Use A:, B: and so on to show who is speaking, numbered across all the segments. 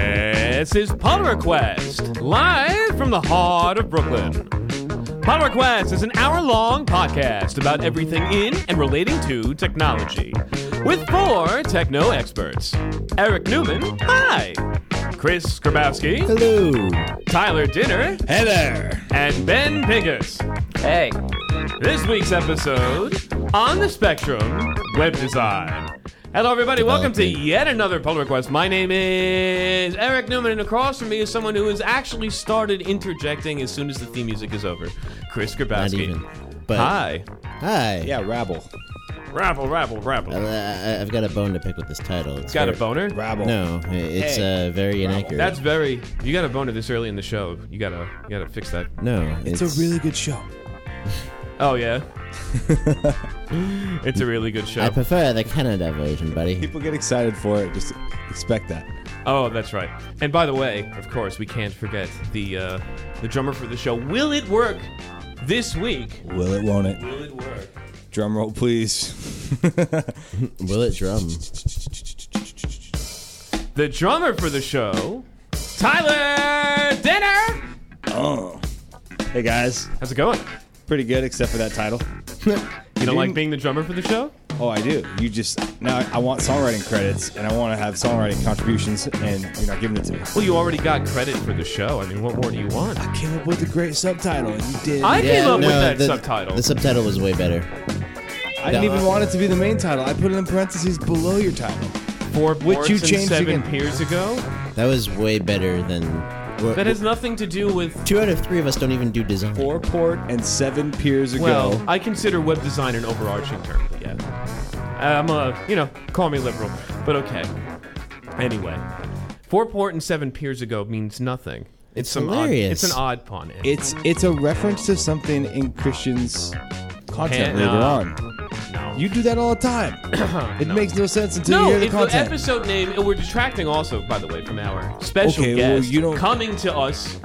A: This is Pod Request, live from the heart of Brooklyn. Pod Request is an hour long podcast about everything in and relating to technology with four techno experts Eric Newman, hi, Chris Grabowski,
B: Hello.
A: Tyler Dinner,
B: Hey there.
A: and Ben Pincus.
C: Hey.
A: This week's episode on the spectrum web design. Hello, everybody. Welcome to yet another pull request. My name is Eric Newman, and across from me is someone who has actually started interjecting as soon as the theme music is over. Chris
B: Not
A: Grabowski.
B: even. But
A: Hi.
B: Hi.
D: Yeah, rabble.
A: Rabble, rabble, rabble.
B: I, I, I've got a bone to pick with this title. It's
A: got a
B: very-
A: boner?
D: Rabble.
B: No, i- it's
D: Hey.
B: uh, very inaccurate.
A: That's very. You got a boner this early in the show. You gotta, you gotta fix that.
B: no.
D: It's, a really good show.
A: Oh yeah. it's a really good
B: I
A: show.
B: prefer the Canada version, buddy.
D: People get excited for it. Just expect that.
A: Oh, that's right. And by the way, of course, we can't forget the uh, the drummer for the show. Will it work this week?
D: Will it, won't it?
A: Will it work?
D: Drum roll, please.
B: Will it drum?
A: The drummer for the show, Tyler Dinner.
D: Oh. Hey, guys.
A: How's it going?
D: Pretty good, except for that title.
A: You don't like
D: didn't-
A: being the drummer for the show?
D: Oh, I do. You just. Now I want songwriting credits, and I want to have songwriting contributions, and you're not giving it to me.
A: Well, you already got credit for the show. I mean, what more do you want?
D: I came up with a great subtitle, and you did.
A: I
D: I,
A: came up
B: no,
A: with that
B: the,
A: subtitle.
B: The subtitle was way better.
D: didn't
B: no.
D: even want it to be the main title. I put it in parentheses below your title.
A: Four
D: which you
A: ports and
D: changed
A: seven
D: again.
A: years ago.
B: That was way better than. we're-
A: That has nothing to do with.
B: two out of three of us don't even do design.
D: Four port and seven peers ago.
A: Well, I consider web design an overarching term. but Yeah, Uh, I'm a you know call me liberal, but okay. Anyway, four port and seven peers ago means nothing. It's, some odd,
B: hilarious.
A: It's an odd pun. in.
D: it's it's a reference to something in Christian's
A: Pan-
D: content later
A: no.
D: on.
A: no.
D: You do that all the time. it makes no sense until
A: no,
D: you hear the
A: it's the
D: content.
A: episode name, and we're detracting also, by the way, from our special
D: Okay, well,
A: guest
D: you don't-
A: coming to us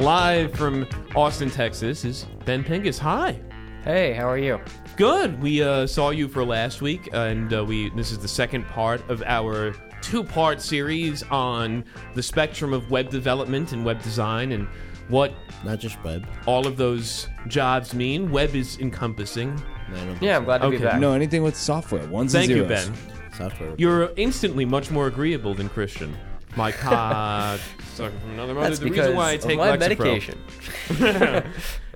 A: live from Austin, Texas. Is Ben Pincus? Hi.
C: Hey, how are you?
A: Good. We uh, saw you for last week, and uh, we this is the second part of our two-part series on the spectrum of web development and web design, and what
B: Not just web.
A: all of those jobs mean. Web is encompassing.
B: No, I don't
C: Yeah, I'm
B: think
C: glad to
A: Okay,
C: be back.
D: no, anything with software. Ones
A: Thank
D: and
A: you,
D: zeros.
A: Ben.
B: so. software.
A: You're instantly much more agreeable than Christian. My God. Sorry, from another mother.
C: That's
A: The
C: because
A: reason why I take
C: of my
A: Lexapro.
C: medication.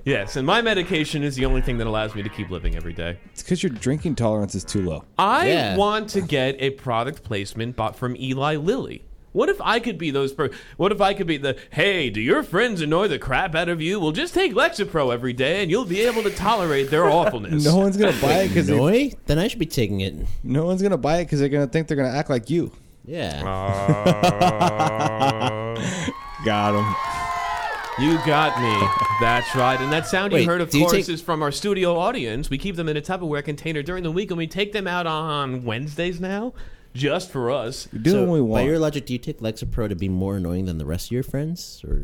A: Yes, and my medication is the only thing that allows me to keep living every day.
D: It's because your drinking tolerance is too low.
A: I
B: Yeah.
A: want to get a product placement bought from Eli Lilly. What if I could be those? Per- what if I could be the? Hey, do your friends annoy the crap out of you? Well, just take Lexapro every day, and you'll be able to tolerate their awfulness.
D: No one's gonna buy it because
B: Noi? Then I should be taking it.
D: no one's gonna buy it because they're gonna think they're gonna act like you.
B: Yeah.
D: Got him.
A: You got me. That's right. And that sound
B: Wait,
A: you heard, of
B: do you
A: course,
B: take-
A: is from our studio audience. We keep them in a Tupperware container during the week, and we take them out on Wednesdays now, just for us.
D: Do
B: So,
D: what we
B: by
D: want.
B: your logic, do you take Lexapro to be more annoying than the rest of your friends, or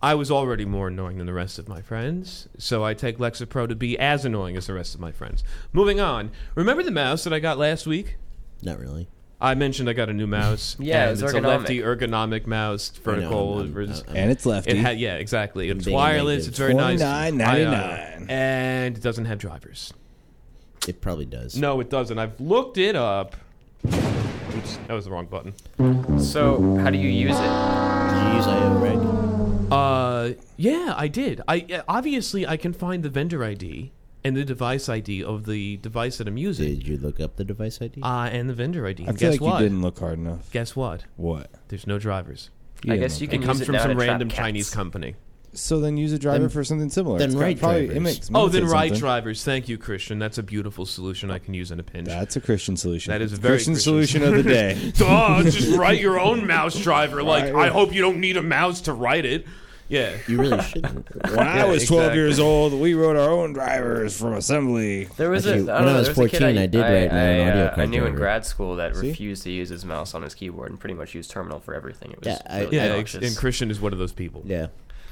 A: I was already more annoying than the rest of my friends, so I take Lexapro to be as annoying as the rest of my friends. Moving on. Remember the mouse that I got last week?
B: not really?
A: I mentioned I got a new mouse.
C: Yeah, it
A: and
C: was
A: it's a
C: ergonomic.
A: lefty ergonomic mouse,
B: I know,
A: vertical.
B: I'm- I'm-
A: res-
B: I'm-
D: and it's
A: It
D: lefty.
A: had yeah, exactly. It's
B: Big
A: wireless.
B: negative.
A: It's very nice.
D: $29.99.
A: I, uh, and it doesn't have drivers.
B: it probably does.
A: No, it doesn't. I've looked it up. Oops, that was the wrong button.
C: So, how do you use it?
B: Did you use IO Reg?
A: Uh, yeah, I did. I uh, obviously I can find the vendor ID and the device ID of the device that I'm using.
B: Did you look up the device ID?
A: Uh, and the vendor ID.
D: I
A: And
D: feel
A: guess
D: like
A: what?
D: you didn't look hard enough.
A: Guess what?
D: What?
A: There's no drivers.
D: You
C: I
D: didn't look
C: guess you
D: hard.
C: can
A: It
C: use
A: comes
C: it
A: from
C: now to
A: some
C: trap
A: random
C: cats.
A: Chinese company.
D: So then use a driver for something similar.
B: then
D: It's got-
B: write
D: probably,
B: drivers.
D: It makes
A: Oh,
D: means
A: then
D: it's
A: right
D: something.
A: drivers. Thank you, Christian. That's a beautiful solution I can use in a pinch.
D: That's a Christian solution.
A: That is a very
D: Christian,
A: Christian
D: solution of the day.
A: Duh, just write your own mouse driver. Like,
D: Right.
A: I hope you don't need a mouse to write it. Yeah.
B: You really shouldn't.
D: When I was 12
A: exactly.
D: years old, we wrote our own drivers from assembly.
C: There was
B: Actually,
C: a, I
B: when
C: don't know,
B: I was
C: there was a kid
B: 14, I did write my own
C: I,
B: audio
C: uh, I knew in
B: controller.
C: grad school that refused to use his mouse on his keyboard and pretty much used terminal for everything. It was
B: Yeah, I-
C: really
A: Yeah.
C: obnoxious.
A: And Christian is one of those people.
B: yeah.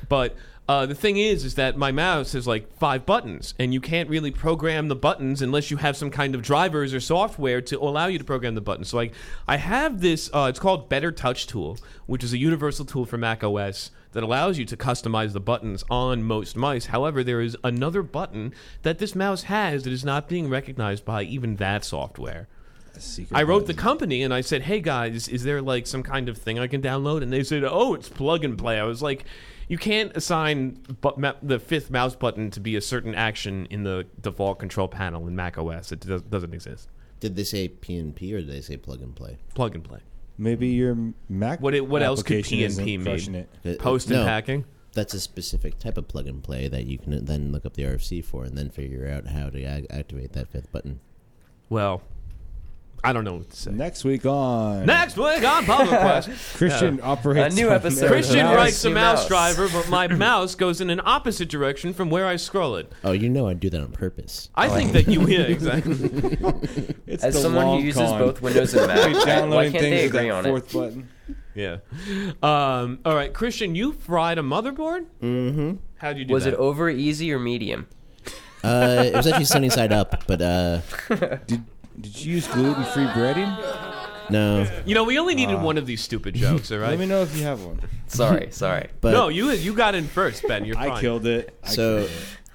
A: But uh, the thing is, is that my mouse has like five buttons, and you can't really program the buttons unless you have some kind of drivers or software to allow you to program the buttons. So like, I have this. Uh, it's called Better Touch Tool, which is a universal tool for Mac OS that allows you to customize the buttons on most mice. However, there is another button that this mouse has that is not being recognized by even that software.
E: Secret
A: I wrote
E: button.
A: the company and I said, "Hey guys, is there like some kind of thing I can download?" And they said, "Oh, it's plug and play." I was like, "You can't assign but ma- the fifth mouse button to be a certain action in the default control panel in Mac OS. It does- doesn't exist.
B: Did they say PNP or did they say plug and play?
A: Plug and play.
E: Maybe your Mac.
A: What it, what else could
E: application isn't
A: PNP
E: crushing
A: mean?
E: it.
B: It-
A: Post and
B: no.
A: packing.
B: That's a specific type of plug and play that you can then look up the RFC for and then figure out how to ac- activate that fifth button.
A: Well, I don't know what to say.
E: Next week on
A: Next week on Public Quest,
E: Christian operates
C: A new
E: on
C: episode.
E: their
A: Christian
E: mouse.
C: Mouse,
A: writes a
C: new
A: mouse
C: mouse.
A: driver, but my mouse goes in an opposite direction from where I scroll it.
B: Oh, you know I do that on purpose.
A: Oh, I think that you yeah exactly.
E: It's
C: As
E: the
C: someone
E: long
C: who uses
E: con.
C: both Windows and Mac, why, why
E: downloading
C: can't
E: things
C: they
E: with
C: agree
E: that
C: on it?
E: fourth button.
A: Yeah. Um, all right, Christian, you fried a motherboard. Mm-hmm. How'd you do
C: Was
A: that?
C: it over easy or medium?
B: Uh, it was actually sunny side up, but uh,
E: Did you use gluten free breading?
B: no.
A: you know, we only needed one of these stupid jokes, all right?
E: Ah. Let me know if you have one.
C: Sorry, sorry.
B: But
A: no, you you got in first, Ben. You're fine.
E: I killed it. I
B: so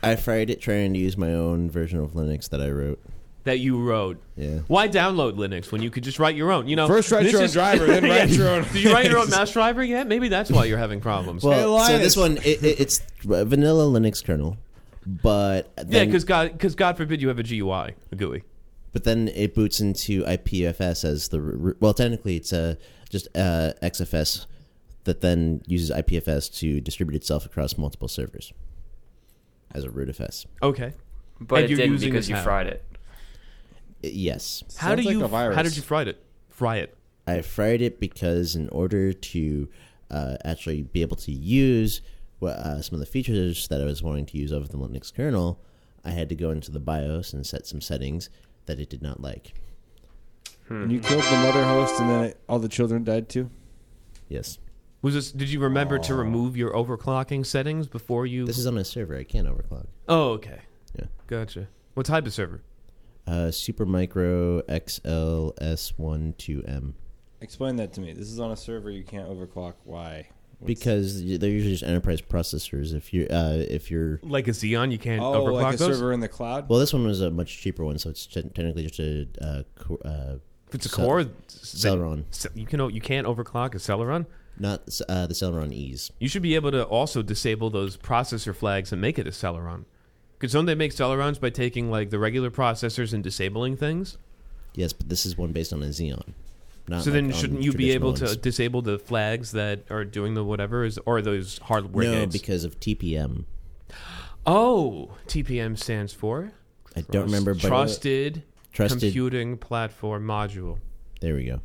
B: I fried it trying to use my own version of Linux that I wrote.
A: that you wrote.
B: Yeah.
A: Why download Linux when you could just write your own? You know,
E: First write
A: this
E: your own
A: is-
E: driver, then
A: Yeah.
E: write your own
A: Did you write your own
E: things.
A: mouse driver yet? Maybe that's why you're having problems.
B: Well, so
E: Linus.
B: this one it, it, it's vanilla Linux kernel, but
A: yeah,
B: then,
A: because God, because God forbid you have a GUI, a GUI.
B: but then it boots into IPFS as the r- r- well. Technically, it's uh, just uh, XFS that then uses IPFS to distribute itself across multiple servers as a rootfs.
A: Okay.
C: But
A: And
C: it
A: you're
C: didn't
A: using
C: because
A: it
C: you
A: how?
C: fried it.
B: I- Yes,
A: How do
E: Sounds like
A: you?
E: a virus.
A: How did you fry it? Fry it.
B: I fried it because in order to uh, actually be able to use what, uh, some of the features that I was wanting to use of the Linux kernel, I had to go into the BIOS and set some settings that it did not like.
E: And you killed the mother host, and then it, all the children died too.
B: Yes.
A: Was this? Did you remember to remove your overclocking settings before you?
B: This is on a server. I can't overclock.
A: oh, okay.
B: Yeah.
A: Gotcha. What type of server?
B: Uh, Supermicro XLS12M.
E: Explain that to me. This is on a server you can't overclock. Why? What's-
B: Because y- they're usually just enterprise processors. If you uh, if you're
A: Like a Xeon, you can't
E: oh,
A: overclock
E: like a
A: those.
E: server in the cloud.
B: well, this one was a much cheaper one, so it's te- technically just a uh, co- uh,
A: If it's a
B: Cel-
A: core, then-
B: Celeron.
A: ce- you can you can't overclock a Celeron.
B: not s- uh, the Celeron E's.
A: You should be able to also disable those processor flags and make it a Celeron. Could some they make Celerons by taking like the regular processors and disabling things?
B: Yes, but this is one based on a Xeon. Not
A: So
B: Uh, like
A: then,
B: on
A: shouldn't you be able
B: traditional
A: to
B: ones.
A: disable the flags that are doing the whatever is or those hardware?
B: No,
A: heads?
B: because of TPM.
A: oh, TPM stands for
B: I don't remember, but
A: Trusted,
B: Trusted-
A: Computing Platform Module.
B: there we go.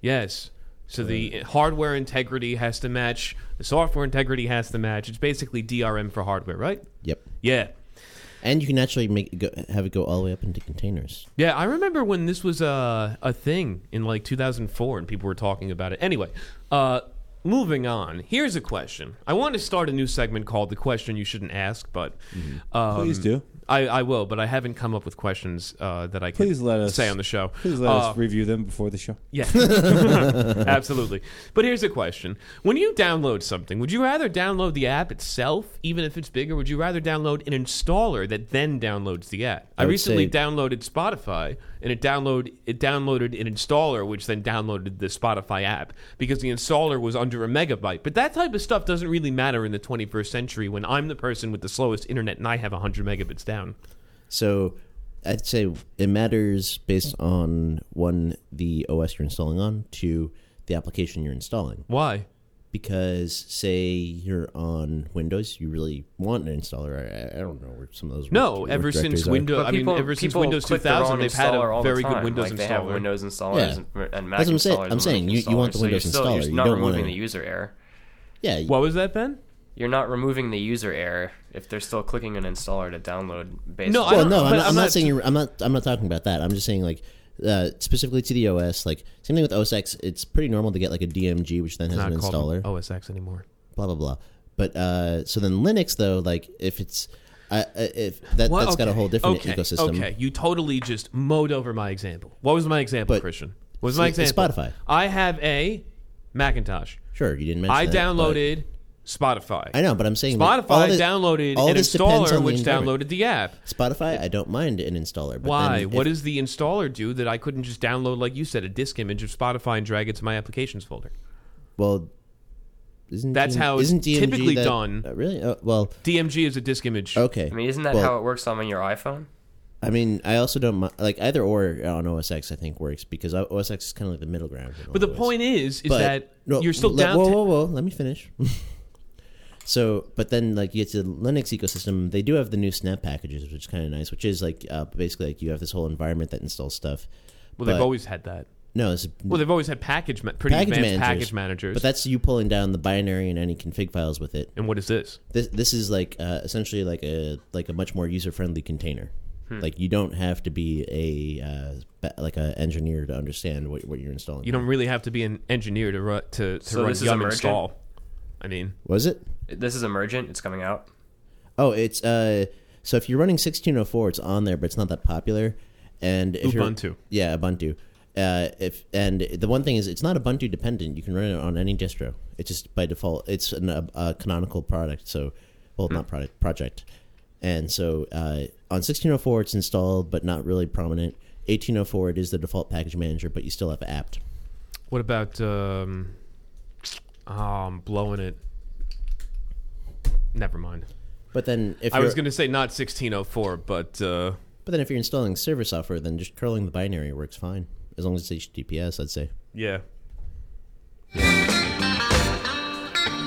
A: Yes. So the hardware integrity has to match, the software integrity has to match. It's basically DRM for hardware, right?
B: Yep.
A: Yeah.
B: And you can actually make it go, have it go all the way up into containers.
A: Yeah, I remember when this was uh, a, a thing in like 2004 and people were talking about it. Anyway, uh, moving on. Here's a question. I want to start a new segment called The Question You Shouldn't Ask, but. Um,
E: Mm-hmm. Please do.
A: I, I will, but I haven't come up with questions uh, that I can
E: Please let us-
A: say on the show.
E: Please let
A: Uh,
E: us review them before the show.
A: Yeah, absolutely. But here's a question: When you download something, would you rather download the app itself, even if it's big, or would you rather download an installer that then downloads the app? I,
B: would
A: recently
B: say-
A: downloaded Spotify, and it download it downloaded an installer, which then downloaded the Spotify app because the installer was under a megabyte. But that type of stuff doesn't really matter in the 21st century when I'm the person with the slowest internet and I have 100 megabits down.
B: So I'd say it matters based on one, the OS you're installing on, two, the application you're installing.
A: Why?
B: Because, say, you're on Windows, you really want an installer. I, I don't know where some of those
A: No,
B: work-
A: ever
B: work
A: since
B: directories are.
A: Windows,
C: But
A: I mean,
C: people-
A: ever since
C: people
A: Windows
C: click their
A: 2000,
C: own
A: they've had
C: installer all
A: a
C: the
A: very good
C: time.
A: Windows
C: like
A: installer.
C: They have Windows installers
B: Yeah.
C: and, and Mac
B: That's what I'm
C: installers.
B: saying- I'm
C: and
B: saying,
C: Linux
B: you- you want
C: installers.
B: the
C: so
B: Windows
C: you're still,
B: installer.
C: You're
B: You
C: not
B: don't
C: removing
B: wanna-
C: the user error.
B: yeah,
A: What was that, Ben?
C: You're not removing the user error if they're still clicking an installer to download. Based
A: No,
C: on-
A: I
B: well,
A: don't-
B: no,
A: but
B: I'm not,
A: I'm
B: I'm
A: not-
B: not saying you're, I'm not. I'm not talking about that. I'm just saying like uh, specifically to the OS. Like same thing with OS X. It's pretty normal to get like a DMG, which then has an
A: Not called
B: installer.
A: OS X anymore.
B: Blah blah blah. But uh, so then Linux though, like if it's I I- if that
A: What?
B: that's got a
A: Okay.
B: whole different
A: okay.
B: ecosystem.
A: Okay, you totally just mowed over my example. What was my example,
B: But-
A: Christian? What was my
B: See, it's
A: example?
B: Spotify.
A: I have a Macintosh.
B: Sure, you didn't mention.
A: I
B: that, but-
A: downloaded Spotify.
B: I know, but I'm saying like, all
A: Spotify
B: this-
A: downloaded
B: all
A: an
B: this depends on
A: installer
B: the
A: which
B: environment.
A: downloaded the app.
B: Spotify. I don't mind an installer. But
A: Why?
B: Then
A: What
B: if-
A: does the installer do that I couldn't just download, like you said, a disk image of Spotify and drag it to my applications folder?
B: well? Isn't
A: That's
B: DMG,
A: how it's
B: isn't DMG
A: typically
B: that-
A: done.
B: uh, really? Oh, well,
A: DMG is a disk image.
B: okay.
C: I mean, isn't that
B: Well,
C: how it works on your iPhone?
B: I mean, I also don't mi- like either or on OS X. I think works because OS X is kind of like the middle ground. in
A: But the
B: all ways.
A: point is, is
B: But-
A: that
B: no,
A: you're still
B: le-
A: down.
B: Whoa, whoa, whoa! Let me finish. so, but then like you get to the Linux ecosystem, they do have the new Snap packages, which is kind of nice. Which is like uh, basically like you have this whole environment that installs stuff.
A: well, they've
B: but-
A: always had that.
B: No, it's
A: Well, they've always had package, ma- pretty
B: Package
A: advanced
B: managers.
A: package managers.
B: but that's you pulling down the binary and any config files with it.
A: and what is this?
B: This this is like uh, essentially like a like a much more user friendly container.
A: Hmm.
B: Like you don't have to be a uh, ba- like an engineer to understand what, what you're installing.
A: You don't really have to be an engineer to run to, to
C: So
A: run
C: this is
A: Yum
C: emergent?
A: install. I mean,
B: Was it?
C: This is emergent. It's coming out.
B: Oh, it's uh. So if you're running 1604, it's on there, but it's not that popular. And if
A: Ubuntu.
B: You're, yeah, Ubuntu. Uh, if and the one thing is, it's not Ubuntu dependent. You can run it on any distro. It's just by default. It's an, a, a canonical product. So, well, not product project. And so uh, on 1604, it's installed, but not really prominent. 1804, it is the default package manager, but you still have apt.
A: what about? Um, oh, I'm blowing it. Never mind.
B: But then if
A: I was
B: you're-
A: going to say not 1604, but uh,
B: but then if you're installing server software, then just curling the binary works fine as long as it's HTTPS. I'd say.
A: yeah. yeah.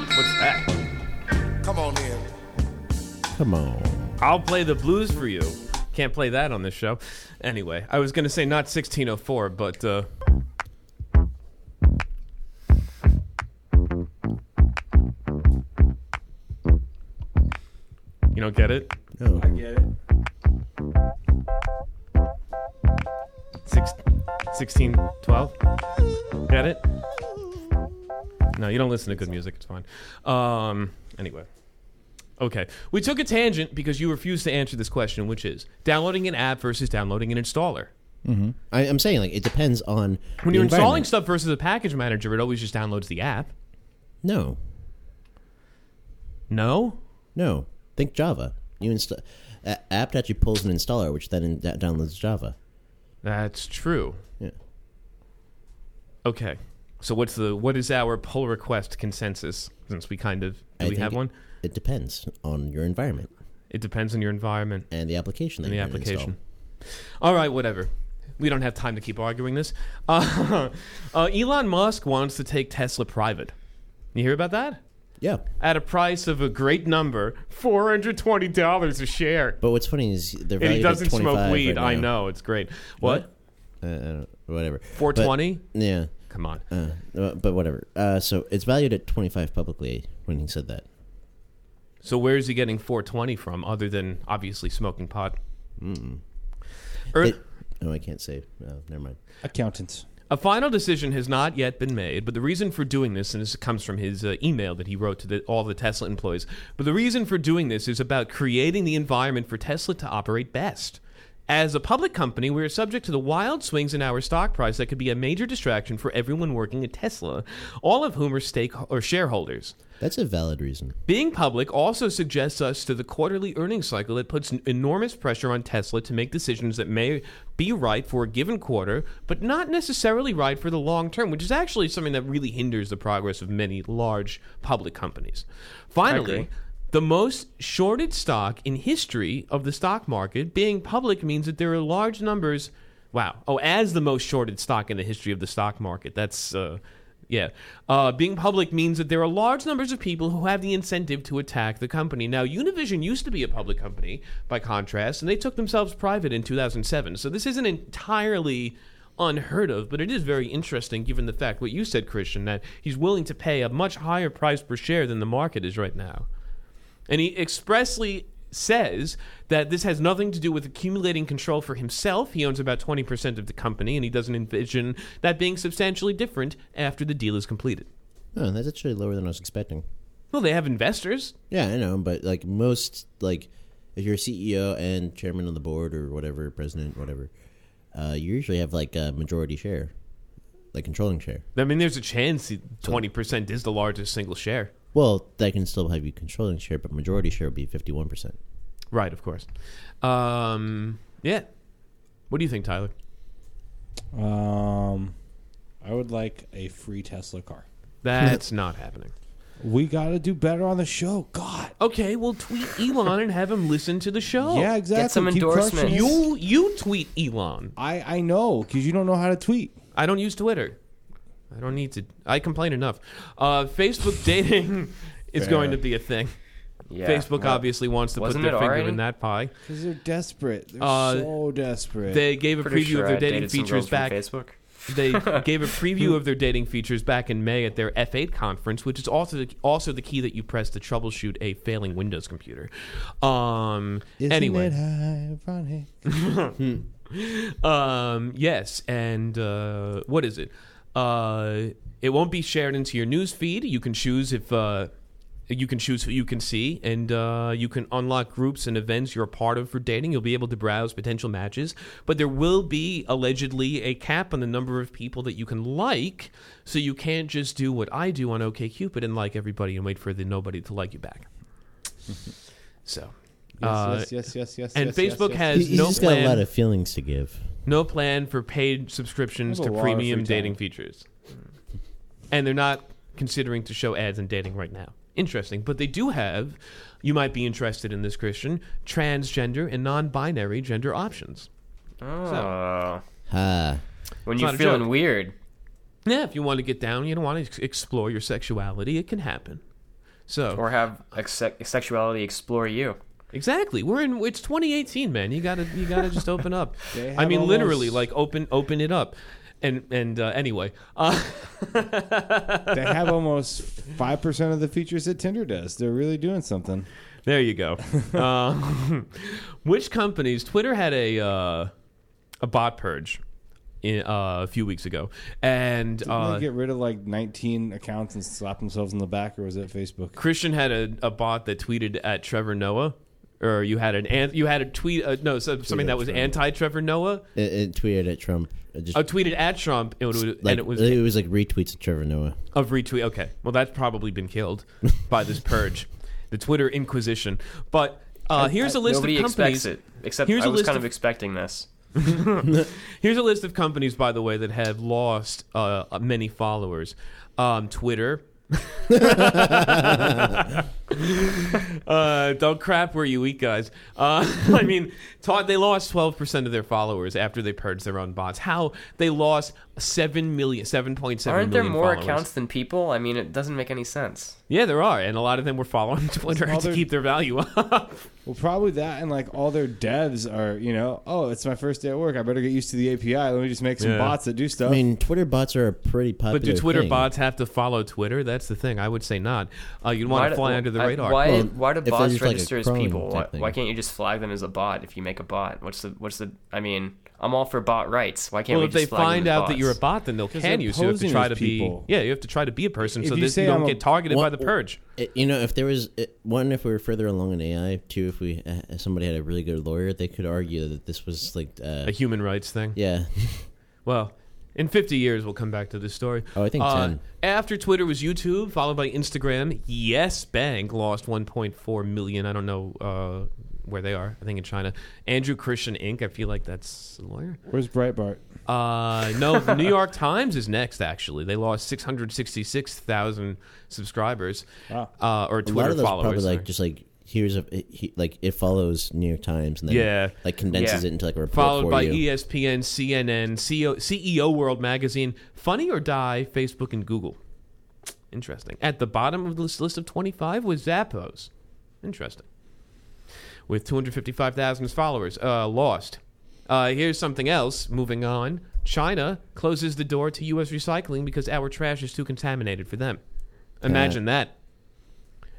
A: What's that?
D: Come on in.
B: Come on.
A: I'll play the blues for you. Can't play that on this show. Anyway, I was going to say not 1604, but uh, you don't get it.
B: No.
E: get it.
A: Six, 1612. Get it? No, you don't listen to good music. It's fine. Um, anyway. Okay. We took a tangent because you refused to answer this question, which is downloading an app versus downloading an installer.
B: I, I'm saying like it depends on
A: When
B: the
A: you're installing
B: environment.
A: stuff versus a package manager, it always just downloads the app.
B: No,
A: No?
B: no. Think Java. You install uh, apt actually pulls an installer, which then in- that downloads Java.
A: That's true.
B: Yeah.
A: Okay. So what's the what is our pull request consensus since we kind of do
B: I
A: we have
B: think
A: one?
B: It depends on your environment
A: It depends on your environment.
B: and the application. That
A: the
B: you're gonna
A: application. All right, whatever. We don't have time to keep arguing this. Uh, uh, Elon Musk wants to take Tesla private. You hear about that?
B: Install. Yeah,
A: At a price of a great number, four hundred twenty dollars a share.
B: but what's funny is they're
A: And
B: valued
A: he doesn't
B: at 25
A: smoke weed.
B: right
A: I
B: now.
A: know it's great. What?
B: Uh, I don't- whatever. But-
A: Four twenty?
B: Yeah.
A: Come on.
B: Uh, uh, but whatever. Uh, so it's valued at 25 publicly when he said that.
A: So where is he getting four twenty from, other than obviously smoking pot? Er, Earth-
B: It- oh, I can't say. Oh, never mind.
E: Accountants.
A: A final decision has not yet been made, but the reason for doing this, and this comes from his uh, email that he wrote to the, all the Tesla employees, but the reason for doing this is about creating the environment for Tesla to operate best. As a public company, we are subject to the wild swings in our stock price that could be a major distraction for everyone working at Tesla, all of whom are stake or shareholders.
B: That's a valid reason.
A: Being public also suggests us to the quarterly earnings cycle that puts n- enormous pressure on Tesla to make decisions that may be right for a given quarter, but not necessarily right for the long term, which is actually something that really hinders the progress of many large public companies. Finally,
C: agree.
A: the most shorted stock in history of the stock market being public means that there are large numbers. Wow. Oh, as the most shorted stock in the history of the stock market. That's uh, yeah. Uh, being public means that there are large numbers of people who have the incentive to attack the company. Now, Univision used to be a public company, by contrast, and they took themselves private in 2007. So this isn't entirely unheard of, but it is very interesting given the fact what you said, Christian, that he's willing to pay a much higher price per share than the market is right now. And he expressly says that this has nothing to do with accumulating control for himself. He owns about 20% of the company, and he doesn't envision that being substantially different after the deal is completed.
B: Oh, that's actually lower than I was expecting.
A: Well, they have investors.
B: Yeah, I know, but like most, like if you're CEO and chairman of the board or whatever, president, whatever, uh, you usually have like a majority share, like controlling share.
A: I mean, there's a chance twenty percent is the largest single share.
B: Well, that can still have you controlling share, but majority share would be fifty one percent.
A: Right, of course. Um, yeah. What do you think, Tyler?
D: Um, I would like a free Tesla car.
A: That's not happening.
D: We got to do better on the show. God.
A: Okay, well, tweet Elon and have him listen to the show.
D: Yeah, exactly.
C: some
D: Keep crushing
C: endorsements.
D: it.
A: You you tweet Elon.
D: I I know because you don't know how to tweet.
A: I don't use Twitter. I don't need to. I complain enough. Uh, Facebook dating is
E: Fair.
A: going to be a thing.
C: Yeah.
A: Facebook
C: well,
A: obviously wants to put
C: wasn't
A: their
C: it
A: finger
C: already?
A: in that pie.
D: Because they're desperate. They're
A: Uh,
D: so desperate.
A: They gave a
C: pretty
A: preview
C: sure
A: of their
C: I
A: dating
C: dated some
A: features
C: girls from
A: back.
C: Facebook.
A: They gave a preview of their dating features back in May at their F8 conference, which is also the, also the key that you press to troubleshoot a failing Windows computer. Um,
D: Isn't
A: anyway,
D: it ironic?
A: Um, yes, and uh, what is it? Uh, it won't be shared into your news feed. You can choose if uh, you can choose who you can see, and uh, you can unlock groups and events you're a part of for dating. You'll be able to browse potential matches, but there will be allegedly a cap on the number of people that you can like. So you can't just do what I do on OKCupid and like everybody and wait for the nobody to like you back. so. uh,
D: yes, yes, yes, yes, yes.
A: and
D: yes,
A: Facebook
D: yes,
A: has
B: He's
A: no
B: just
A: plan.
B: got a lot of feelings to give.
A: No plan for paid subscriptions
D: I have
A: to
D: a lot of
A: premium
D: free
A: dating
D: time.
A: features. And they're not considering to show ads in dating right now. Interesting. But they do have, you might be interested in this, Christian, transgender and non binary gender options.
C: Oh.
B: Ha.
C: When
A: It's
C: you're
A: not a
C: feeling
A: joke.
C: weird.
A: Yeah, if you want to get down, you don't want to ex- explore your sexuality, it can happen. So,
C: Or have ex- sexuality explore you.
A: exactly. We're in it's 2018, man. You got to you got to just open up.
D: They have
A: I mean
D: almost-
A: literally like open open it up. And and uh, anyway, uh,
D: they have almost five percent of the features that Tinder does. They're really doing something.
A: There you go. uh, which companies? Twitter had a uh, a bot purge in, uh, a few weeks ago, and
D: Didn't
A: uh,
D: they get rid of like 19 accounts and slap themselves in the back, or was it Facebook?
A: Christian had a, a bot that tweeted at Trevor Noah, or you had an, an you had a tweet uh, no so, something that was anti Trevor Noah.
B: It, it tweeted at Trump. It just
A: I tweeted at Trump, and it, was-
B: like,
A: and it was
B: like retweets of Trevor Noah.
A: Of retweet. Okay. Well, that's probably been killed by this purge, the Twitter Inquisition. But uh, here's a list
C: Nobody
A: of companies.
C: expects it. Except
A: Here's
C: I
A: a
C: was
A: list
C: kind
A: of-
C: of expecting this.
A: Here's a list of companies, by the way, that have lost uh, many followers. Um, Twitter. uh, don't crap where you eat, guys. Uh, I mean, ta- they lost 12% of their followers after they purged their own bots. How they lost 7 million, 7.7
C: Aren't there
A: million
C: more
A: followers.
C: accounts than people? I mean, it doesn't make any sense.
A: Yeah, there are. And a lot of them were following Twitter
D: Well,
A: to
D: they're-
A: keep their value up.
D: Well, probably that, and like all their devs are, you know, oh, it's my first day at work. I better get used to the API. Let me just make some
A: Yeah.
D: bots that do
B: I
D: stuff.
B: mean, Twitter bots are a pretty popular.
A: Oh. but do Twitter
B: thing.
A: bots have to follow Twitter? That's the thing. I would say not. Uh, you'd
C: Why
A: want to
C: do-
A: fly under the
C: I-
A: radar.
C: why,
B: Well,
C: why do
B: if they're
C: bots
B: just like a
C: register as
B: crawling
C: people? Why,
B: type thing.
C: why can't you just flag them as a bot if you make a bot? What's the what's the? I mean, I'm all for bot rights. Why can't
A: well,
C: we
A: if
C: just
A: they
C: flag them
A: find
C: as
A: out that
C: bots?
A: you're a bot, then they'll can
D: they're
A: you. So you have to
D: posing
A: try
D: as
A: to be.
D: people.
A: Yeah, you have to try to be a person,
D: If
A: so
D: you
A: this you
D: say
A: don't
D: I'm a-
A: get targeted by
B: One-
A: the purge.
B: It- you know, if there was it, one, if we were further along in AI, two, if we uh, if somebody had a really good lawyer, they could argue that this was like, uh,
A: A human rights thing.
B: yeah,
A: Well, in 50 years, we'll come back to this story.
B: Oh, I think
A: Uh,
B: 10.
A: After Twitter was YouTube, followed by Instagram. Yes, Bank lost 1.4 million. I don't know uh, where they are. I think in China. Andrew Christian Inc. I feel like that's a lawyer.
D: Where's Breitbart?
A: Uh, no, the New York Times is next. Actually, they lost 666,000 subscribers
D: Wow.
A: uh, or
B: a
A: Twitter
B: lot of those
A: followers.
B: probably
A: sorry.
B: like just like here's a it, he, like it follows New York Times and then
A: Yeah.
B: like condenses
C: Yeah.
B: it into like a report
A: followed
B: for
A: by E-
B: you.
A: ESPN, CNN, CEO, CEO E World Magazine, Funny or Die, Facebook, and Google. Interesting. At the bottom of this list of 25 was Zappos. Interesting. With 255,000 followers, uh, lost. Uh, here's something else. Moving on. China closes the door to U.S. recycling because our trash is too contaminated for them. Imagine that.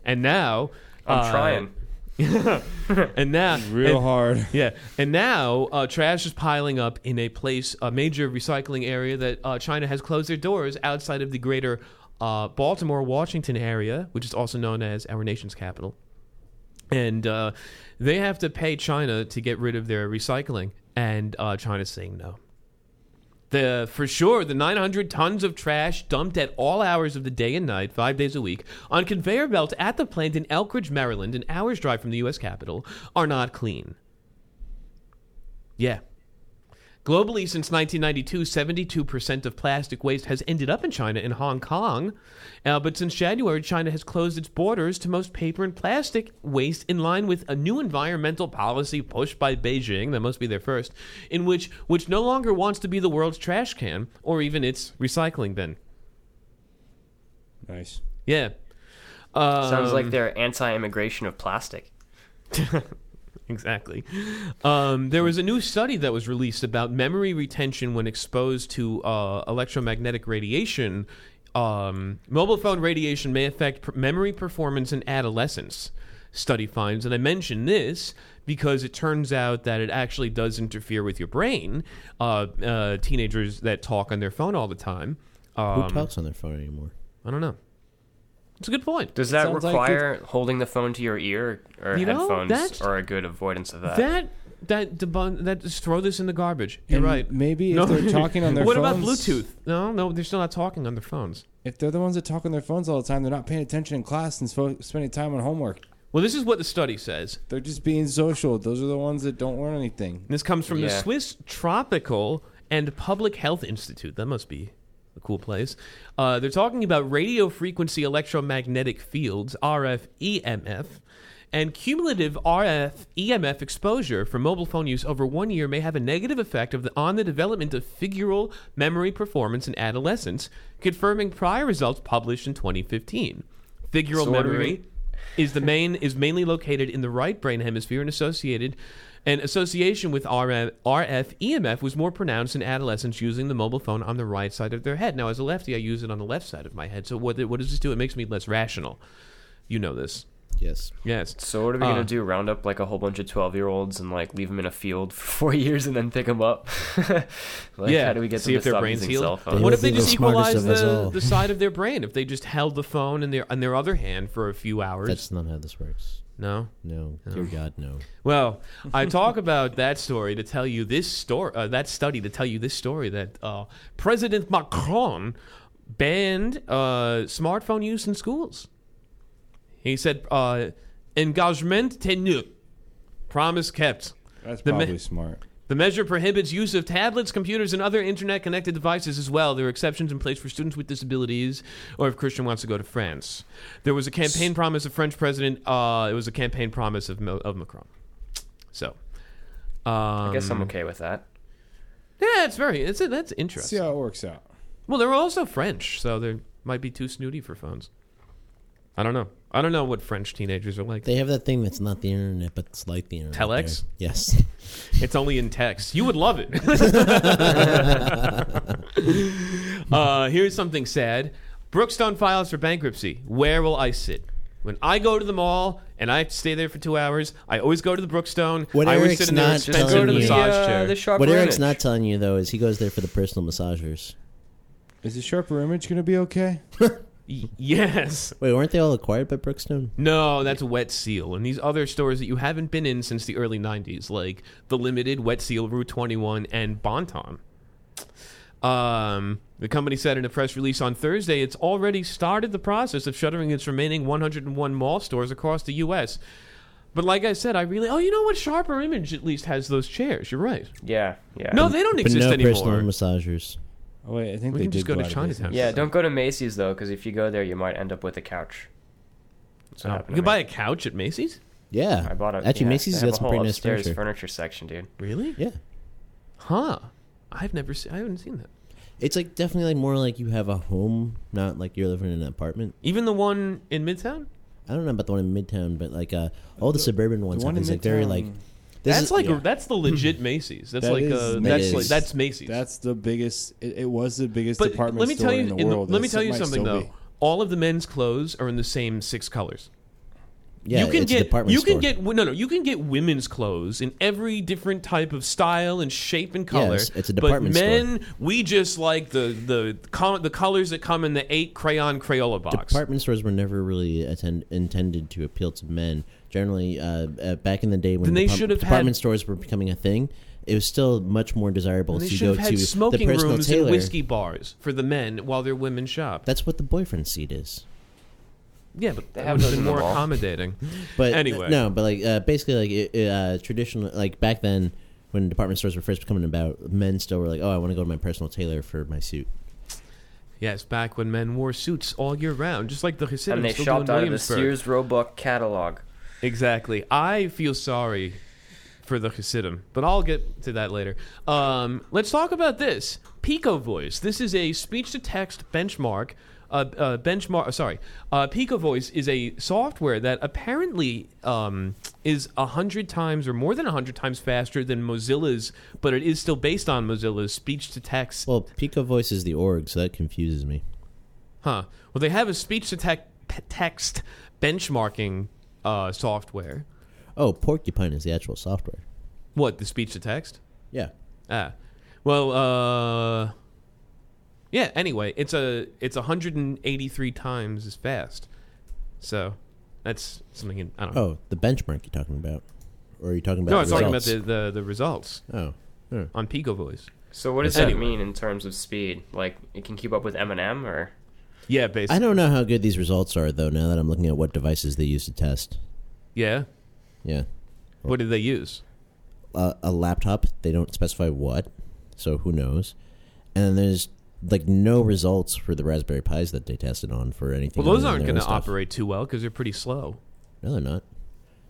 A: And now.
C: I'm
A: uh,
C: trying.
A: And now.
D: Real
A: and-
D: hard.
A: yeah, and now uh, trash is piling up in a place, a major recycling area that uh, China has closed their doors outside of the greater uh, Baltimore, Washington area, which is also known as our nation's capital. And uh, they have to pay China to get rid of their recycling, and uh, China's saying no. The for sure the 900 tons of trash dumped at all hours of the day and night, five days a week, on conveyor belts at the plant in Elkridge, Maryland, an hour's drive from the U.S. Capitol, are not clean. Yeah. Globally, since 1992, 72% of plastic waste has ended up in China and Hong Kong. Uh, but since January, China has closed its borders to most paper and plastic waste in line with a new environmental policy pushed by Beijing, that must be their first, in which, which no longer wants to be the world's trash can or even its recycling bin.
D: Nice.
A: Yeah. Uh,
C: Sounds like they're anti-immigration of plastic.
A: exactly. Um, there was a new study that was released about memory retention when exposed to uh, electromagnetic radiation. Um, mobile phone radiation may affect per- memory performance in adolescence. Study finds, and I mention this because it turns out that it actually does interfere with your brain. Uh, uh, teenagers that talk on their phone all the time.
B: Who
A: Um,
B: talks on their phone anymore?
A: I don't know. It's a good point.
C: Does that
D: sounds like it's-
C: require holding the phone to your ear or
A: You know,
C: headphones
A: that's-
C: or a good avoidance of that?
A: That that debun- that just throw this in the garbage. You're
D: And
A: right.
D: maybe if they're talking on their
A: what about
D: phones-
A: Bluetooth? No, no, they're still not talking on their phones.
D: If they're the ones that talk on their phones all the time, they're not paying attention in class and spo- spending time on homework.
A: Well, this is what the study says.
D: They're just being social. Those are the ones that don't learn anything.
A: This comes from the
C: Yeah.
A: Swiss Tropical and Public Health Institute. That must be a cool place. Uh, they're talking about radio frequency electromagnetic fields, RF EMF, and cumulative RF EMF exposure from mobile phone use over one year may have a negative effect of the, on the development of figural memory performance in adolescents, confirming prior results published in 2015. Figural
C: So what do we
A: memory
C: mean?
A: is the main is mainly located in the right brain hemisphere and associated and association with RF, RF EMF E was more pronounced in adolescents using the mobile phone on the right side of their head. Now, as a lefty, I use it on the left side of my head. So, what, what does this do? It makes me less rational. You know this.
B: Yes.
A: Yes.
C: So what are we
A: Uh,
C: gonna do? Round up like a whole bunch of twelve-year-olds and like leave them in a field for four years and then pick them up? like,
A: yeah.
C: How do we get
A: See
C: them
A: if
C: to
A: their
C: stop
A: brains
C: using
A: healed?
C: cell phones?
B: They
A: What if
B: would
A: they
B: be the
A: just
B: smartest
A: equalize
B: of us
A: the,
B: all.
A: the side of their brain? If they just held the phone in their on their other hand for a few hours?
B: That's not how this works.
A: no.
B: No. Dear God, no.
A: Well, I talk about that story to tell you this story, uh, that study to tell you this story that uh, President Macron banned uh, smartphone use in schools. He said, uh, "Engagement tenu, promise kept."
D: That's
A: The ma-
D: probably smart.
A: The measure prohibits use of tablets, computers, and other internet connected devices as well. There are exceptions in place for students with disabilities or if Christian wants to go to France. There was a campaign promise of French president, uh, it was a campaign promise of, Mo- of Macron. So. Um,
C: I guess I'm okay with that.
A: Yeah, it's very. It's that's
D: See
A: interesting.
D: how it works out.
A: Well, they're also French, so they might be too snooty for phones. I don't know. I don't know what French teenagers are like.
B: They have that thing that's not the internet, but it's like the internet.
A: Telex?
B: there. Yes.
A: It's only in text. You would love it. uh, here's something sad. Brookstone files for bankruptcy. Where will I sit? When I go to the mall and I have to stay there for two hours, I always go to the Brookstone.
B: When
A: I always
B: Eric's
A: sit in their
B: not
A: expensive
B: telling you-
A: massage
C: uh,
A: chair.
C: the sharper
B: what Eric's
C: image.
B: not telling you though is he goes there for the personal massagers.
D: Is the sharper image going to be okay?
A: Y- yes.
B: Wait, weren't they all acquired by Brookstone?
A: No, that's Wet Seal. And these other stores that you haven't been in since the early 90s, like The Limited, Wet Seal, Rue 21, and Bonton. Um, the company said in a press release on Thursday it's already started the process of shuttering its remaining 101 mall stores across the U.S. But like I said, I really. Oh, you know what? Sharper Image at least has those chairs. You're right.
C: Yeah, yeah.
A: No, they don't
B: but
A: exist
B: no personal
A: anymore.
B: massagers.
D: Oh, wait, I think
A: We
D: they
A: can just
D: did
A: go to
D: out of
A: Chinatown.
D: business.
C: yeah. Don't go to Macy's though, because if you go there, you might end up with a couch. That's what
A: Oh,
C: happened
A: you
C: to
A: can
C: me.
A: buy a couch at Macy's?
B: Yeah.
C: I bought a
B: Actually,
C: yeah,
B: Macy's
C: they
B: has
C: have
B: got
C: a
B: some
C: whole
B: pretty nice
C: upstairs
B: furniture.
C: furniture section, dude.
A: Really?
B: Yeah.
A: Huh. I've never seen. I haven't seen that.
B: It's like definitely like more like you have a home, not like you're living in an apartment.
A: Even the one in Midtown?
B: I don't know about the one in Midtown, but like uh, all the, suburban ones
D: one
B: have
D: in
B: these like very
D: Midtown-
B: like. This
A: That's
B: is-
A: like
B: yeah. Hmm.
A: that's the legit Macy's. That's
D: That
A: like
D: is
A: uh, that's
B: Macy's.
A: like that's Macy's.
D: That's the biggest. It, it was the biggest
A: but
D: department
A: let me
D: store
A: tell you,
D: in the
A: in the-
D: world.
A: let me
D: It's-
A: tell
D: it
A: you
D: might
A: something
D: still
A: though.
D: be.
A: All of the men's clothes are in the same six colors.
B: Yeah,
A: you can
B: it's a
A: get
B: department
A: you
B: store.
A: can get no no you can get women's clothes in every different type of style and shape and color.
B: it's- it's a department
A: But
B: store.
A: men, we just like the the col- the colors that come in the eight crayon Crayola box.
B: Department stores were never really attend, intended to appeal to men. Generally, uh, uh, back in the day when
A: Then they
B: depart-
A: should have
B: department
A: had-
B: stores were becoming a thing, it was still much more desirable
A: they
B: to
A: should
B: go
A: have had
B: to the
A: smoking
B: personal
A: rooms
B: tailor.
A: and whiskey bars for the men while their women shop.
B: That's what the boyfriend seat is.
A: yeah, but that
C: have
A: would have
C: those
A: been
C: in the
A: more
C: mall.
A: accommodating.
B: But
A: Anyway.
B: no, but like uh, basically, like it, it, uh, traditional, like back then when department stores were first coming about, men still were like, "Oh, I want to go to my personal tailor for my suit."
A: Yes, back when men wore suits all year round, just like the Hasidim
C: and they
A: still
C: shopped
A: do in
C: out of the
A: Williamsburg.
C: Sears Roebuck catalog.
A: Exactly. I feel sorry for the Hasidim, but I'll get to that later. Um, let's talk about this Pico Voice. This is a speech-to-text benchmark. Uh, uh, benchmark. Sorry, uh, Pico Voice is a software that apparently um, is a hundred times or more than a hundred times faster than Mozilla's, but it is still based on Mozilla's speech-to-text.
B: Well, Pico Voice is the org, so that confuses me.
A: Huh. Well, they have a speech-to-text benchmarking uh, software.
B: Oh, Porcupine is the actual software.
A: What the speech-to-text?
B: Yeah,
A: Ah. Well, uh Yeah, anyway, it's a it's 183 times as fast. So, that's something in, I don't know.
B: Oh, the benchmark you're talking about, or are you talking about?
A: no, it's talking about
B: results?
A: the, the the results
B: Oh, huh.
A: on Pico Voice.
C: So what does
A: Anyway.
C: that mean in terms of speed? Like it can keep up with Eminem, or
A: Yeah, basically.
B: I don't know how good these results are though. Now that I'm looking at what devices they use to test,
A: Yeah.
B: yeah,
A: What did they use?
B: a, a laptop. They don't specify what, so who knows? And then there's like no results for the Raspberry Pis that they tested on for anything.
A: Well, those
B: other
A: aren't
B: than their
A: going
B: own
A: to
B: stuff.
A: operate too well cuz they're pretty slow.
B: No, they're not.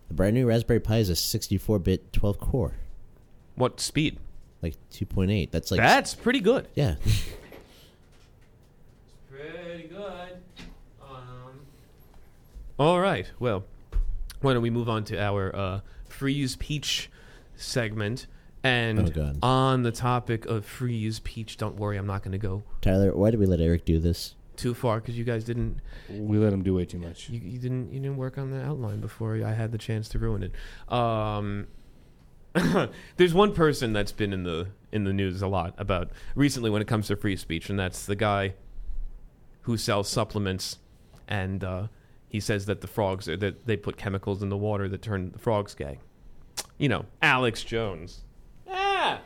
B: The brand new Raspberry Pi is a 64-bit 12-core,
A: What speed?
B: like 2.8. That's like
A: That's pretty good.
B: yeah.
A: Pretty good. Um, All right. Well, why don't we move on to our uh, freeze peach segment?
B: Oh,
A: And
B: God.
A: on the topic of freeze peach, don't worry, I'm not going to go
B: Tyler, why did we let Eric do this?
A: too far because you guys didn't
D: We let him do way too much.
A: you, you didn't you didn't work on the outline before I had the chance to ruin it. Um, there's one person that's been in the in the news a lot about recently when it comes to free speech, and that's the guy who sells supplements, and uh, he says that the frogs that they put chemicals in the water that turn the frogs gay. You know, Alex Jones. Ah,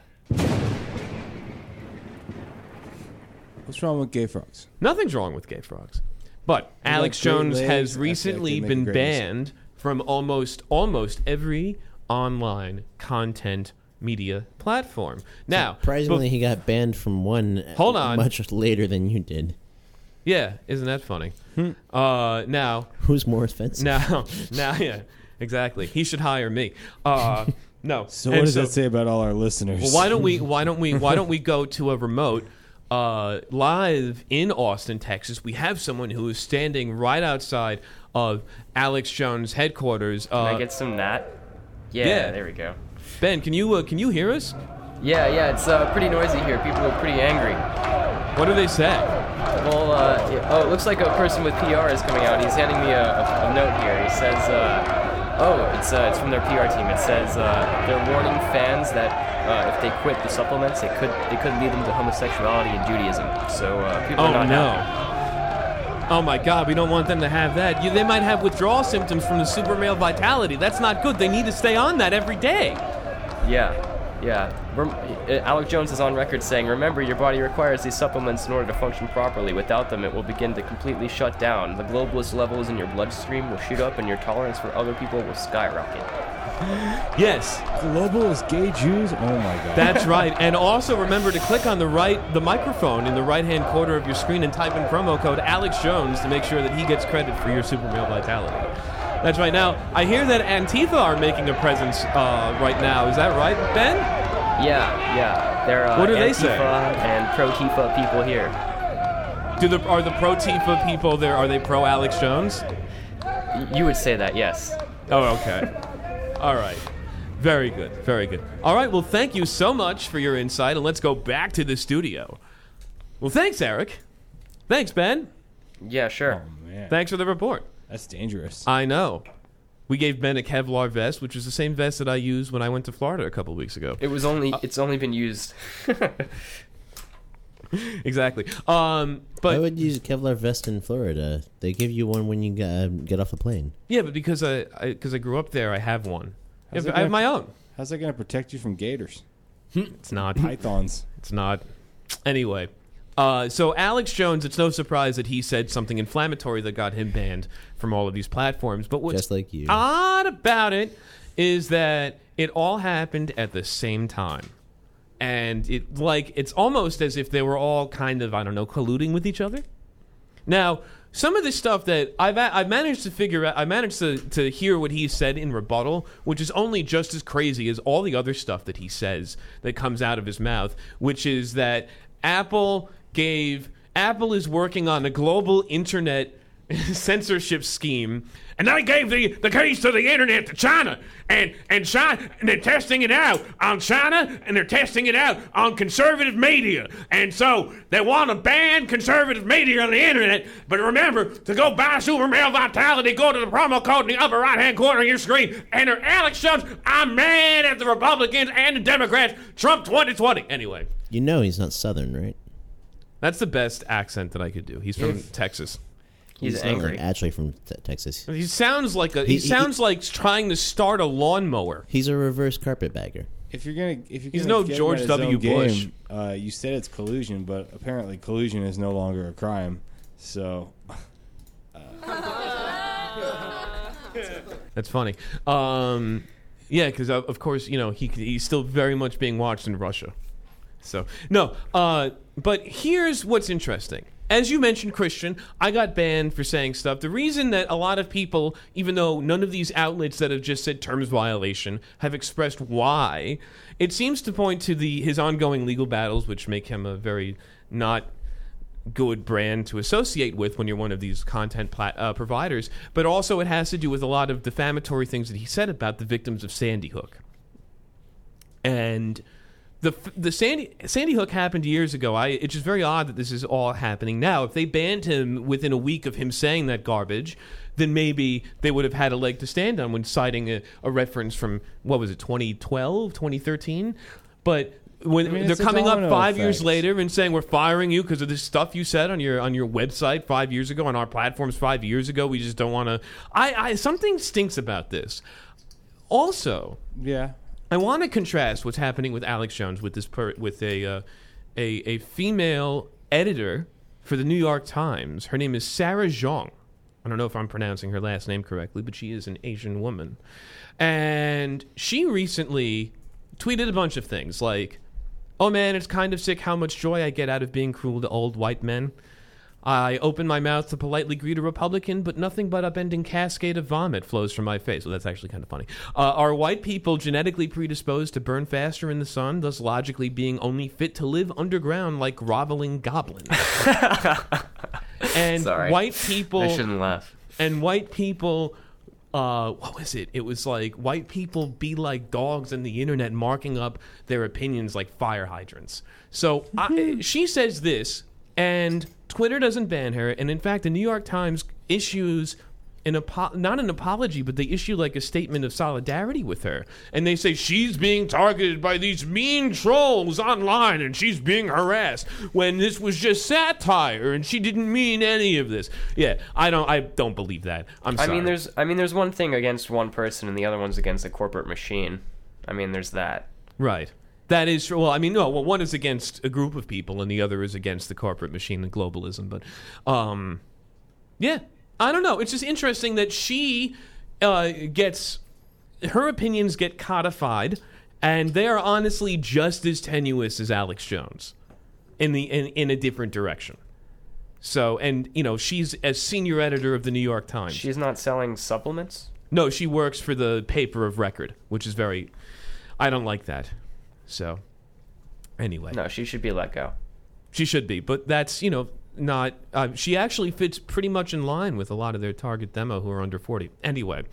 D: What's wrong with gay frogs?
A: nothing's wrong with gay frogs, but Alex
D: great
A: Jones
D: legs. I
A: has
D: feel like
A: recently
D: they make a
A: been
D: great
A: banned from almost almost every online content media platform. Now,
B: Surprisingly,
A: bef-
B: he got banned from one.
A: Hold on.
B: much later than you did.
A: yeah, isn't that funny?
D: Hmm.
A: Uh, now,
B: Who's more offensive?
A: now, now, yeah, exactly. He should hire me. Uh, no.
D: So
A: And
D: what does that say about all our listeners?
A: Well, why don't we? Why don't we? Why don't we go to a remote uh, live in Austin, Texas? We have someone who is standing right outside of Alex Jones' headquarters.
C: can
A: Uh,
C: I get some Nat? Yeah,
A: yeah.
C: there we go.
A: ben, can you uh, can you hear us?
C: Yeah, yeah, it's uh, pretty noisy here. People are pretty angry.
A: What do they say?
C: Well, uh, yeah- oh, it looks like a person with PR is coming out. He's handing me a, a, a note here. He says, uh, oh, it's uh, it's from their PR team. It says uh, they're warning fans that uh, if they quit the supplements, it could it could lead them to homosexuality and Judaism. So uh, people
A: Oh
C: are not happy.
A: no. Oh my God! We don't want them to have that. You, they might have withdrawal symptoms from the super male vitality. That's not good. They need to stay on that every day.
C: Yeah, yeah. Rem- uh, Alec Jones is on record saying, "Remember, your body requires these supplements in order to function properly. Without them, it will begin to completely shut down. The globalist levels in your bloodstream will shoot up, and your tolerance for other people will skyrocket."
A: Yes,
D: global is gay Jews? Oh my god.
A: That's right. And also remember to click on the right the microphone in the right hand corner of your screen and type in promo code Alex Jones to make sure that he gets credit for your super male vitality. That's right. Now I hear that Antifa are making a presence uh, right now. Is that right, Ben?
C: Yeah, yeah. They're uh,
A: What do they
C: Antifa
A: say?
C: and pro Tifa people here.
A: Do the are the pro Tifa people there? Are they pro Alex Jones?
C: Y- You would say that, yes.
A: Oh, okay. All right. Very good. Very good. All right. Well, thank you so much for your insight, and let's go back to the studio. Well, thanks, Eric. Thanks, Ben.
C: Yeah, sure.
D: Oh man,
A: Thanks for the report.
D: that's dangerous.
A: I know. We gave Ben a Kevlar vest, which was the same vest that I used when I went to Florida a couple weeks ago.
C: It was only
A: Uh,
C: it's only been used.
A: Exactly. Um,
B: I
A: but
B: would use a Kevlar vest in Florida. They give you one when you get, uh, get off the plane.
A: yeah, but because I because I, grew up there, I have one. Yeah,
D: How's
A: but
D: it
A: I have
D: gonna-
A: my own.
D: How's that going to protect you from gators,
A: It's not.
D: pythons?
A: It's not. Anyway, uh, so Alex Jones, it's no surprise that he said something inflammatory that got him banned from all of these platforms. But what's
B: Just like you.
A: odd about it is that it all happened at the same time. And it like it's almost as if they were all kind of I don't know colluding with each other. Now, some of the stuff that I've I've managed to figure out, I managed to to hear what he said in rebuttal, which is only just as crazy as all the other stuff that he says that comes out of his mouth, which is that Apple gave Apple is working on a global internet censorship scheme, and they gave the, the keys to the internet to China, and and China, and they're testing it out on China, and they're testing it out on conservative media, and so they want to ban conservative media on the internet. But remember to go buy Super Male Vitality. Go to the promo code in the upper right hand corner of your screen. Enter Alex Jones. I'm mad at the Republicans and the Democrats. Trump 2020. Anyway,
B: You know he's not Southern, right?
A: that's the best accent that I could do. He's from Texas.
C: He's,
B: not, like,
C: angry.
B: actually from te- Texas.
A: He sounds like a. He,
B: He- he-
A: sounds like trying to start a lawnmower.
B: He's a reverse carpetbagger.
D: If you're gonna, if you're
A: He's
D: gonna
A: no
D: get him
A: George
D: at his
A: W.
D: own game,
A: Bush.
D: uh, you said it's collusion, but apparently collusion is no longer a crime. So
A: That's funny. Um, yeah, because of of course you know he he's still very much being watched in Russia. So no, uh, but here's what's interesting. As you mentioned, Christian, I got banned for saying stuff. The reason that a lot of people, even though none of these outlets that have just said terms violation have expressed why, it seems to point to the his ongoing legal battles, which make him a very not good brand to associate with when you're one of these content plat- uh, providers, but also it has to do with a lot of defamatory things that he said about the victims of Sandy Hook. And the f- the Sandy Sandy Hook happened years ago. I it's just very odd that this is all happening now. If they banned him within a week of him saying that garbage, then maybe they would have had a leg to stand on when citing a, a reference from what was it 2012, 2013, but when
D: I mean,
A: they're
D: it's a
A: coming up
D: domino
A: 5 years
D: effect.
A: later later and saying we're firing you because of this stuff you said on your on your website five years ago on our platforms five years ago. We just don't want to. I, I something stinks about this. Also,
D: yeah,
A: I want to contrast what's happening with Alex Jones with this per, with a, uh, a a female editor for the New York Times. Her name is Sarah Zhang. I don't know if I'm pronouncing her last name correctly, but she is an Asian woman, and she recently tweeted a bunch of things like, "Oh man, it's kind of sick how much joy I get out of being cruel to old white men." I open my mouth to politely greet a Republican, but nothing but upending cascade of vomit flows from my face. Well, that's actually kind of funny. Uh, are white people genetically predisposed to burn faster in the sun, thus logically being only fit to live underground like groveling goblins? and
C: Sorry.
A: white people
C: I shouldn't laugh.
A: and white people uh, what was it? It was like white people be like dogs on the internet, marking up their opinions like fire hydrants. So I, she says this, and Twitter doesn't ban her. And in fact, the New York Times issues an apo- not an apology, but they issue like a statement of solidarity with her, and they say she's being targeted by these mean trolls online, and she's being harassed when this was just satire, and she didn't mean any of this. Yeah, I don't, I don't believe that. I'm
C: I
A: sorry.
C: mean, there's I mean, there's one thing against one person, and the other one's against the corporate machine. I mean, there's that.
A: Right. That is well. I mean, no. Well, one is against a group of people, and the other is against the corporate machine and globalism. But, um, yeah, I don't know. It's just interesting that she uh, gets her opinions get codified, and they are honestly just as tenuous as Alex Jones, in the in, in a different direction. So, and you know, she's a senior editor of the New York Times.
C: She's not selling supplements.
A: No, she works for the paper of record, which is very. I don't like that. So, anyway,
C: No, she should be let go.
A: she should be, but that's you know not. Uh, she actually fits pretty much in line with a lot of their target demo who are under forty. Anyway,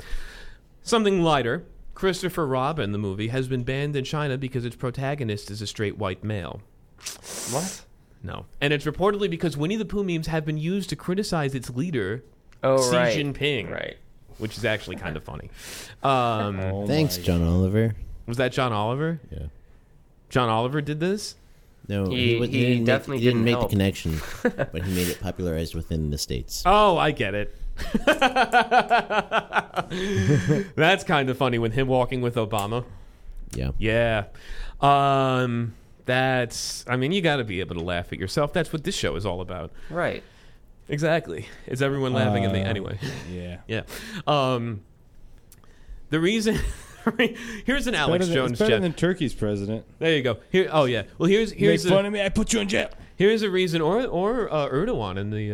A: something lighter. Christopher Robin, the movie, has been banned in China because its protagonist is a straight white male.
C: What?
A: No, and it's reportedly because Winnie the Pooh memes have been used to criticize its leader,
C: Oh
A: Xi
C: right.
A: Jinping.
C: Right.
A: which is actually kind of funny.
D: Oh
A: Um,
B: Thanks, John Oliver.
A: was that John Oliver?
B: Yeah.
A: John Oliver did this?
B: No,
C: He-
B: wa-
C: he
B: didn't make-
C: definitely
B: he didn't
C: didn't
B: make
C: help.
B: the connection, but he made it popularized within the states.
A: Oh, I get it. That's kind of funny when him walking with Obama.
B: Yeah.
A: Yeah. Um that's I mean, you got to be able to laugh at yourself. That's what this show is all about.
C: Right.
A: Exactly. It's everyone laughing at me
D: Uh,
A: anyway.
D: Yeah.
A: Yeah. Um the reason Here's an
D: Better
A: Alex
D: than,
A: Jones
D: it's better
A: joke.
D: than Turkey's president.
A: there you go. Here oh yeah. Well, here's here's
D: Make fun
A: a,
D: of me, I put you in jail.
A: here's a reason or or uh, Erdogan in the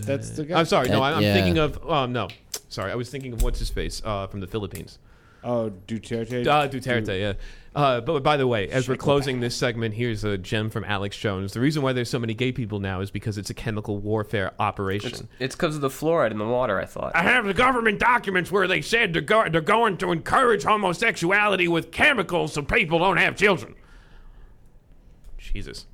A: uh
D: That's the guy.
A: I'm sorry. No,
B: That-
A: I'm, I'm
B: yeah.
A: thinking of um no. Sorry. I was thinking of what's his face uh from the Philippines.
D: Oh, Duterte.
A: Uh, Duterte, yeah. Uh, but by the way, as we're closing this segment, here's a gem from Alex Jones. The reason why there's so many gay people now is because it's a chemical warfare operation.
C: It's because of the fluoride in the water. I thought.
A: I have the government documents where they said they're, go- they're going to encourage homosexuality with chemicals so people don't have children. Jesus.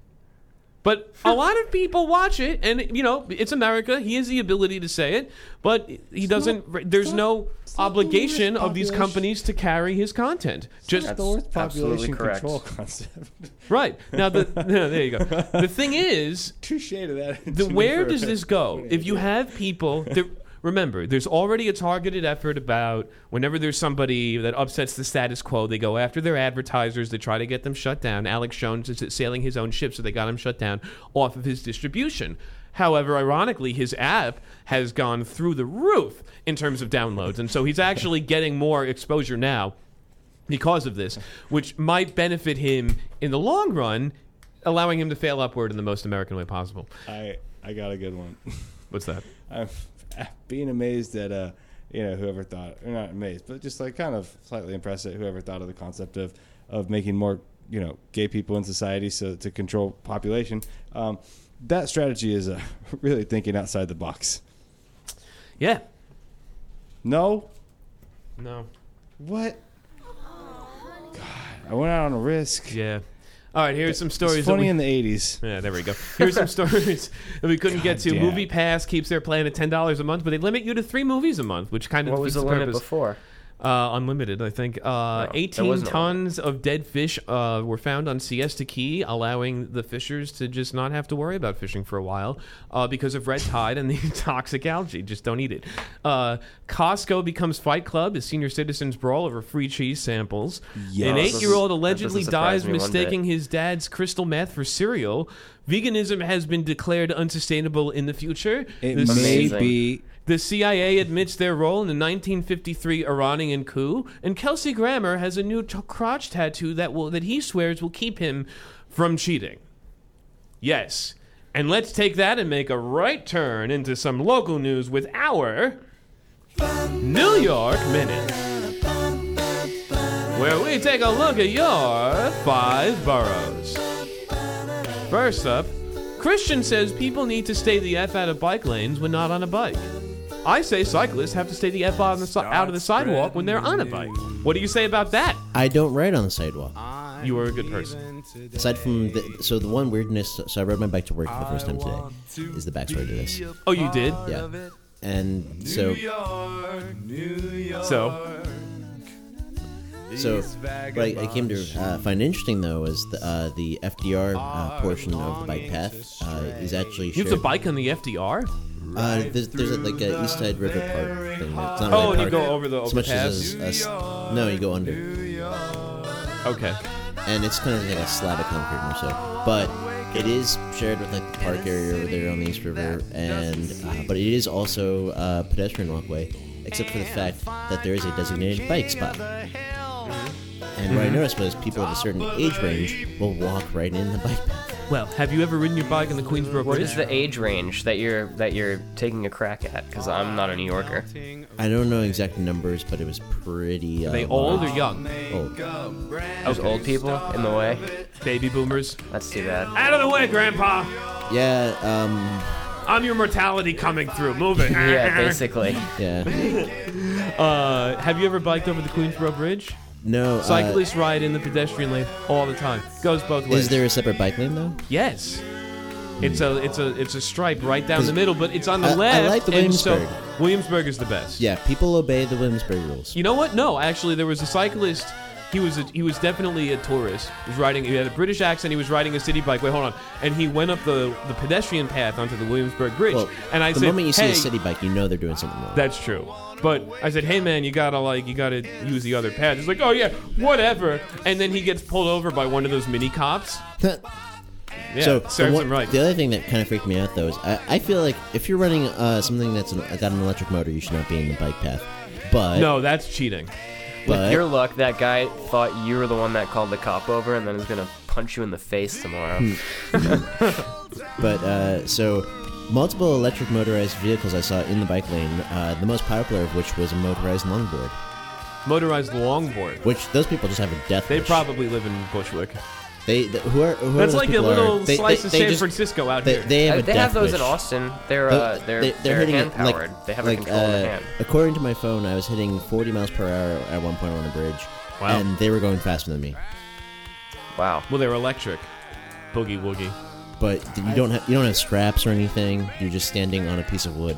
A: But a lot of people watch it, and you know it's America. He has the ability to say it, but he doesn't. there's no obligation
D: worst
A: of these
D: population.
A: companies to carry his content. Just
D: That's the worst
C: absolutely
D: population
C: correct.
D: control concept.
A: Right now, the no, there you go. The thing is,
D: Touche to that.
A: the, where does this go? If you have people, that, remember, there's already a targeted effort about whenever there's somebody that upsets the status quo, they go after their advertisers. They try to get them shut down. Alex Jones is sailing his own ship, so they got him shut down off of his distribution. However, ironically, his app has gone through the roof in terms of downloads, and so he's actually getting more exposure now because of this, which might benefit him in the long run, allowing him to fail upward in the most American way possible.
D: I, I got a good one.
A: What's that?
D: I'm being amazed at uh, you know whoever thought or not amazed, but just like kind of slightly impressed at whoever thought of the concept of of making more you know gay people in society so to control population. Um, that strategy is uh, really thinking outside the box.
A: Yeah.
D: No,
A: No.
D: what? God, I went out on a risk.
A: Yeah. All right, here's some stories.
D: It's
A: that
D: funny
A: we-
D: in the '80s.
A: yeah, there we go. Here's some stories that we couldn't get to.
D: damn.
A: Movie Pass keeps their plan at ten dollars a month, but they limit you to three movies a month, which kind of
C: what was
A: defeats
C: the
A: the
C: limit
A: purpose.
C: before?
A: Uh, unlimited, I think. Uh,
C: there
A: 18
C: wasn't a
A: tons of dead fish uh, were found on Siesta Key, allowing the fishers to just not have to worry about fishing for a while uh, because of red tide and the toxic algae. Just don't eat it. Uh, Costco becomes Fight Club as senior citizens brawl over free cheese samples. An
D: Yes.
A: eight year old
C: That doesn't-
A: allegedly
C: that doesn't
A: dies
C: surprise me one bit.
A: mistaking his dad's crystal meth for cereal. Veganism has been declared unsustainable in the future.
D: It
A: This-
D: may
C: Amazing.
D: be
A: the CIA admits their role in the 1953 Iranian coup, and Kelsey Grammer has a new t- crotch tattoo that will that he swears will keep him from cheating. Yes. And let's take that and make a right turn into some local news with our New York Minute, where we take a look at your five boroughs. First up, Christian says people need to stay the F out of bike lanes when not on a bike. I say cyclists have to stay the F out, on the si- out of the sidewalk when they're on a bike. What do you say about that?
B: I don't ride on the sidewalk.
A: You are a good person.
B: Aside from the, so the one weirdness, so I rode my bike to work for the first time today. Is the backstory to this?
A: Oh, you did?
B: Yeah. And so
A: So,
B: so what I, I came to uh, find interesting though is the uh, the FDR uh, portion of the bike path uh, is actually
A: you
B: shared.
A: have to bike on the FDR?
B: uh, there's, there's a, like a East Side River Park thing. It's not really
A: Oh,
B: a
A: and you
B: park
A: go over the
B: as much
A: overpass?
B: as a, s- no, you go under.
A: Okay.
B: and it's kind of like a slab of concrete or so. But it is shared with like the park area over there on the East River, and uh, but it is also a pedestrian walkway, except for the fact that there is a designated bike spot. And
A: Mm-hmm.
B: what I noticed was people of a certain age range will walk right in the bike path.
A: Well, have you ever ridden your bike on the Queensboro
C: What
A: Bridge?
C: is the age range that you're that you're taking a crack at? Because I'm not a New Yorker.
B: I don't know exact numbers, but it was pretty. Uh, Oh,
A: Are they old or young?
B: Old.
C: Those old people in the way.
A: Baby boomers.
C: That's too bad.
A: Out of the way, Grandpa!
B: Yeah. Um.
A: I'm your mortality coming through. Move it.
C: Yeah, basically.
B: Yeah.
A: Uh, have you ever biked over the Queensboro Bridge?
B: No. uh,
A: Cyclists ride in the pedestrian lane all the time. Goes both ways.
B: is there a separate bike lane though?
A: Yes. It's a it's a it's a stripe right down the middle, but it's on the
B: I- I
A: left.
B: like the
A: and so
B: Williamsburg.
A: Williamsburg is the best.
B: Yeah, people obey the Williamsburg rules.
A: You know what? No, actually, there was a cyclist. He was a, he was definitely a tourist. He was riding. He had a British accent. He was riding a city bike. Wait, hold on. And he went up the, the pedestrian path onto the Williamsburg Bridge.
B: Well,
A: and I
B: the
A: said,
B: moment you see
A: "Hey,
B: a city bike, you know they're doing something wrong.
A: that's true. But I said, hey man, you gotta like, you gotta use the other path. He's like, oh yeah, whatever. And then he gets pulled over by one of those mini cops. Yeah,
B: so the,
A: serves
B: one-
A: him right.
B: the other thing that kind of freaked me out though is I, I feel like if you're running uh, something that's an, got an electric motor, you should not be in the bike path. But
A: No, that's cheating.
B: but
C: Your luck, that guy thought you were the one that called the cop over and then is gonna punch you in the face tomorrow.
B: Hmm. But uh, so, multiple electric motorized vehicles I saw in the bike lane. Uh, the most popular of which was a motorized longboard,
A: Motorized longboard.
B: which those people just have a death.
A: They
B: wish.
A: probably live in Bushwick.
B: they th- who are who are
A: That's
B: those
A: like a
B: people
A: little
B: are, they,
A: slice
B: they,
A: of
B: they
A: San
B: just-
A: Francisco out
B: they,
A: here.
B: They have
C: Uh,
B: a
C: they
B: death
C: have those
B: wish.
C: in Austin. They're
B: Th-
C: uh, they're
B: they-
C: they, are
B: hitting
C: hand
B: it like-
C: powered. they have
B: like,
C: a control of
B: uh,
C: the hand.
B: According to my phone, I was hitting 40 miles per hour at one point on a bridge,
A: Wow.
B: and they were going faster than me.
C: Wow.
A: Well, they were electric. Boogie woogie.
B: But th- you don't have you don't have straps or anything. You're just standing on a piece of wood.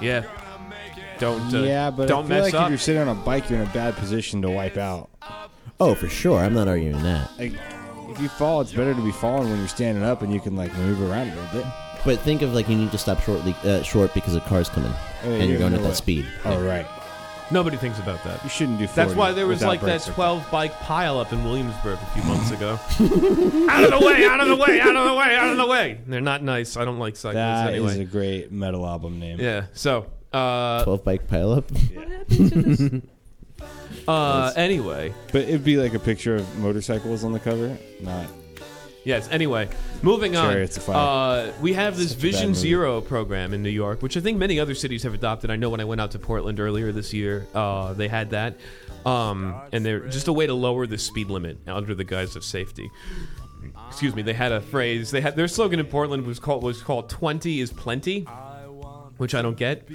A: Yeah. Don't uh,
E: yeah, but
A: don't
E: I feel
A: mess
E: like
A: up.
E: if you're sitting on a bike, you're in a bad position to wipe out.
B: Oh, for sure. I'm not arguing that.
E: Like, if you fall, it's better to be falling when you're standing up and you can like move around a little bit.
B: But think of like you need to stop shortly uh, short because a car's coming
E: Oh, yeah,
B: and you're
E: you're
B: going at
E: in the
B: that
E: way.
B: speed.
E: All Oh, right,
A: Nobody thinks about that.
E: you shouldn't do. 40
A: That's why there was
E: without
A: like that
E: brakes.
A: 12 bike pileup in Williamsburg a few months ago. out of the way! Out of the way! Out of the way! Out of the way! They're not nice. I don't like cyclists
E: That is
A: anyway.
E: a great metal album name.
A: yeah. So, uh,
B: 12 bike pileup.
A: uh, anyway,
E: But it'd be like a picture of motorcycles on the cover, not
A: yes. Anyway, moving on.
E: Chariots of Fire.
A: Uh, we have this
E: Such a bad
A: Vision
E: movie.
A: Zero program in New York, which I think many other cities have adopted. I know when I went out to Portland earlier this year, uh, they had that, um, and they're just a way to lower the speed limit under the guise of safety. excuse me, they had a phrase. They had their slogan in Portland was called was called "20 is plenty," which I don't get.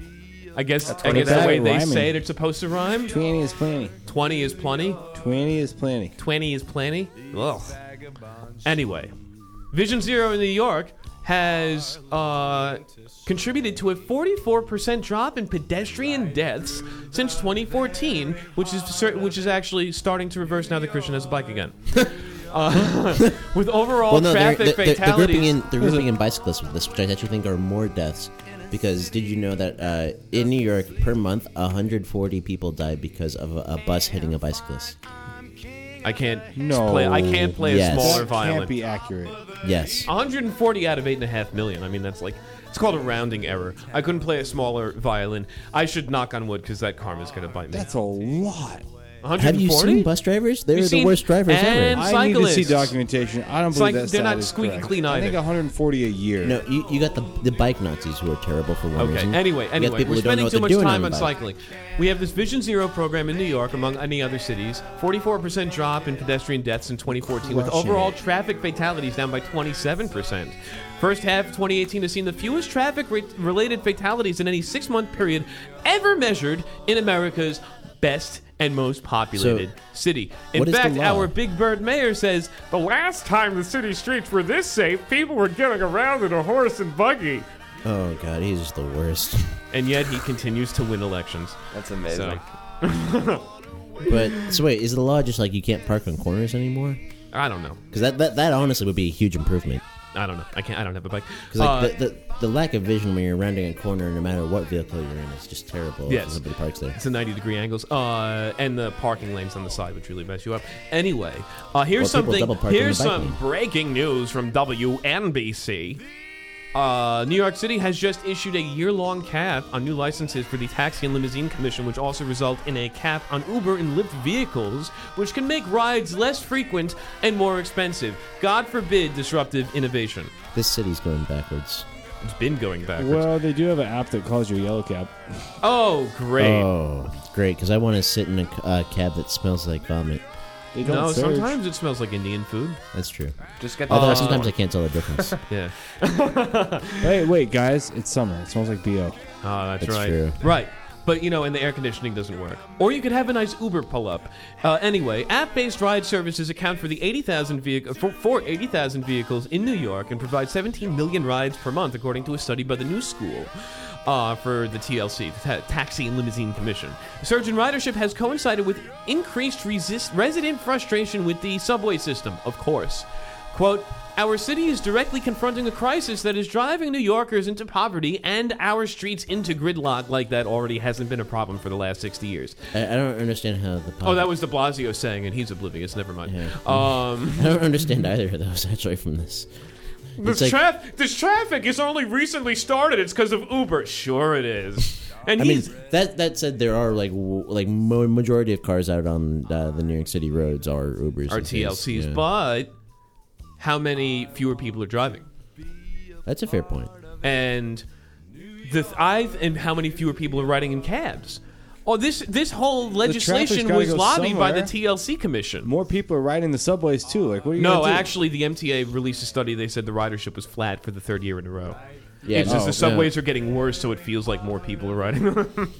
A: I guess I guess the
E: bad
A: way they
E: rhyming.
A: say it, it's supposed to rhyme.
E: twenty is plenty.
A: Twenty is plenty.
E: Twenty is plenty.
A: Twenty is plenty. Ugh. Anyway, Vision Zero in New York has uh, contributed to a 44% drop in pedestrian deaths since 2014, which is cer- which is actually starting to reverse now that Christian has a bike again. uh, with overall
B: Well, no, they're,
A: traffic
B: they're, they're, they're
A: fatalities,
B: grouping in they're grouping in bicyclists with this, which I actually think are more deaths. Because did you know that uh, in New York per month, 140 people die because of a, a bus hitting a bicyclist?
A: I can't
E: No.
A: play. I can't play
B: Yes.
A: a smaller
B: That
A: violin.
E: Can't be accurate.
B: Yes.
A: 140 out of eight and a half million. I mean, that's like it's called a rounding error. I couldn't play a smaller violin. I should knock on wood because that karma's going to bite me.
E: That's a lot.
A: 140.
B: Have you seen bus drivers? They're
A: You've
B: the
A: seen-
B: worst drivers
A: and-
B: ever.
E: I need to see
A: Cyclists.
E: documentation. I don't believe
A: like
E: that
A: they're
E: stat
A: not
E: is
A: squeaky
E: correct.
A: clean
E: I think
A: either.
E: 140 a year.
B: No, you, you got the the bike Nazis who are terrible for one
A: Okay.
B: reason.
A: Anyway,
B: Mm-hmm. You got
A: anyway,
B: people
A: we're
B: who don't
A: spending
B: know what
A: too
B: they're
A: much
B: doing
A: time
B: a
A: on
B: bike.
A: cycling. We have this Vision Zero program in New York, among any other cities. 44% drop in pedestrian deaths in 2014, with
E: Crushing
A: overall
E: it.
A: traffic fatalities down by 27%. First half of 2018 has seen the fewest traffic re- related fatalities in any six month period ever measured in America's best and most populated city. In
B: what is the
A: fact,
B: law?
A: our Big Bird mayor says the last time the city streets were this safe, people were getting around in a horse and buggy.
B: Oh god, he's just the worst.
A: And yet he continues to win elections.
C: That's amazing.
A: So-
B: But so wait, is the law just like you can't park on corners anymore?
A: I don't know.
B: Because that, that that honestly would be a huge improvement.
A: I don't know. I can't. I don't have a bike.
B: Because
A: Uh,
B: like the, the the lack of vision when you're rounding a corner, no matter what vehicle you're in, is just terrible. if
A: Yes.
B: nobody parks there.
A: it's a 90 degree angles, uh, and the parking lanes on the side would really mess you up. Anyway, uh,
B: Well, people
A: here's
B: double
A: something.
B: park on the
A: Here's
B: bike
A: some
B: lane.
A: breaking news from WNBC. Uh, New York City has just issued a year-long cap on new licenses for the Taxi and Limousine Commission, which also result in a cap on Uber and Lyft vehicles, which can make rides less frequent and more expensive. God forbid disruptive innovation.
B: This city's going backwards.
A: It's been going backwards.
E: Well, they do have an app that calls you yellow cab.
A: oh, great.
B: Oh, it's great! Because I want to sit in a c- uh, cab that smells like vomit.
E: They don't
A: No,
E: surge.
A: sometimes it smells like Indian food.
B: That's true.
C: Just get the
B: Although
A: Uh,
C: first
B: sometimes
C: one.
B: I can't tell the difference.
A: Yeah.
E: Wait, wait, guys, it's summer. It smells like bo.
A: Oh, that's,
B: That's
A: right.
B: true.
A: Right. but you know, and the air conditioning doesn't work. Or you could have a nice Uber pull up. Uh, anyway, app-based ride services account for the 80,000 vehicle for, for 80,000 vehicles in New York and provide 17 million rides per month, according to a study by the New School. Uh, for the TLC, the Ta- Taxi and Limousine Commission. The surge in ridership has coincided with increased resist- resident frustration with the subway system, of course. Quote, our city is directly confronting a crisis that is driving New Yorkers into poverty and our streets into gridlock like that already hasn't been a problem for the last 60 years.
B: I, I don't understand how the. Pod-
A: Oh, that was de Blasio saying, and he's oblivious. Never mind.
B: Yeah.
A: Um,
B: I don't understand either of those actually from this.
A: this,
B: like-
A: traf- this traffic is only recently started. It's because of Uber. Sure, it is. And
B: I mean,
A: he's.
B: that that said, there are like w- like mo- majority of cars out on uh, the New York City roads are Ubers.
A: Our
B: and things,
A: TLCs,
B: yeah.
A: but how many fewer people are driving?
B: that's a fair point.
A: and the th- I've and how many fewer people are riding in cabs. Oh, this this whole legislation
D: gotta
A: was
D: go
A: lobbied by the
D: somewhere.
A: TLC commission.
D: More people are riding the subways too. Like, what are you?
A: No,
D: gonna do?
A: actually, the MTA released a study. They said the ridership was flat for the third year in a row.
B: Yeah,
A: it's just
B: no,
A: the subways are getting worse, so it feels like more people are riding.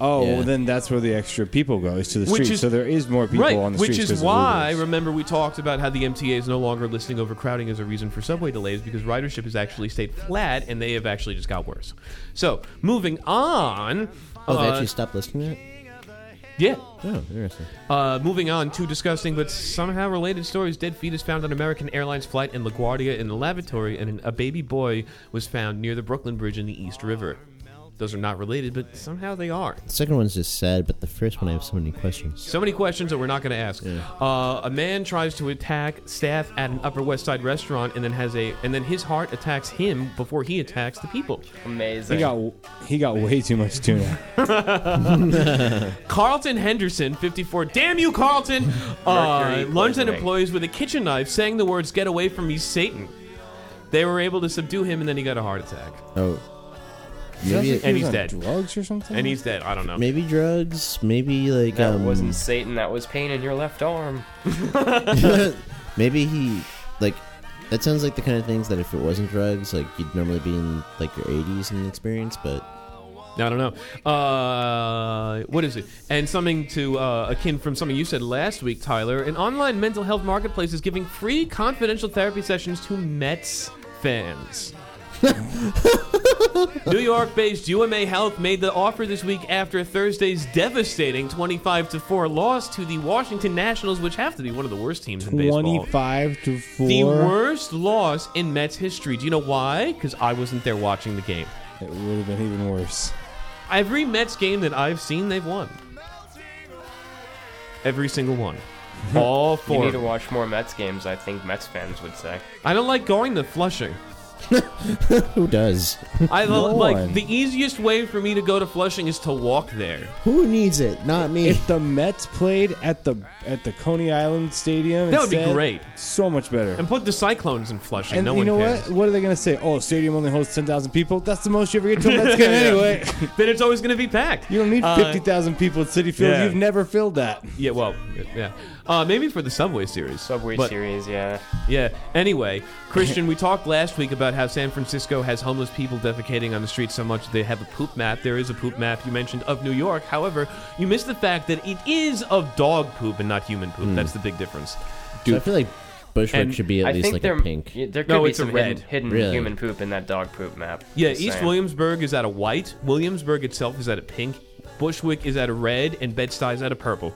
D: Oh,
B: Yeah.
D: well, then that's where the extra people goes to the
A: Which
D: streets.
A: is-
D: so there is more people
A: right,
D: on the
A: which
D: streets.
A: is why remember we talked about how the MTA is no longer listing overcrowding as a reason for subway delays because ridership has actually stayed flat and they have actually just got worse. So moving on.
B: Oh, they
A: uh,
B: actually stopped listing that.
A: yeah.
B: Oh, interesting.
A: Uh, moving on, two disgusting but somehow related stories. Dead fetus found on American Airlines flight in LaGuardia in the lavatory, and an- a baby boy was found near the Brooklyn Bridge in the East River. Those are not related, but somehow they are.
B: The second one's just sad, but the first one I have so many questions.
A: So many questions that we're not going to ask. Uh, a man tries to attack staff at an Upper West Side restaurant, and then has a, and then his heart attacks him before he attacks the people.
C: Amazing.
D: he got he got way too much tuna.
A: Carlton Henderson, 54. Damn you, Carlton! Uh,
C: Mercury
A: lunged at
C: poisoning.
A: employees with a kitchen knife, saying the words, Get away from me, Satan. They were able to subdue him, and then he got a heart attack.
B: Oh, maybe
A: And he's
D: He was on
A: dead.
D: Drugs or something.
A: And he's dead. I don't know.
B: maybe drugs, maybe like
C: that
B: um,
C: wasn't Satan. That was pain in your left arm.
B: maybe he like that sounds like the kind of things that if it wasn't drugs, like you'd normally be in like your 80s and experience, but
A: I don't know. Uh, what is it? And something to uh, akin from something you said last week, Tyler. An online mental health marketplace is giving free confidential therapy sessions to Mets fans. New York based UMA Health made the offer this week after Thursday's devastating 25 4 loss to the Washington Nationals, which have to be one of the worst teams in baseball.
D: twenty-five to four.
A: The worst loss in Mets history. Do you know why? Because I wasn't there watching the game.
D: It would have been even worse.
A: Every Mets game that I've seen, they've won. Every single one. All
C: You
A: four.
C: need to watch more Mets games. I think Mets fans would say.
A: I don't like going to Flushing.
B: who does?
A: I lo- like
D: one.
A: the easiest way for me to go to Flushing is to walk there.
B: Who needs it? Not me.
D: If the Mets played at the at the Coney Island Stadium,
A: That would be
D: instead,
A: great.
D: So much better.
A: And put the Cyclones in Flushing.
D: And
A: no
D: you
A: one
D: know
A: cares.
D: what? What are they gonna say? Oh, stadium only holds ten thousand people. That's the most you ever get to a Mets game anyway.
A: then it's always going to be packed.
D: You don't need
A: Uh,
D: fifty thousand people at City Field.
A: yeah.
D: You've never filled that.
A: Yeah, well, yeah. Uh, maybe for the Subway Series.
C: Subway
A: But-
C: series, yeah.
A: Yeah. Anyway, Christian, we talked last week about how San Francisco has homeless people defecating on the streets so much they have a poop map. There is a poop map you mentioned of New York. However, you missed the fact that it is of dog poop and not human poop.
C: Hmm.
A: That's the big difference.
B: So I feel like Bushwick
A: And
B: should be at
C: I
B: least
C: think
B: like
C: there,
B: a pink.
C: y- there could
A: No,
C: be
A: it's a
C: some
A: red.
C: hidden, hidden
B: Really?
C: human poop in that dog poop map.
A: Yeah,
C: Just
A: East
C: saying.
A: Williamsburg is at a white. Williamsburg itself is at a pink. Bushwick is at a red, and Bed-Stuy is at a purple.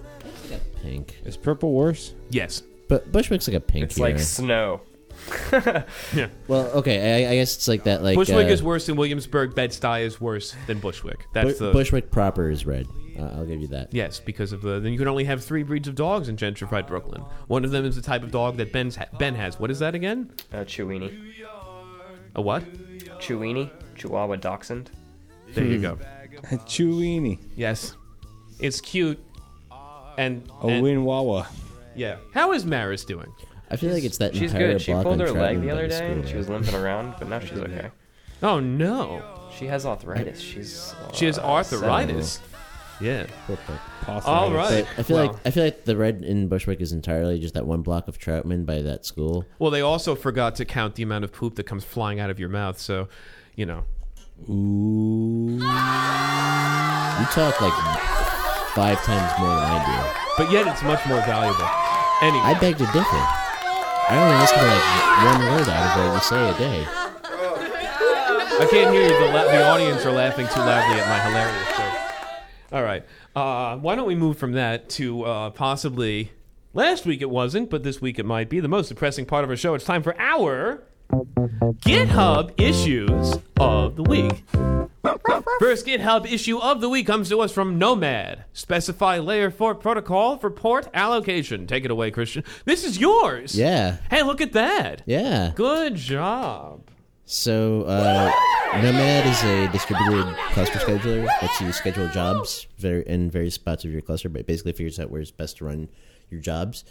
B: Pink.
D: Is purple worse?
A: Yes.
B: But Bushwick's like a pink.
C: It's like
B: here.
C: snow. Uh,
B: well, okay, I, I guess it's like that. Like
A: Bushwick
B: uh,
A: is worse than Williamsburg. Bed-Stuy is worse than Bushwick. That's
B: Bu-
A: the
B: Bushwick proper is red. Uh, I'll give you that.
A: Yes, because of the. Then you can only have three breeds of dogs in gentrified Brooklyn. One of them is the type of dog that Ben's ha- Ben has. What is that again?
C: Uh, Chewini.
A: A what?
C: Chewini? Chihuahua Dachshund?
A: There
B: Hmm.
A: you go.
D: Chewini.
A: Yes, it's cute. And,
B: Oh,
D: A
A: and-
D: Winwawa.
A: yeah, how is Maris doing?
B: I feel like it's that
C: She's
B: entire
C: good. She
B: block
C: pulled
B: on
C: her leg
B: Troutman
C: the
B: by
C: other day.
B: school,
C: She was
B: right?
C: limping around, but now she's okay.
A: Oh no,
C: She has arthritis. She's uh,
A: she has arthritis. Yeah. All right.
B: But I feel
A: Well-
B: like I feel like the red in Bushwick is entirely just that one block of Troutman by that school.
A: Well, they also forgot to count the amount of poop that comes flying out of your mouth. So, you know,
B: You talk like five times more than I do.
A: But yet it's much more valuable. Anyway,
B: I beg to differ. I only listen to like one word out of what you say a day.
A: I can't hear you. The, la- the audience are laughing too loudly at my hilarious joke. All right. Uh, why don't we move from that to uh, possibly last week it wasn't, but this week it might be the most depressing part of our show. It's time for our GitHub issues of the week. First GitHub issue of the week comes to us from Nomad. Specify layer 4 protocol for port allocation. Take it away, Christian. This is yours.
B: Yeah.
A: Hey, look at that.
B: Yeah.
A: Good job.
B: So, uh, Nomad is a distributed cluster scheduler. lets you schedule jobs very in various spots of your cluster, but it basically figures out where's best to run your jobs.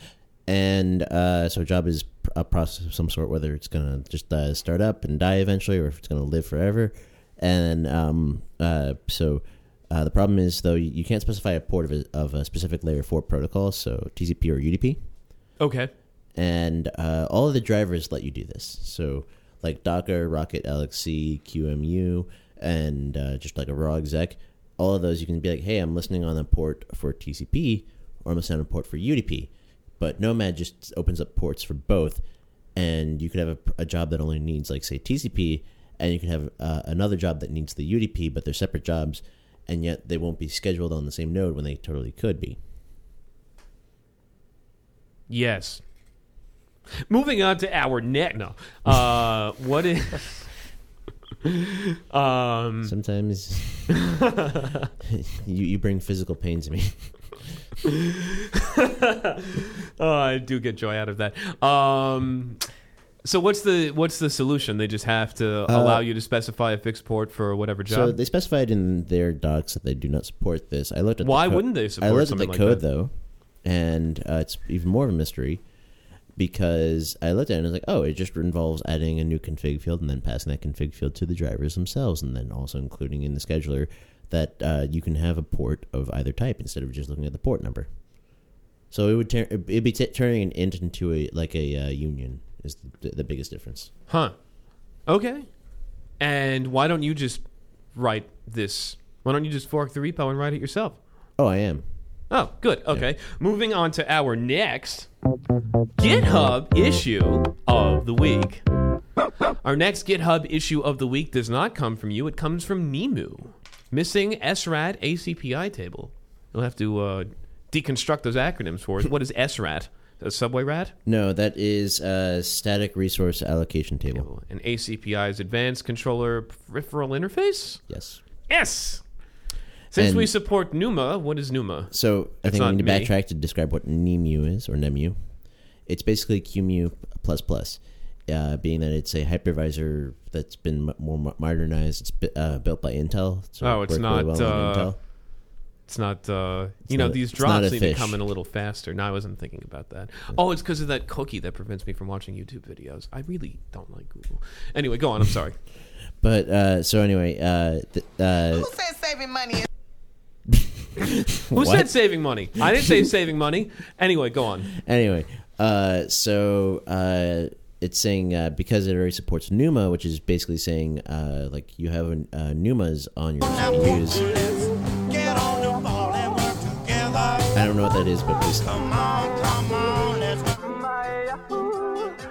B: And uh, so, a job is pr- a process of some sort, whether it's going to just uh, start up and die eventually, or if it's going to live forever. And um, uh, so, uh, the problem is though you you can't specify a port of a, of a specific layer four protocol, so TCP or UDP
A: Okay.
B: and uh, all of the drivers let you do this. So like Docker, Rocket, LXC, QMU, and uh, just like a raw exec, all of those you can be like, hey, I'm listening on a port for TCP, or I'm listening on a port for UDP. But Nomad just opens up ports for both, and you could have a, a job that only needs like say TCP, and you could have uh, another job that needs the UDP, but they're separate jobs, and yet they won't be scheduled on the same node when they totally could be.
A: Yes. Moving on to our net. No. Uh, what is. um,
B: Sometimes you, you bring physical pain to me.
A: oh, I do get joy out of that. Um, so what's the what's the solution? They just have to allow you to specify a fixed port for whatever
B: Uh, So
A: job.
B: they specified in their docs that they do not support this. I looked at
A: Why
B: the co-
A: wouldn't they support
B: I looked at the
A: something like
B: code
A: that?
B: though, and uh, it's even more of a mystery because I looked at it and I was like, oh, it just involves adding a new config field and then passing that config field to the drivers themselves, and then also including in the scheduler that uh, you can have a port of either type instead of just looking at the port number. So it would ter- it'd be t- turning an int into a like a uh, union is the, the biggest difference.
A: huh. Okay. And why don't you just write this? Why don't you just fork the repo and write it yourself?
B: Oh, I am.
A: Oh, good. Okay. Moving on to our next GitHub issue of the week. Our next GitHub issue of the week does not come from you, it comes from Nemu. Missing SRAT ACPI table. You'll have to uh, deconstruct those acronyms for us. What is SRAT? A subway rat?
B: No, that is a static resource allocation table.
A: An ACPI is Advanced Controller Peripheral Interface?
B: Yes.
A: Yes! Since
B: And-
A: we support NUMA, what is NUMA?
B: So I think
A: not
B: we need to
A: me.
B: backtrack to describe what NEMU is or NEMU. It's basically QMU plus plus, uh, being that it's a hypervisor that's been m- more mo- modernized. It's bu- uh, built by Intel. So
A: Oh, it's
B: worked
A: not,
B: on
A: uh, It's not, uh, you know,
B: not a-
A: these
B: it's not
A: drops
B: a
A: need to
B: fish.
A: come in a little faster. No, I wasn't thinking about that. Oh, it's because of that cookie that prevents me from watching YouTube videos. I really don't like Google. Anyway, go on. I'm sorry.
B: But uh, so anyway, uh, th- uh,
F: Who said saving money is
A: Who said saving money? I didn't say saving money. Anyway, go on.
B: anyway, uh, so uh, it's saying uh, because it already supports NUMA, which is basically saying uh, like you have an, uh, NUMAs on your CPUs.
G: Get on the ball and work together.
B: I don't know what that is, but please stop.
G: Come on, come on, let's go.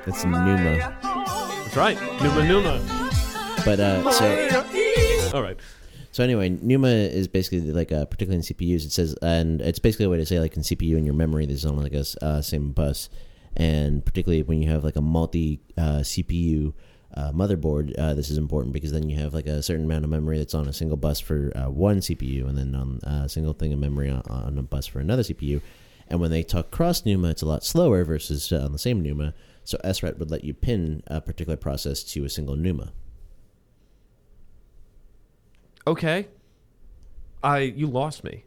B: That's Numa.
A: That's right. Numa Numa.
B: But uh, so
A: All right.
B: so anyway, Numa is basically like uh, particularly in CPUs. It says, and it's basically a way to say like in CPU and your memory, there's only like a s- uh, same bus, and particularly when you have like a multi uh, CPU. Uh, motherboard. Uh, this is important because then you have like a certain amount of memory that's on a single bus for uh, one CPU, and then on uh, a single thing of memory on, on a bus for another CPU. And when they talk cross NUMA, it's a lot slower versus uh, on the same NUMA. So SRAT would let you pin a particular process to a single NUMA.
A: Okay. I you lost me.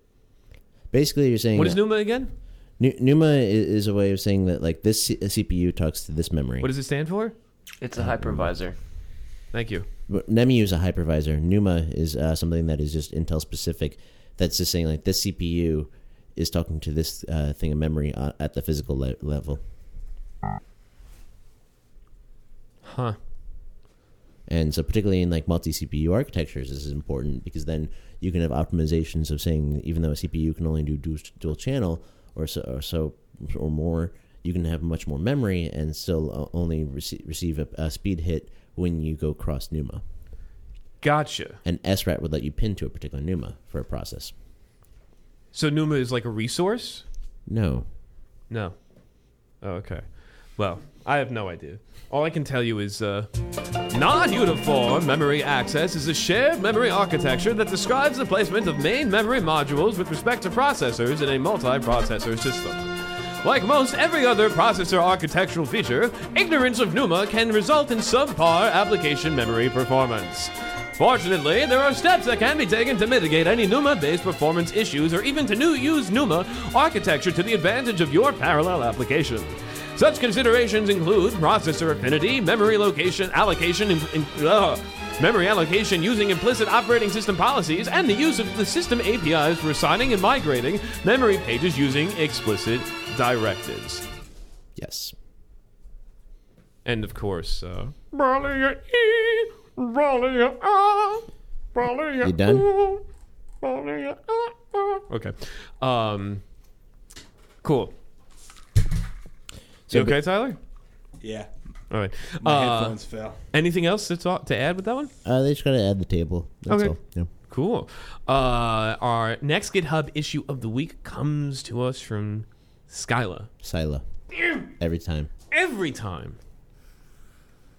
B: Basically, you're saying
A: What is Numa again?
B: Nu- NUMA i- is a way of saying that like this C- CPU talks to this memory.
A: What does it stand for?
C: It's a hypervisor.
A: Thank you.
B: But NEMU is a hypervisor. NUMA is uh, something that is just Intel specific. That's just saying like this CPU is talking to this uh, thing of memory uh, at the physical le- level.
A: Huh.
B: And so, particularly in like multi CPU architectures, this is important because then you can have optimizations of saying even though a CPU can only do dual, dual channel or so or so or more, you can have much more memory and still o- only rece- receive a, a speed hit when you go cross NUMA.
A: Gotcha.
B: And SRAT would let you pin to a particular NUMA for a process.
A: So Numa is like a resource?
B: No,
A: No. Oh, okay. Well, I have no idea. All I can tell you is uh, non uniform memory access is a shared memory architecture that describes the placement of main memory modules with respect to processors in a multi processor system. Like most every other processor architectural feature, ignorance of NUMA can result in subpar application memory performance. Fortunately, there are steps that can be taken to mitigate any NUMA based performance issues or even to new use NUMA architecture to the advantage of your parallel application. Such considerations include processor affinity, memory location allocation, in, in- ugh, memory allocation using implicit operating system policies, and the use of the system APIs for assigning and migrating memory pages using explicit directives.
B: yes.
A: And of course, uh, Brawler your E, Brawler your R, Brawler your
B: You done?
A: O, Brawler your R, R. Okay. Um, cool.
B: So
A: you okay, Tyler?
D: Yeah.
A: All right.
D: My
A: Uh,
D: headphones fell.
A: anything else to, talk, to add with that one?
B: Uh, they just got to add the table. That's
A: Okay.
B: all. Yeah.
A: Cool. Uh, our next GitHub issue of the week comes to us from Skyla.
B: Scylla. Every time.
A: Every time.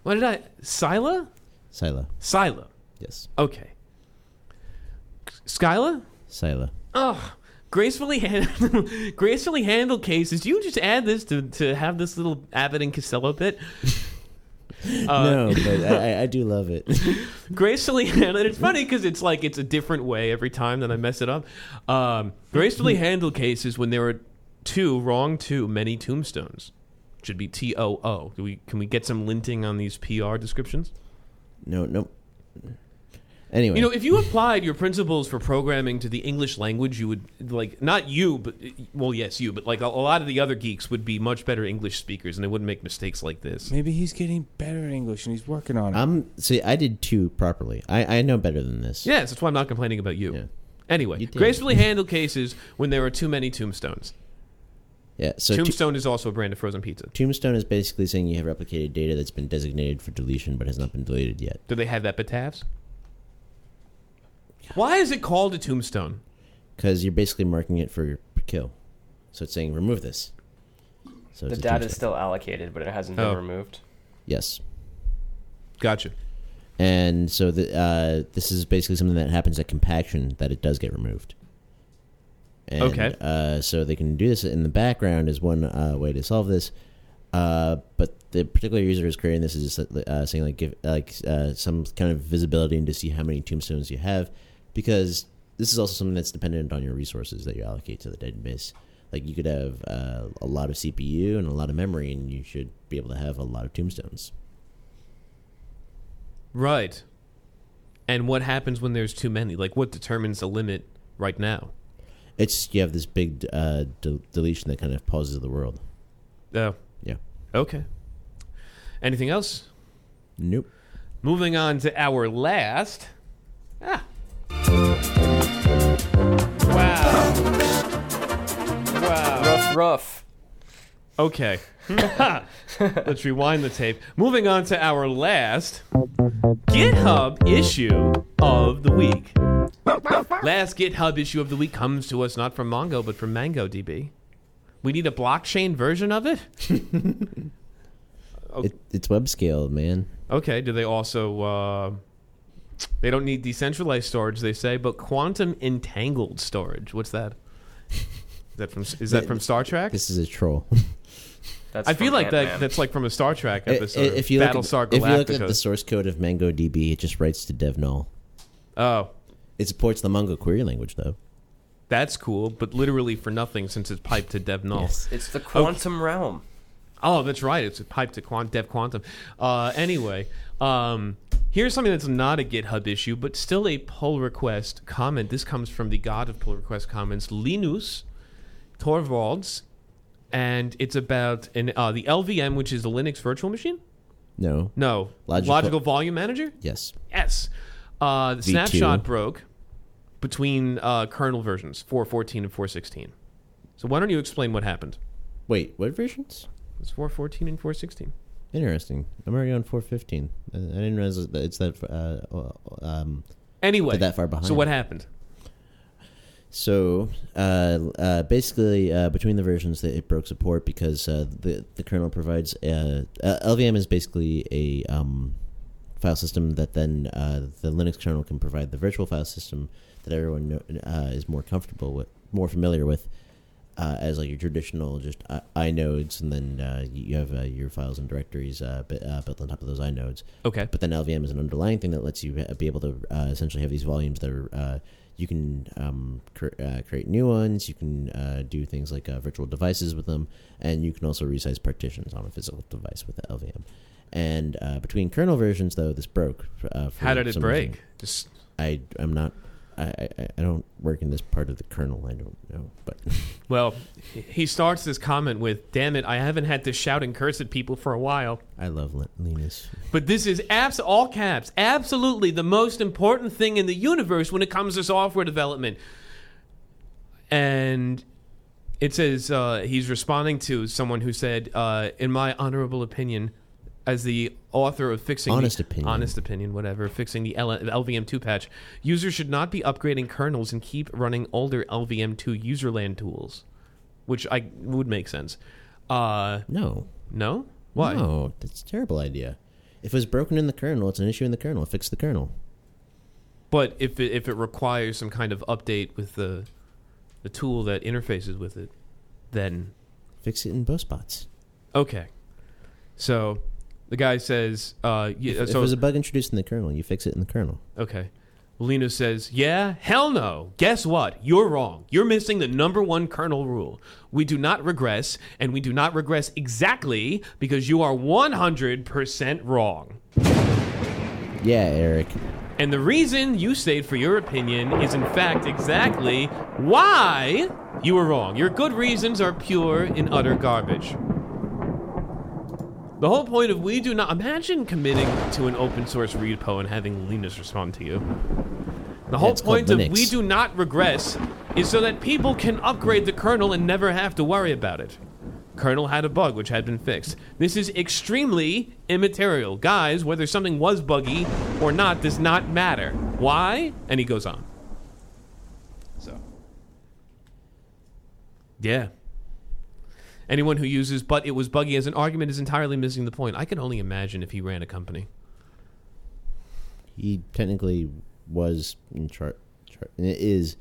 A: What did I? Scyla?
B: Scylla.
A: Scyla.
B: Yes.
A: Okay. Skyla?
B: Scylla.
A: Oh, gracefully handle, gracefully handle cases. Do you just add this to, to have this little Abbott and Costello bit? Uh,
B: no, but I, I- I do love it.
A: gracefully handle it's funny because it's like it's a different way every time that i mess it up um, gracefully
B: Hmm.
A: handle cases when there are two wrong too many tombstones should be t-o-o can we, can we get some linting on these pr descriptions
B: no, no. Anyway,
A: you know if you applied your principles for programming to the english language you would like not you but well yes you but like a, a lot of the other geeks would be much better english speakers and they wouldn't make mistakes like this
D: Maybe he's getting better at English and he's working on it.
B: I'm see. I did two properly. I I know better than this.
A: Yes, that's why I'm not complaining about you.
B: Yeah.
A: Anyway,
B: You did.
A: gracefully handle cases when there are too many tombstones.
B: Yeah. So to-
A: Tombstone is also a brand of frozen pizza.
B: Tombstone is basically saying you have replicated data that's been designated for deletion but has not been deleted yet.
A: Do they have that batavs? Why is it called a tombstone?
B: Because you're basically marking it for kill. So it's saying remove this. So
C: The
B: it's a
C: data is
B: tombstone.
C: still allocated, but it hasn't been
A: Oh.
C: removed.
B: Yes.
A: Gotcha.
B: And so the, uh, this is basically something that happens at compaction that it does get removed. And,
A: Okay.
B: Uh, so they can do this in the background is one uh, way to solve this. Uh, but the particular user who's creating this is just uh, saying like give like uh, some kind of visibility into see how many tombstones you have, because this is also something that's dependent on your resources that you allocate to the database. Like you could have uh, a lot of CPU and a lot of memory, and you should be able to have a lot of tombstones.
A: Right. And what happens when there's too many? Like, what determines the limit right now?
B: It's you have this big uh, de- deletion that kind of pauses the world.
A: Oh,
B: Yeah.
A: okay. Anything else?
B: Nope.
A: Moving on to our last. Ah. Wow. Wow.
C: Rough, rough.
A: Okay. Let's rewind the tape. Moving on to our last GitHub issue of the week. Last GitHub issue of the week comes to us not from Mongo, but from MangoDB. We need a blockchain version of it?
B: It, it's web scale, man.
A: Okay, do they also. Uh, they don't need decentralized storage, they say, but quantum entangled storage. What's that? Is that from, is that from Star Trek?
B: This is a troll.
C: That's
A: I feel
C: from
A: like that,
C: Ant-Man.
A: that's like from a Star Trek episode.
B: I- if you look
A: Battlestar
B: at,
A: Galactica.
B: if you look at the source code of MangoDB, it just writes to dev null.
A: oh,
B: It supports the Mongo query language though.
A: That's cool, but literally for nothing since it's piped to Dev Null.
B: Yes.
C: It's the quantum realm.
A: Oh, that's right. It's piped to quant- Dev Quantum. Uh, anyway, um, here's something that's not a GitHub issue, but still a pull request comment. This comes from the god of pull request comments, Linus Torvalds, and it's about an, uh, the LVM, which is the Linux virtual machine.
B: No.
A: No.
B: Logical-
A: volume manager?
B: Yes.
A: Yes. Uh, the
B: V2.
A: snapshot broke between uh, kernel versions 414 and 416. So why don't you explain what happened?
B: Wait, what versions?
A: It's 414 and 416.
B: Interesting. I'm already on 415. I I didn't realize that it's that. Uh, um,
A: Anyway,
B: They're that far behind.
A: So what happened?
B: so uh, uh, basically, uh, between the versions, that it broke support because uh, the the kernel provides uh, uh, LVM is basically a um, file system that then uh, the Linux kernel can provide the virtual file system that everyone know, uh, is more comfortable with, more familiar with. Uh, as like your traditional just i- inodes, and then uh, you you have uh, your files and directories uh, bu- uh, built on top of those inodes.
A: Okay.
B: But then LVM is an underlying thing that lets you uh, be able to uh, essentially have these volumes that are uh, you can um, cr- uh, create new ones. You can uh, do things like uh, virtual devices with them, and you can also resize partitions on a physical device with the LVM. And uh, between kernel versions, though, this broke. Uh, for
A: How did it
B: some
A: break?
B: reason.
A: Just
B: I I'm not. I, I- I, I don't work in this part of the kernel. I don't know, but
A: well, he starts this comment with, "Damn it, I haven't had to shout and curse at people for a while."
B: I love Lin- Linus.
A: But this is abs all caps, absolutely the most important thing in the universe when it comes to software development. And it says uh, he's responding to someone who said, uh, "In my honorable opinion, as the author of fixing the-
B: Honest opinion.
A: honest opinion, whatever, fixing the L- LVM2 patch, users should not be upgrading kernels and keep running older LVM2 userland tools, which I would make sense. Uh,
B: No,
A: no, why?
B: No, that's a terrible idea. If it was broken in the kernel, it's an issue in the kernel. Fix the kernel.
A: But if it, if it requires some kind of update with the the tool that interfaces with it, then
B: Fix it in both spots.
A: okay. So the guy says, uh, yeah,
B: if
A: so,
B: there's a bug introduced in the kernel, you fix it in the kernel.
A: okay. Lino says, yeah, hell no. Guess what? You're wrong. You're missing the number one kernel rule. We do not regress, and we do not regress exactly because you are 100% wrong.
B: Yeah, Eric.
A: And the reason you stayed for your opinion is, in fact, exactly why you were wrong. Your good reasons are pure and utter garbage. The whole point of we do not imagine committing to an open source repo and having Linus respond to you. The whole
B: it's called
A: point of
B: Linux.
A: we do not regress is so that people can upgrade the kernel and never have to worry about it. Kernel had a bug which had been fixed. This is extremely immaterial. Guys, whether something was buggy or not does not matter. Why? And he goes on.
D: So
A: Yeah. Anyone who uses but it was buggy as an argument is entirely missing the point. I can only imagine if he ran a company.
B: He technically was in charge. Char- is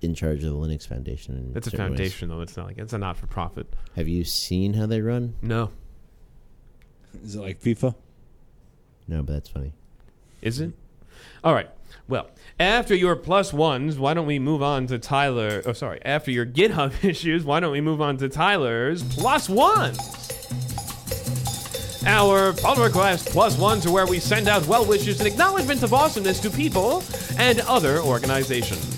B: in charge of the Linux Foundation. in
A: That's a
B: certain ways.
A: foundation, though. It's not like it's a not for profit.
B: Have you seen how they run?
A: No.
D: is it like FIFA?
B: No, but that's funny.
A: Is it? All right. Well, after your plus ones, why don't we move on to Tyler? Oh, sorry. After your GitHub issues, why don't we move on to Tyler's plus ones? Our pull request plus one to where we send out well wishes and acknowledgments of awesomeness to people and other organizations.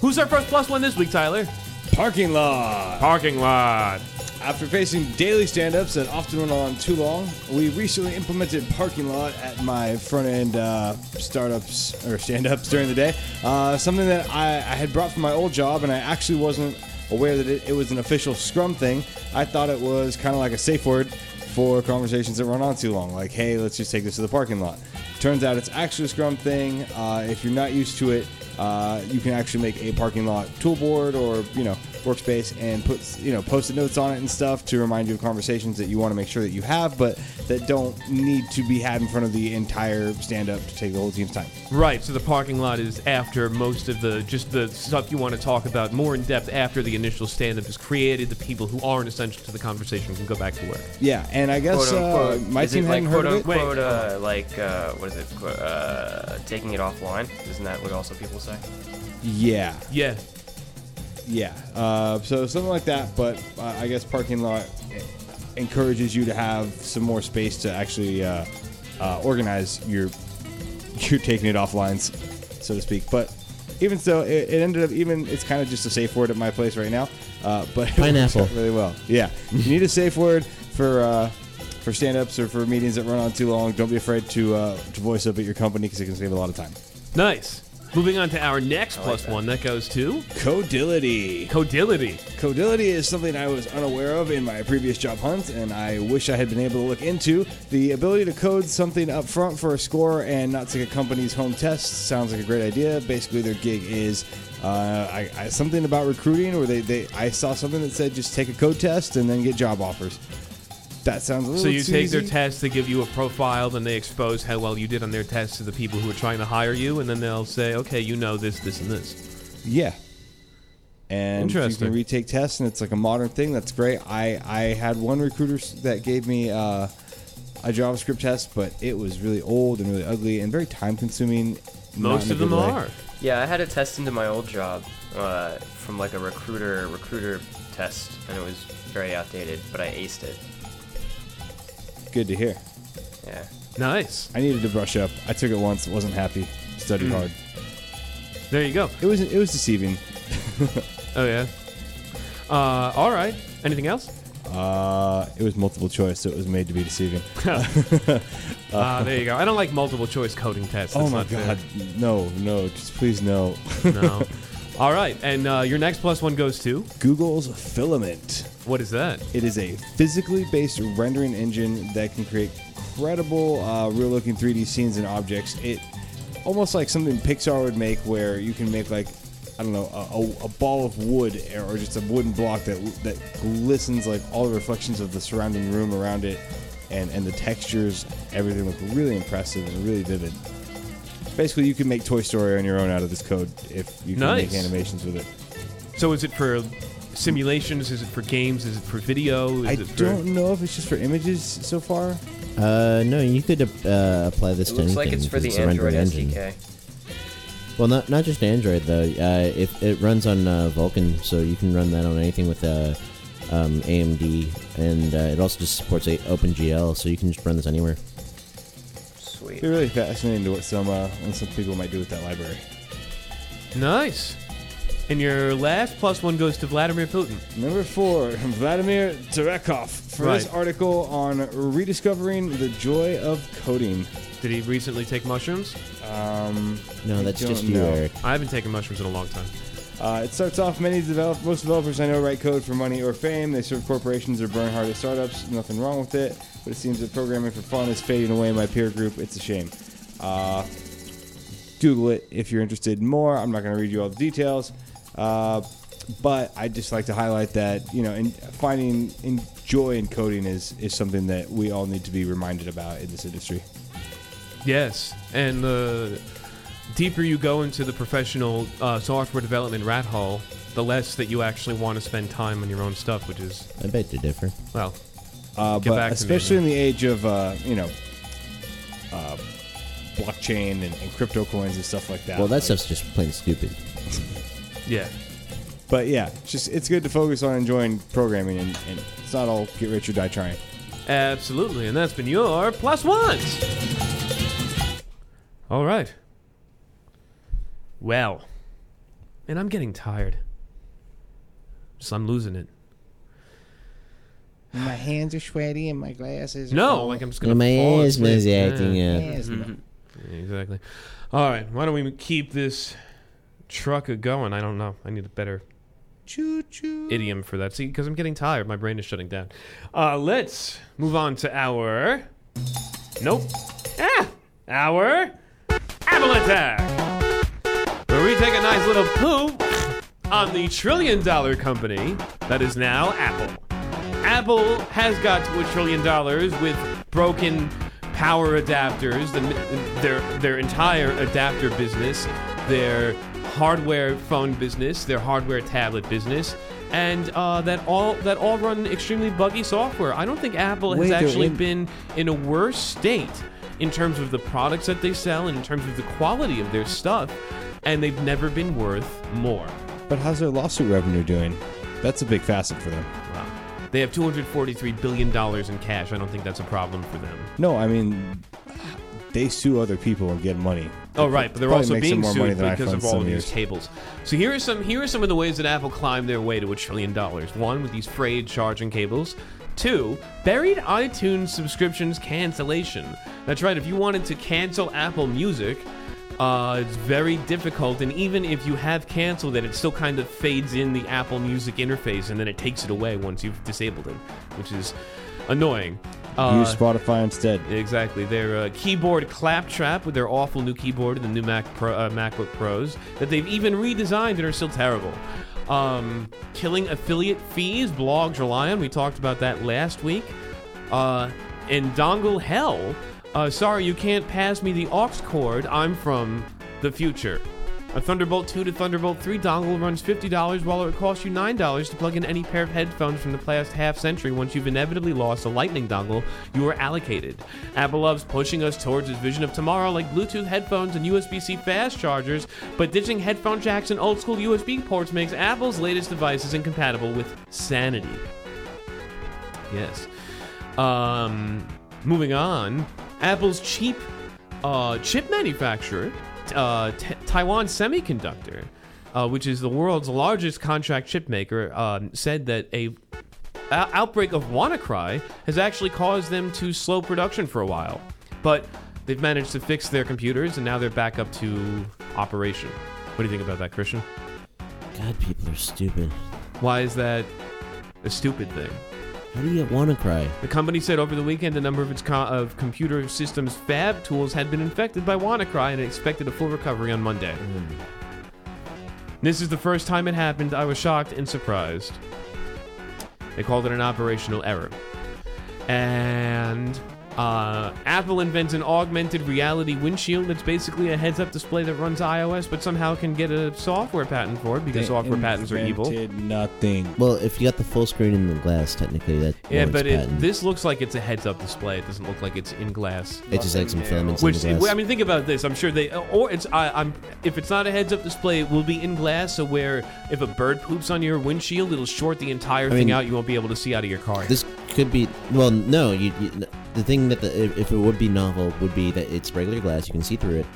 A: Who's our first plus one this week, Tyler?
D: Parking lot.
A: Parking lot.
D: After facing daily stand ups that often went on too long, we recently implemented parking lot at my front end uh, startups or stand ups during the day. Uh, something that I, I had brought from my old job, and I actually wasn't aware that it, it was an official Scrum thing. I thought it was kind of like a safe word for conversations that run on too long, like, hey, let's just take this to the parking lot. Turns out it's actually a Scrum thing. Uh, if you're not used to it, uh, you can actually make a parking lot tool board or you know workspace and put you know post-it notes on it and stuff to remind you of conversations that you want to make sure that you have, but that don't need to be had in front of the entire stand-up to take the whole team's time.
A: Right, so the parking lot is after most of the just the stuff you want to talk about more in depth after the initial stand up is created, the people who aren't essential to the conversation can go back to work.
D: Yeah, and I guess
C: Quote
D: uh,
C: unquote.
D: my
C: is
D: team
C: it like
D: hadn't
C: quote
D: heard of it.
C: unquote uh, like uh, what is it? Qu- Uh, taking it offline. Isn't that what also people say?
D: Yeah,
A: Yeah.
D: Yeah. Uh, so something like that, but uh, I guess parking lot encourages you to have some more space to actually uh, uh, organize your you're taking it off lines, so to speak. But even so, it, it ended up even it's kind of just a safe word at my place right now. Uh, but it works
B: Pineapple.
D: out really well. Yeah, you need a safe word for uh, for stand-ups or for meetings that run on too long, don't be afraid to uh, to voice up at your company because it can save a lot of time.
A: Nice. Moving on to our next plus one that goes to
D: Codility.
A: Codility.
D: Codility is something I was unaware of in my previous job hunt, and I wish I had been able to look into. The ability to code something up front for a score and not take a company's home test sounds like a great idea. Basically, their gig is uh, I, I, something about recruiting, where they, they I saw something that said just take a code test and then get job offers. That sounds a little
A: So you
D: too
A: take their
D: easy.
A: test, they give you a profile, then they expose how well you did on their test to the people who are trying to hire you, and then they'll say, okay, you know this, this, and this.
D: Yeah. And you
A: Interesting.
D: can retake tests, and it's like a modern thing. That's great. I, I had one recruiter s- that gave me uh, a JavaScript test, but it was really old and really ugly and very time consuming.
A: Most of them are.
C: Yeah, I had a test into my old job uh, from like a recruiter recruiter test, and it was very outdated, but I aced it.
D: Good to hear.
C: Yeah.
A: Nice.
D: I needed to brush up. I took it once, wasn't happy, studied
A: Hmm.
D: hard.
A: There you go.
D: It was it was deceiving.
A: Oh, yeah. Uh, all right. Anything else?
D: Uh, it was multiple choice, so it was made to be deceiving.
A: Uh, there you go. I don't like multiple choice coding tests.
D: oh
A: That's
D: my
A: not fair.
D: god, no, no, just please no.
A: No. All right. And uh, your next plus one goes to
D: Google's filament.
A: what is that?
D: It is a physically based rendering engine that can create credible, uh, real looking 3D scenes and objects. It almost like something Pixar would make, where you can make like I don't know a, a, a ball of wood or just a wooden block that that glistens like all the reflections of the surrounding room around it, and and the textures, everything look really impressive and really vivid. Basically, you can make Toy Story on your own out of this code if you can make
A: Nice.
D: animations with it.
A: So is it for simulations? Is it for games? Is it for video? Is
D: I
A: it for...
D: don't know if it's just for images so far.
B: Uh, no, you could uh, apply this
C: It
B: to anything.
C: looks like it's for
B: 'cause
C: the
B: a
C: Android
B: rendering
C: SDK.
B: Well, not not just Android though. Uh, it it runs on uh, Vulkan, so you can run that on anything with uh, um, AMD, and uh, it also just supports a OpenGL, so you can just run this anywhere.
C: Sweet.
D: Be really fascinating to what some uh, what some people might do with that library.
A: Nice. And your last plus one goes to Vladimir Putin.
D: Number four, Vladimir Terekov for this
A: Right.
D: article on rediscovering the joy of coding.
A: Did he recently take mushrooms?
B: No, that's
D: don't
B: just you,
D: know.
B: Eric.
A: I haven't taken mushrooms in a long time.
D: Uh, it starts off many develop most developers I know write code for money or fame. They serve corporations or burn hard at startups. Nothing wrong with it, but it seems that programming for fun is fading away in my peer group. It's a shame. Uh, Google it if you're interested in more. I'm not going to read you all the details, uh, but I just like to highlight that you know, in, finding in joy in coding is is something that we all need to be reminded about in this industry.
A: Yes, and the deeper you go into the professional uh, software development rat hole, the less that you actually want to spend time on your own stuff, which is
B: I beg to differ.
A: well,
D: Uh,
A: Get
D: but
A: back to me,
D: especially
A: man.
D: in the age of uh, you know, uh, blockchain and, and crypto coins and stuff like that.
B: Well, that
D: like,
B: stuff's just plain stupid.
A: yeah.
D: But yeah, it's just it's good to focus on enjoying programming, and, and it's not all get rich or die trying.
A: Absolutely, and that's been your plus ones. All right. Well, and I'm getting tired. Just I'm losing it.
F: My hands are sweaty and my glasses.
A: No, Oh, like I'm just gonna.
B: my
A: fall
B: asthma
A: asleep.
B: is acting
A: Yeah,
B: up.
F: Yes,
A: yeah, exactly. All right, why don't we keep this truck a going? I don't know. I need a better
F: Choo choo.
A: idiom for that. See, because I'm getting tired. My brain is shutting down. Uh, let's move on to our. Nope. Ah! Our. Appetizer! Where we take a nice little poop on the trillion dollar company that is now Apple. Apple has got to a trillion dollars with broken power adapters, the, their their entire adapter business, their hardware phone business, their hardware tablet business, and uh, that all that all run extremely buggy software. I don't think Apple has
D: Wait, they're
A: actually
D: in-
A: been in a worse state in terms of the products that they sell and in terms of the quality of their stuff, and they've never been worth more.
D: But how's their lawsuit revenue doing? That's a big facet for them.
A: Wow. They have $243 billion in cash. I don't think that's a problem for them.
D: No, I mean they sue other people and get money.
A: Oh right, but they're
D: Probably
A: also
D: makes
A: being
D: them more money
A: sued
D: than
A: because
D: iPhone
A: of all
D: some
A: of these
D: years.
A: tables. So here are some here are some of the ways that Apple climbed their way to a trillion dollars. One with these frayed charging cables. Two, buried iTunes subscriptions cancellation. That's right, if you wanted to cancel Apple Music, uh, it's very difficult, and even if you have canceled it, it still kind of fades in the Apple Music interface and then it takes it away once you've disabled it, which is annoying. Uh,
D: Use Spotify instead.
A: Exactly. Their uh, keyboard claptrap with their awful new keyboard and the new Mac Pro, uh, MacBook Pros that they've even redesigned and are still terrible. Um, killing affiliate fees, blogs rely on. We talked about that last week. Uh, and dongle hell. Uh, sorry, you can't pass me the aux cord. I'm from the future. A Thunderbolt 2 to Thunderbolt 3 dongle runs $50 while it costs you $9 to plug in any pair of headphones from the past half century once you've inevitably lost a lightning dongle you were allocated. Apple loves pushing us towards its vision of tomorrow like Bluetooth headphones and USB-C fast chargers, but ditching headphone jacks and old school USB ports makes Apple's latest devices incompatible with sanity. Yes. Um, moving on, Apple's cheap uh, chip manufacturer, t- uh, t- Taiwan Semiconductor, uh, which is the world's largest contract chip maker, um, said that a o- outbreak of WannaCry has actually caused them to slow production for a while, but they've managed to fix their computers and now they're back up to operation. What do you think about that, Christian?
B: God, people are stupid.
A: Why is that a stupid thing?
B: How do you get WannaCry?
A: The company said over the weekend a number of its co- of computer systems fab tools had been infected by WannaCry and it expected a full recovery on Monday. This is the first time it happened. I was shocked and surprised. They called it an operational error. And uh, Apple invents an augmented reality windshield that's basically a heads up display that runs iOS but somehow can get a software patent for it because software patents are evil.
E: Invented Nothing.
B: Well, if you got the full screen in the glass, technically that
A: Yeah,
B: warrants
A: but it,
B: patent.
A: this looks like it's a heads-up display. It doesn't look like it's in glass.
B: it just had some filaments
A: Which
B: in the glass.
A: I mean, think about this. I'm sure they, or it's I, I'm if it's not a heads-up display, it will be in glass. So where if a bird poops on your windshield, it'll short the entire thing
B: mean-
A: out. You won't be able to see out of your car.
B: this could be well, no. You, you the thing that the, if, if it would be novel would be that it's regular glass, you can see through it,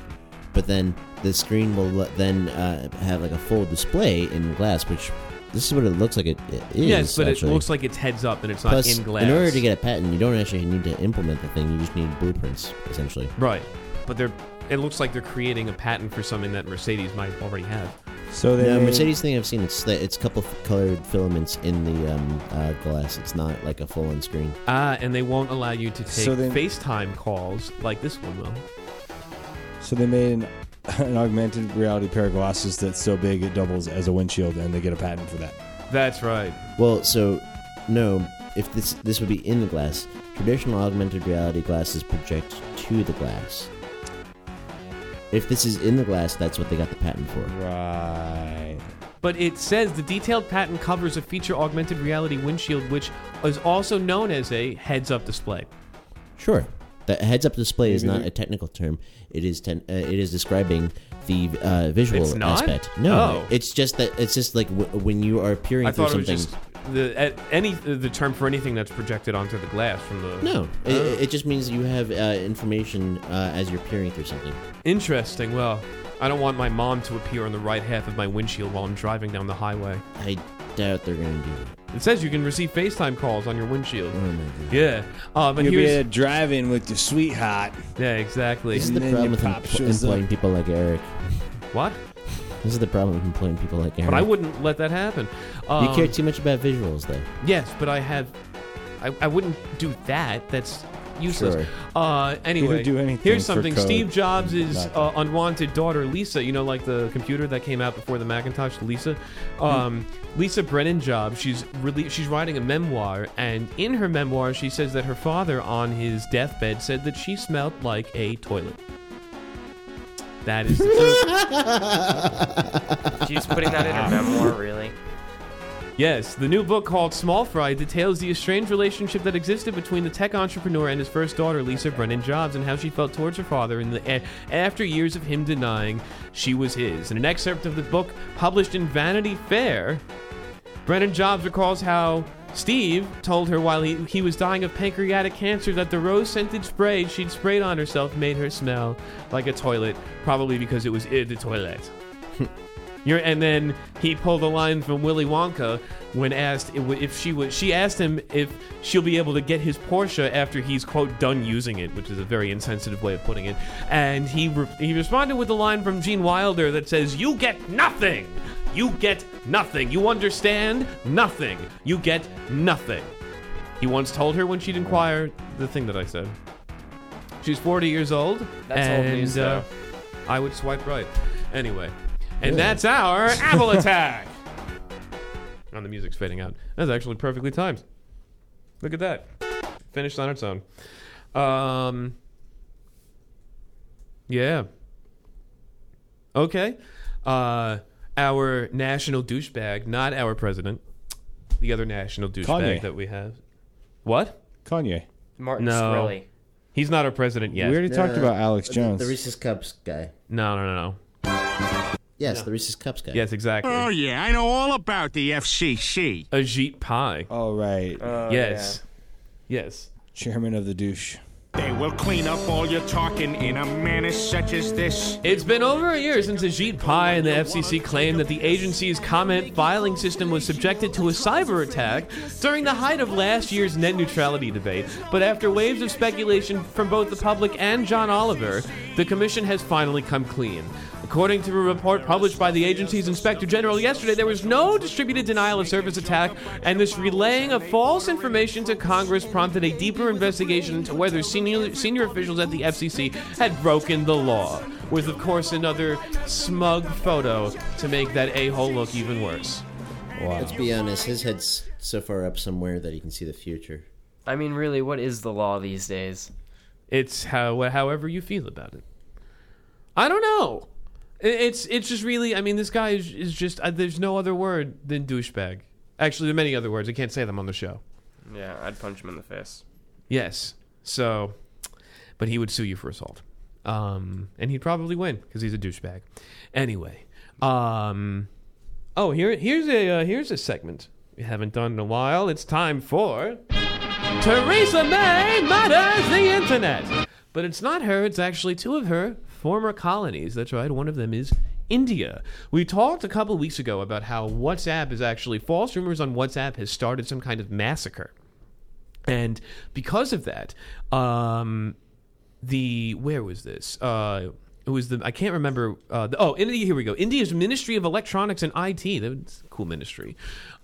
B: but then the screen will le- then uh, have like a full display in glass, which this is what it looks like. It, it is
A: yes, but
B: actually.
A: it looks like it's heads-up and it's not
B: Plus,
A: in glass.
B: in order to get a patent, you don't actually need to implement the thing. You just need blueprints, essentially.
A: right, but they're it looks like they're creating a patent for something that Mercedes might already have.
E: So they
B: No,
E: made-
B: Mercedes thing I've seen it's that it's a couple of colored filaments in the um, uh, glass. It's not like a full on screen.
A: Ah, and they won't allow you to take
E: So then-
A: FaceTime calls like this one will.
E: So they made an, an augmented reality pair of glasses that's so big it doubles as a windshield, and they get a patent for that.
A: That's right.
B: Well, so no, if this this would be in the glass. Traditional augmented reality glasses project to the glass. If this is in the glass, that's what they got the patent for.
E: Right.
A: But it says the detailed patent covers a feature augmented reality windshield, which is also known as a heads up display.
B: Sure. The heads-up display is not a technical term. It is ten, uh, it is describing the uh, visual
A: It's not?
B: aspect. No,
A: Oh.
B: it's just that it's just like w- when you are peering
A: I
B: through
A: thought it was
B: something.
A: just the at any the term for anything that's projected onto the glass from the.
B: No, it, it just means you have uh, information uh, as you're peering through something.
A: Interesting. Well, I don't want my mom to appear on the right half of my windshield while I'm driving down the highway.
B: I doubt they're going to do Oh it.
A: It says you can receive FaceTime calls on your windshield.
B: Mm.
A: Yeah. Uh, but
E: You'll be
A: here's
E: at a drive-in with your sweetheart.
A: yeah exactly.
B: This is
E: And
B: the
E: then
B: problem
E: your
B: with
E: pop
B: empl-
E: shows up.
B: employing people like Eric.
A: What?
B: This is the problem with employing people like Eric.
A: But I wouldn't let that happen. Um,
B: you care too much about visuals, though.
A: Yes, but I have. I, I wouldn't do that. That's useless.
B: Sure.
A: Uh, anyway,
E: don't do anything
A: here's
E: for
A: something.
E: code.
A: Steve Jobs'
E: Nothing.
A: uh, unwanted daughter, Lisa, you know, like the computer that came out before the Macintosh, Lisa.
E: Hmm.
A: Um, Lisa Brennan Jobs, she's, really, she's writing a memoir, and in her memoir, she says that her father on his deathbed said that she smelled like a toilet. That is the truth.
C: She's putting that in her memoir, really.
A: Yes, the new book called Small Fry details the estranged relationship that existed between the tech entrepreneur and his first daughter, Lisa Brennan Jobs, and how she felt towards her father in the, a- after years of him denying she was his. In an excerpt of the book published in Vanity Fair, Brennan Jobs recalls how Steve told her while he, he was dying of pancreatic cancer that the rose scented spray she'd sprayed on eh, herself made her smell like a toilet, probably because it was in the toilet. You're, and then he pulled a line from Willy Wonka when asked if, if she would. She asked him if she'll be able to get his Porsche after he's quote done using it, which is a very insensitive way of putting it. And he re- he responded with a line from Gene Wilder that says, "You get nothing. You get nothing. You understand nothing. You get nothing." He once told her when she'd inquire the thing that I said. She's 40 years old.
C: That's
A: and,
C: old news,
A: uh, I would swipe right. Anyway, and that's our Apple attack. And the music's fading out. That's actually perfectly timed. Look at that. Finished on its own. Um, yeah. Okay. Uh, our national douchebag, not our president, the other national douchebag
E: Kanye.
A: that we have. What?
E: Kanye.
C: Martin
A: No.
C: Shkreli.
A: He's not our president yet.
E: We already talked
B: no,
E: about
B: no.
E: Alex Jones.
B: The Reese's Cups guy.
A: No, no, no, no.
B: Yes, the Reese's Cups guy.
A: Yes, exactly.
H: Oh, yeah, I know all about the FCC.
A: Ajit Pai.
E: All right,
A: Uh,
C: Oh,
A: yes. Yes.
E: chairman of the douche.
H: They will clean up all your talking in a manner such as this.
A: It's been over a year since Ajit Pai and the FCC claimed that the agency's comment filing system was subjected to a cyber attack during the height of last year's net neutrality debate. But after waves of speculation from both the public and John Oliver, the commission has finally come clean. According to a report published by the agency's inspector general yesterday, there was no distributed denial of service attack, and this relaying of false information to Congress prompted a deeper investigation into whether senior, senior officials at the FCC had broken the law. With, of course, another smug photo to make that a hole look even worse.
B: Let's be honest. His head's so far up somewhere that he can see the future.
C: I mean, really, what is the law these days?
A: It's how however you feel about it. I don't know. I- It's it's just really. I mean, this guy is is just. Uh, there's no other word than douchebag. Actually, there are many other words. I can't say them on the show.
C: Yeah, I'd punch him in the face.
A: Yes. So, but he would sue you for assault, um, and he'd probably win because he's a douchebag. Anyway, um, oh here here's a uh, here's a segment we haven't done in a while. It's time for Theresa May mutters the internet, but it's not her. It's actually two of her former colonies. That's right. One of them is. India. We talked a couple weeks ago about how WhatsApp is actually false rumors on WhatsApp has started some kind of massacre. And because of that, um, the where was this? Uh, it was the I can't remember. Uh, the, oh, India. Here we go. India's Ministry of Electronics and IT. That's a cool ministry.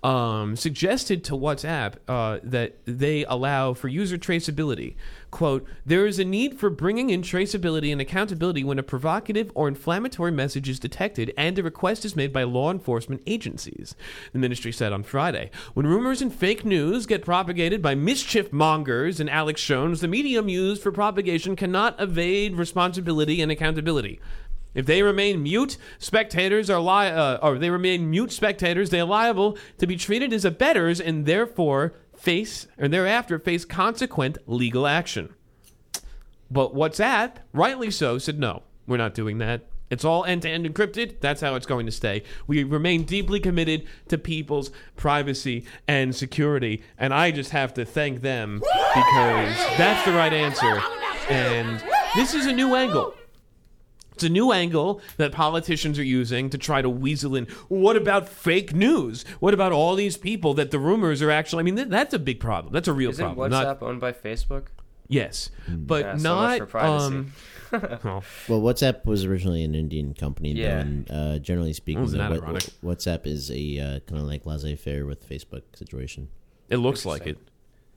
A: Um, suggested to WhatsApp uh, that they allow for user traceability. "Quote: There is a need for bringing in traceability and accountability when a provocative or inflammatory message is detected and a request is made by law enforcement agencies." The ministry said on Friday, "When rumors and fake news get propagated by mischief mongers and Alex Jones, the medium used for propagation cannot evade responsibility and accountability." If they remain mute, spectators are li- uh, or they remain mute spectators, they are liable to be treated as abettors and therefore face and thereafter face consequent legal action. But WhatsApp, rightly so, said no, we're not doing that. It's all end to end encrypted. That's how it's going to stay. We remain deeply committed to people's privacy and security. And I just have to thank them because that's the right answer. And this is a new angle. It's a new angle that politicians are using to try to weasel in. What about fake news? What about all these people that the rumors are actually? I mean, th- that's a big problem. That's a real
C: Isn't
A: problem.
C: WhatsApp
A: Not,
C: owned by Facebook?
A: yes, but
C: Yeah, so much
A: not.
C: for privacy.
A: um, oh,
B: Well, WhatsApp was originally an Indian company, though,
C: Yeah.
B: and uh, generally speaking,
A: Wasn't that
B: what-
A: ironic?
B: WhatsApp is a uh, kind of like laissez-faire with Facebook situation.
A: it looks like it.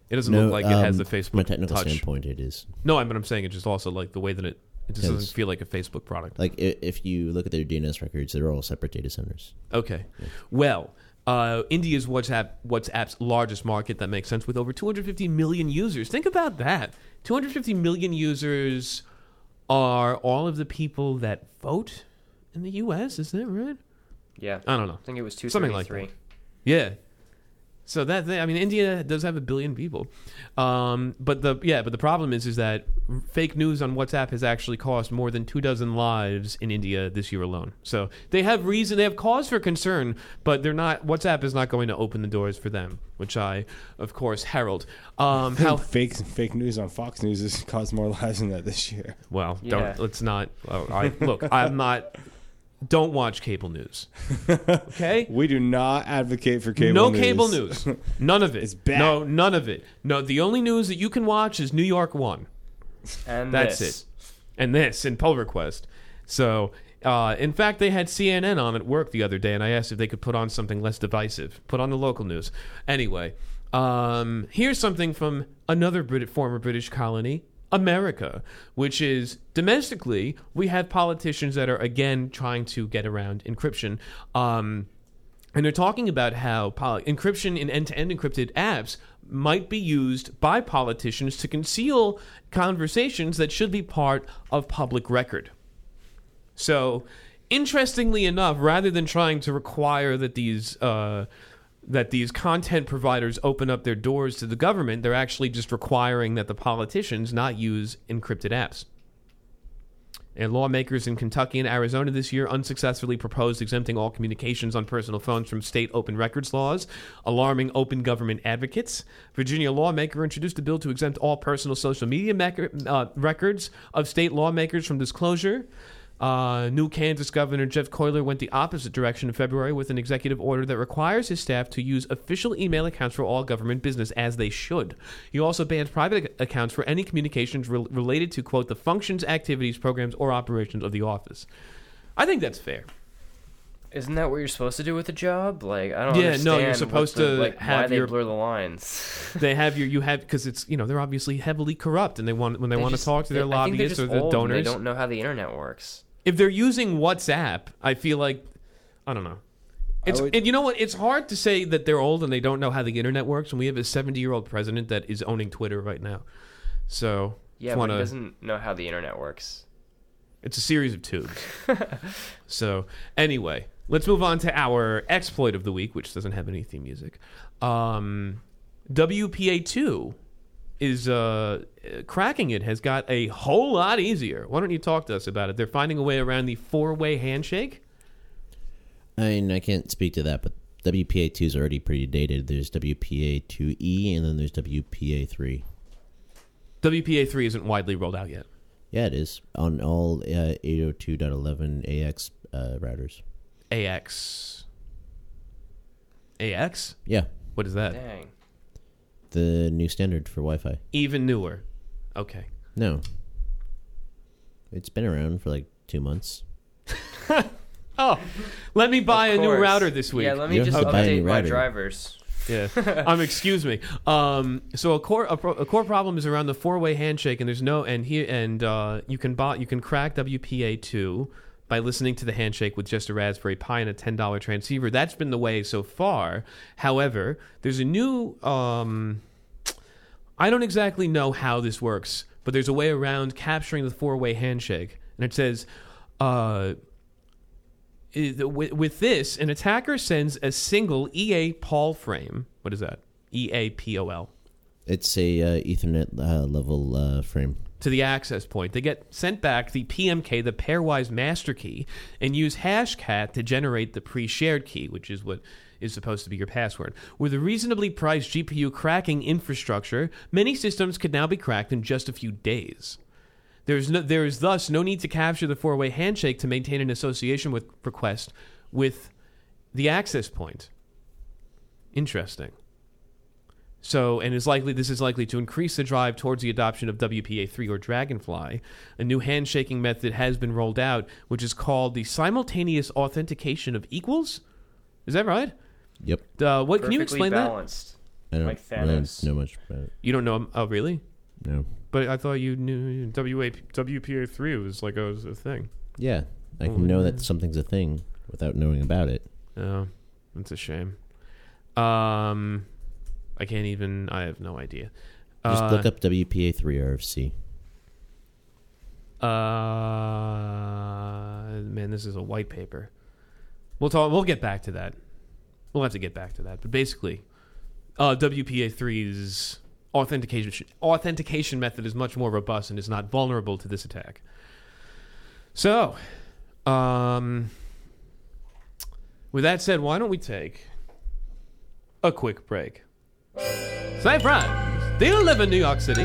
A: It doesn't look like it has
B: um,
A: the
B: From a
A: Facebook
B: technical
A: touch.
B: standpoint, it is
A: No, I mean, I'm saying it's just also like the way that it. It just
B: Yes.
A: doesn't feel like a Facebook product.
B: like i- if you look at their DNS records, they're all separate data centers.
A: Okay. Well, uh, India's WhatsApp WhatsApp's largest market. That makes sense with over 250 million users. Think about that. 250 million users are all of the people that vote in the U.S. Is that right?
C: Yeah.
A: I don't know.
C: I think it was two
A: Something like
C: thirty-three.
A: that. Yeah. So that thing, I mean, India does have a billion people, um, but the yeah, but the problem is is that r- fake news on WhatsApp has actually cost more than two dozen lives in India this year alone. So they have reason, they have cause for concern, but they're not. WhatsApp is not going to open the doors for them, which I, of course, herald. Um, how
E: Fake fake news on Fox News has caused more lives than that this year.
A: well?
C: Yeah.
A: Don't let's not. oh, I, look, I'm not. don't watch cable news. Okay?
D: We do not advocate for cable
A: no
D: news.
A: cable news. None of it.
D: It's bad.
A: No, none of it. No, the only news that you can watch is New York One.
C: And
A: That's
C: this.
A: it. And this in Pull Request. So, uh, in fact, they had CNN on at work the other day, and I asked if they could put on something less divisive. Put on the local news. Anyway, um, here's something from another Brit- former British colony. America, which is domestically, we have politicians that are again trying to get around encryption. Um, and they're talking about how poli- encryption in end to end encrypted apps might be used by politicians to conceal conversations that should be part of public record. So, interestingly enough, rather than trying to require that these uh, that these content providers open up their doors to the government, they're actually just requiring that the politicians not use encrypted apps. And lawmakers in Kentucky and Arizona this year unsuccessfully proposed exempting all communications on personal phones from state open records laws, alarming open government advocates. Virginia lawmaker introduced a bill to exempt all personal social media mec- uh, records of state lawmakers from disclosure. Uh, new Kansas Governor Jeff Coyler went the opposite direction in February with an executive order that requires his staff to use official email accounts for all government business, as they should. He also banned private ac- accounts for any communications rel related to, quote, the functions, activities, programs, or operations of the office. I think that's fair.
C: Isn't that what you're supposed to do with a job? Like I don't
A: Yeah, no, you're
C: understand. what
A: supposed
C: the-
A: to
C: like, why
A: have
C: they
A: your-
C: blur the lines.
A: They have your, you have, because it's, you know, they're obviously heavily corrupt and they want, when they,
C: They
A: want
C: just-
A: to talk to their
C: they- I think they're
A: lobbyists or
C: just
A: the
C: old and
A: donors.
C: They don't know how the internet works.
A: if they're using WhatsApp, I feel like I don't know. It's
D: would-
A: and you know what? It's hard to say that they're old and they don't know how the internet works. And we have a seventy-year-old president that is owning Twitter right now. So
C: Yeah,
A: just
C: but
A: wanna-
C: he doesn't know how the internet works.
A: it's a series of tubes. so anyway, let's move on to our exploit of the week, which doesn't have any theme music. Um, WPA two is uh, uh, cracking it has got a whole lot easier. Why don't you talk to us about it? They're finding a way around the four-way handshake.
B: I mean, I can't speak to that, but WPA two is already pretty dated. There's WPA two E, and then there's WPA three.
A: WPA three isn't widely rolled out yet.
B: Yeah, it is on all uh, 802.11 AX uh, routers.
A: AX. AX?
B: Yeah,
A: What is that?
C: Dang.
B: the new standard for Wi-Fi.
A: Even newer. Okay.
B: No, it's been around for like two months.
A: Oh, let me buy a
C: Of
A: new
C: course.
A: router this week.
C: Yeah, let me
B: You
C: just
B: have to buy a new
C: update my
B: router.
C: drivers.
A: Yeah. um, excuse me. Um, so a core a, pro, a core problem is around the four way handshake, and there's no and here and uh, you can bot you can crack WPA two by listening to the handshake with just a Raspberry Pi and a ten dollar transceiver. That's been the way so far. However, there's a new. Um, I don't exactly know how this works, but there's a way around capturing the four way handshake, and it says. Uh, is- with, with this, an attacker sends a single EA Paul frame. What is that? E EA POL
B: It's a uh, Ethernet uh, level uh, frame.
A: to the access point. They get sent back the PMK, the pairwise master key, and use hashcat to generate the pre-shared key, which is what is supposed to be your password. With a reasonably priced GPU cracking infrastructure, many systems could now be cracked in just a few days. There's no, there is thus no need to capture the four-way handshake to maintain an association with request with the access point. Interesting. So, and is likely this is likely to increase the drive towards the adoption of WPA3 or Dragonfly. A new handshaking method has been rolled out, which is called the simultaneous authentication of equals. Is that right?
B: Yep,
A: Uh, what can
C: Perfectly
A: you explain
C: balanced.
B: I don't
C: Like
B: really
C: Thanos.
B: know much about it.
A: that? You don't know? Oh, really?
B: No,
A: But I thought you knew WA, WPA3 was like a, was a thing.
B: yeah, I can know that something's a thing without knowing about it.
A: Oh, that's a shame. Um, I can't even. I have no idea.
B: Just
A: Uh,
B: look up WPA three RFC.
A: Uh, man, this is a white paper. We'll talk. We'll get back to that. We'll have to get back to that. But basically, uh, WPA 3's authentication authentication method is much more robust and is not vulnerable to this attack. So, um, with that said, why don't we take a quick break? San Fran, they live in New York City.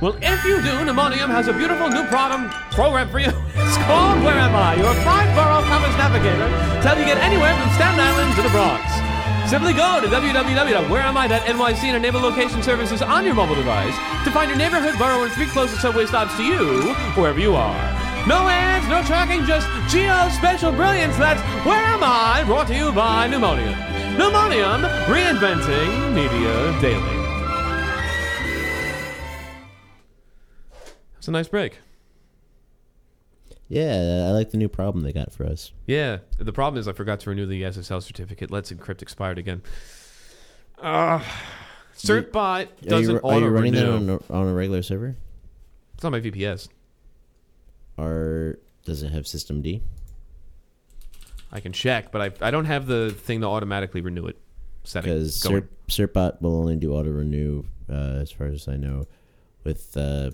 A: Well, if you do, Pneumonium has a beautiful new program program for you. It's called Where Am I? Your five borough compass navigator to help you get anywhere from Staten Island to the Bronx. Simply go to www.whereami.nyc and enable location services on your mobile device to find your neighborhood borough and three closest subway stops to you, wherever you are. No ads, no tracking, just geospatial brilliance. That's Where Am I? Brought to you by Pneumonium. Pneumonium, reinventing media daily. It's a nice break.
B: Yeah, I like the new problem they got for us.
A: Yeah. The problem is I forgot to renew the SSL certificate. Let's Encrypt expired again. Uh, CertBot
B: Are
A: doesn't
B: you, are
A: auto
B: you running that
A: renew.
B: on a, on a regular server?
A: It's not my VPS.
B: Or does it have system D?
A: I can check, but I, I don't have the thing to automatically renew it. Setting
B: Because
A: going.
B: Serp, Serpbot will only do auto renew, uh, as far as I know. With uh,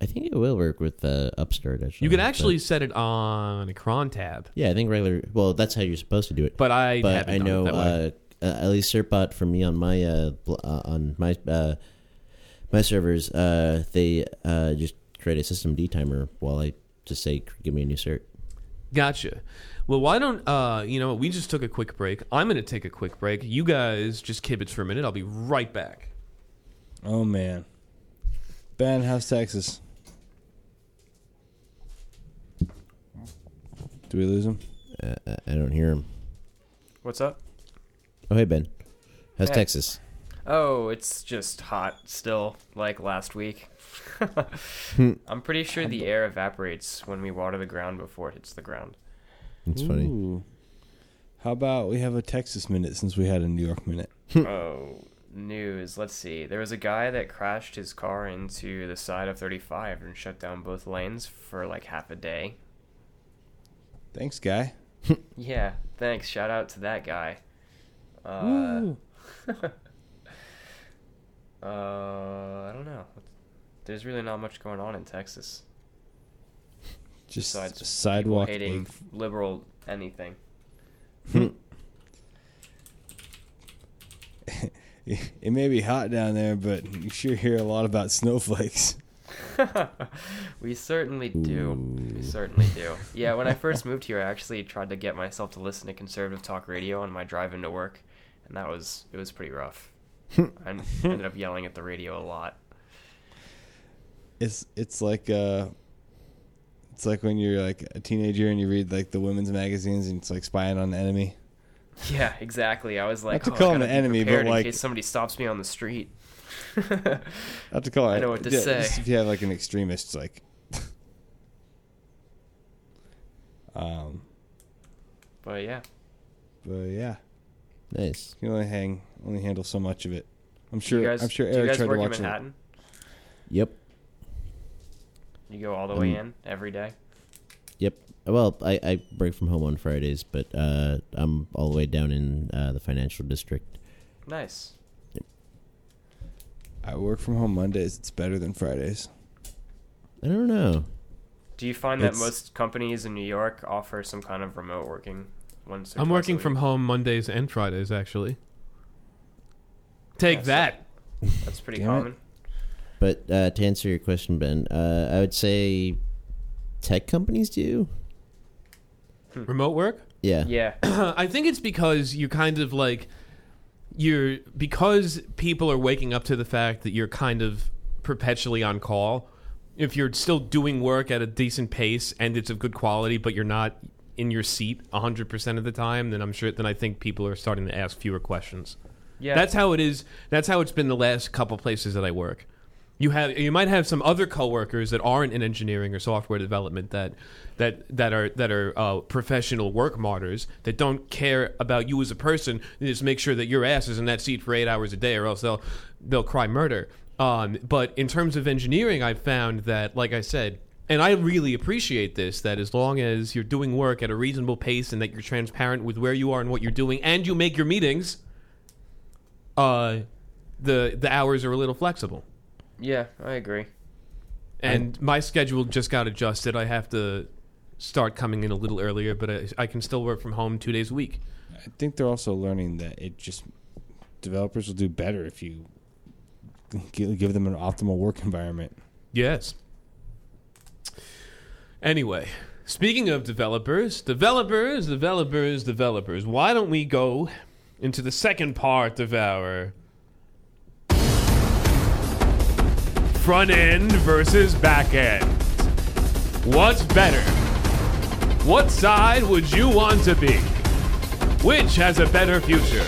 B: I think it will work with uh, Upstart. Actually,
A: you can
B: but-
A: actually set it on a cron tab,
B: yeah, I think regular. Well, that's how you're supposed to do it.
A: but I
B: but
A: haven't
B: I
A: done it
B: know
A: that way.
B: uh, uh, at least Serpbot for me on my uh, bl- uh, on my uh, my servers uh, they uh, just create a system D timer while I just say give me a new cert.
A: Gotcha. Well, why don't uh, you know? We just took a quick break. I'm going to take a quick break. You guys just kibitz for a minute. I'll be right back.
D: Oh man, Ben, how's Texas? Do we lose him?
B: I, I don't hear him.
C: What's up?
B: Oh hey Ben, how's
C: Hey.
B: Texas?
C: Oh, it's just hot still, like last week. I'm pretty sure the air evaporates when we water the ground before it hits the ground.
B: It's funny.
D: Ooh. How about we have a Texas minute since we had a New York minute?
C: Oh, news. Let's see. There was a guy that crashed his car into the side of 35 and shut down both lanes for like half a day.
D: Thanks, guy.
C: Yeah, thanks. Shout out to that guy. Uh, uh, I don't know. There's really not much going on in Texas
D: Just
C: besides people
D: sidewalk.
C: hating
D: leaf.
C: liberal anything.
D: It may be hot down there, but you sure hear a lot about snowflakes.
C: We certainly do. We certainly do. Yeah, when I first moved here, I actually tried to get myself to listen to conservative talk radio on my drive into work, and that was it was pretty rough. I ended up yelling at the radio a lot.
D: It's it's like uh, it's like when you're like a teenager and you read like the women's magazines and it's like spying on the enemy.
C: Yeah, exactly. I was like,
D: to
C: oh, I
D: call him an
C: gotta be
D: enemy, but,
C: prepared
D: like-
C: in case somebody stops me on the street.
D: Not to call it.
C: I know what to
D: yeah,
C: say.
D: just if you have like an extremist, like. um,
C: but yeah,
D: but yeah,
B: Nice.
D: you can only hang, only handle so much of it. I'm sure.
C: you guys,
D: I'm sure
C: do you
D: Eric
C: guys
D: tried to
C: work in
D: watch it.
C: Manhattan?
B: Yep.
C: You go all the
D: Mm.
C: way in every day.
B: Yep. Well, I, I break from home on Fridays, but uh, I'm all the way down in uh, the financial district.
C: Nice.
D: I work from home Mondays. It's better than Fridays.
B: I don't know.
C: Do you find that
D: It's-
C: most companies in New York offer some kind of remote working? Once or
A: I'm
C: twice a
A: working
C: week?
A: from home Mondays and Fridays, actually. Take that.
C: That's pretty
D: Damn it.
C: common.
B: But uh, to answer your question, Ben, uh, I would say tech companies do.
A: Remote work?
B: Yeah.
C: Yeah.
A: I think it's because you kind of like you're because people are waking up to the fact that you're kind of perpetually on call. If you're still doing work at a decent pace and it's of good quality, but you're not in your seat 100% of the time, then I'm sure then I think people are starting to ask fewer questions.
C: Yeah.
A: That's how it is. That's how it's been the last couple places that I work. You have you might have some other coworkers that aren't in engineering or software development that that that are that are uh, professional work martyrs that don't care about you as a person. They just make sure that your ass is in that seat for eight hours a day, or else they'll they'll cry murder. Um, but in terms of engineering, I've found that, like I said, and I really appreciate this that as long as you're doing work at a reasonable pace and that you're transparent with where you are and what you're doing, and you make your meetings uh, the the hours are a little flexible.
C: yeah, I agree.
A: And my schedule just got adjusted. I have to start coming in a little earlier, but I, I can still work from home two days a week.
D: I think they're also learning that it just developers will do better if you gi- give them an optimal work environment.
A: Yes. Anyway, speaking of developers, developers, developers, developers, why don't we go into the second part of our front end versus back end? What's better? What side would you want to be? Which has a better future?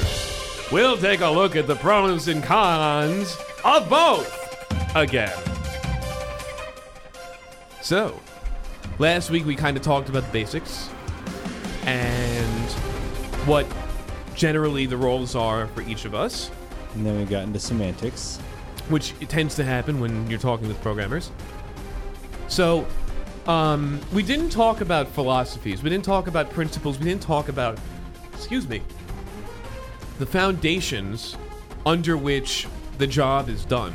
A: We'll take a look at the pros and cons of both again. So, last week we kind of talked about the basics and what generally the roles are for each of us,
D: And then we got into semantics.
A: which tends to happen when you're talking with programmers. So, um, we didn't talk about philosophies, we didn't talk about principles, we didn't talk about, excuse me, the foundations under which the job is done.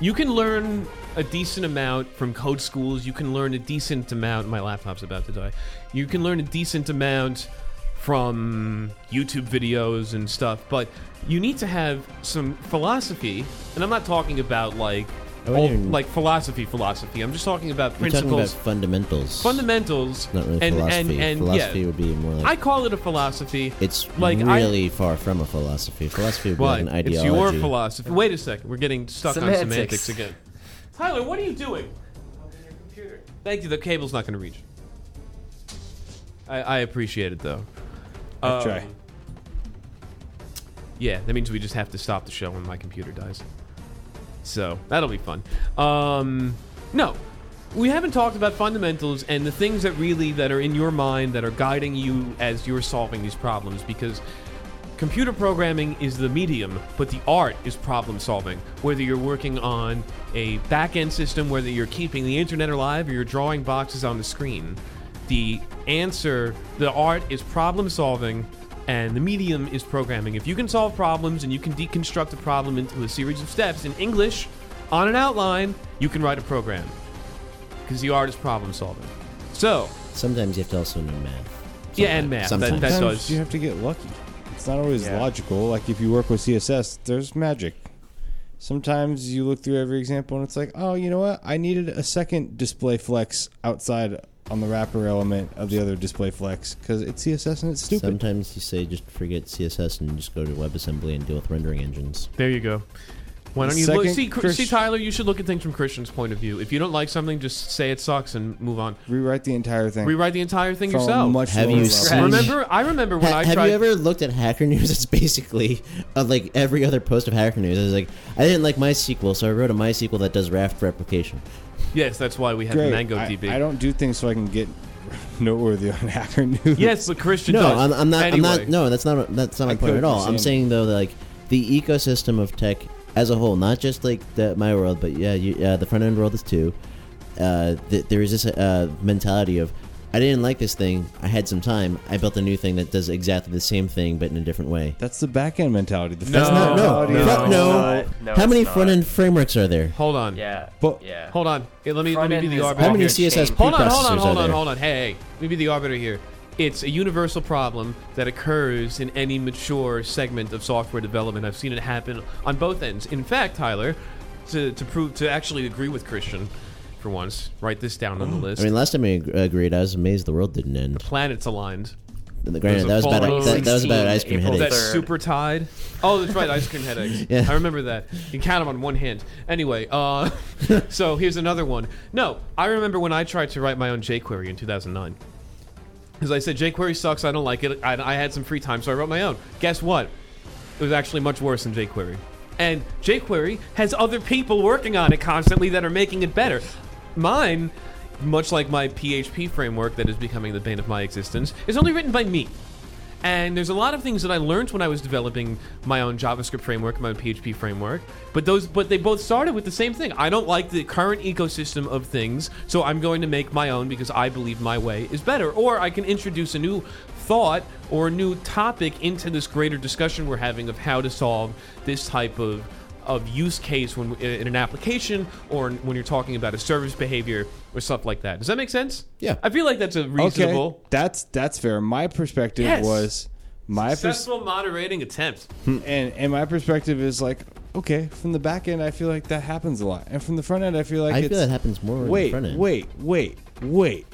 A: You can learn a decent amount from code schools. You can learn a decent amount. My laptop's about to die. You can learn a decent amount from YouTube videos and stuff, but you need to have some philosophy. And I'm not talking about like
B: I wouldn't
A: old,
B: even-
A: like philosophy, philosophy. I'm just talking about
B: You're talking about
A: principles,
B: fundamentals.
A: fundamentals,
B: Not really
A: and,
B: philosophy.
A: and and
B: philosophy
A: yeah.
B: would be more like.
A: I call it a philosophy.
B: it's
A: like I-
B: really far from a philosophy. Philosophy would be
A: Why?
B: like an ideology.
A: It's your philosophy. Wait a second. We're getting stuck on
C: Semantics.
A: semantics again. Tyler, what are you doing? Thank you. The cable's not going to reach. I, I appreciate it, though. Um,
D: Try.
A: Yeah, that means we just have to stop the show when my computer dies. So that'll be fun. Um, no, we haven't talked about fundamentals and the things that really that are in your mind that are guiding you as you're solving these problems because computer programming is the medium, but the art is problem solving. Whether you're working on a back end system, whether you're keeping the internet alive, or you're drawing boxes on the screen, the answer, the art is problem solving, and the medium is programming. If you can solve problems and you can deconstruct a problem into a series of steps in English on an outline, you can write a program. Because the art is problem solving. So,
B: Sometimes you have to also know math.
A: yeah, and math. That,
B: Sometimes.
A: that
D: Sometimes
A: does.
D: you have to get lucky. It's not always logical. Like if you work with CSS, there's magic. Sometimes you look through every example and it's like, oh, you know what? I needed a second display flex outside on the wrapper element of the other display flex because it's CSS and it's stupid.
B: Sometimes you say just forget CSS and just go to WebAssembly and deal with rendering engines.
A: There you go. Why don't you
D: Second,
A: look, see, Chr-
D: Chris-
A: see, Tyler? You should look at things from Christian's point of view. If you don't like something, just say it sucks and move on.
D: Rewrite the entire thing.
A: Rewrite the entire thing
D: from a
A: yourself.
D: much
B: Have
D: lower
B: you
D: level.
B: seen-
A: remember, I remember when
B: Ha-
A: I
B: have
A: tried.
B: you ever looked at Hacker News? It's basically uh, like every other post of Hacker News. It's like I didn't like MySQL, so I wrote a MySQL that does raft replication.
A: Yes, that's why we have
D: Great.
A: Mango
D: I,
A: DB.
D: I don't do things so I can get noteworthy on Hacker News.
A: yes, but Christian
B: No,
A: does.
B: I'm, I'm not.
A: Anyway,
B: I'm not. No, that's not. That's not my
D: I
B: point at
D: could
B: all.
D: be
B: I'm
D: saying-
B: saying though, that, like the ecosystem of tech as a whole, not just like the, my world, but yeah, you, uh, the front end world is too. Uh, th- there is this uh, mentality of, I didn't like this thing. I had some time. I built a new thing that does exactly the same thing but in a different way.
D: That's the back end mentality. The
A: That's not-
D: front-end
A: no.
D: mentality is-
B: Fuck no.
C: It's not. No,
B: How
C: it's
B: many
C: not.
B: front end frameworks are there?
A: Hold on.
C: Yeah.
D: But-
C: yeah.
A: Hold on. Hey, let me let me
C: Front
A: be
C: end
A: the
C: is
A: arbiter.
B: How many
C: Your
B: CSS
C: chain.
A: Hold on, hold on,
B: preprocessors are
A: hold on,
B: there?
A: hold on. Hey, let me be the arbiter here. It's a universal problem that occurs in any mature segment of software development. I've seen it happen on both ends. In fact, Tyler, to, to prove to actually agree with Christian for once, write this down on the list.
B: I mean, last time we ag- agreed, I was amazed the world didn't end.
A: Planets aligned.
B: Granted,
A: a
B: that was about
A: full moon.
B: that, that was about ice cream
C: April
A: Oh, That
B: headaches.
C: Third.
A: super tide. Oh, that's right, ice cream headaches.
B: Yeah.
A: I remember that. You can count them on one hand. Anyway, uh, so here's another one. No, I remember when I tried to write my own jQuery in 2009. Because I said jQuery sucks, I don't like it. I, I had some free time, so I wrote my own. Guess what? It was actually much worse than jQuery. And jQuery has other people working on it constantly that are making it better. Mine, much like my PHP framework that is becoming the bane of my existence, is only written by me. And there's a lot of things that I learned when I was developing my own JavaScript framework, my own PHP framework. But those, but they both started with the same thing. I don't like the current ecosystem of things, so I'm going to make my own because I believe my way is better. Or I can introduce a new thought or a new topic into this greater discussion we're having of how to solve this type of of use case when in an application or when you're talking about a service behavior or stuff like that. Does that make sense?
B: Yeah.
A: I feel like that's a
D: Okay,
A: reasonable.
D: that's that's fair. My perspective
A: Yes.
D: was my pers- Mm,
A: Successful moderating attempt.
D: and and my perspective is like okay, from the back end, I feel like that happens a lot, and from the front end, I feel like
B: I
D: it's,
B: feel that happens more in the
D: wait,
B: front end.
D: wait, wait, wait.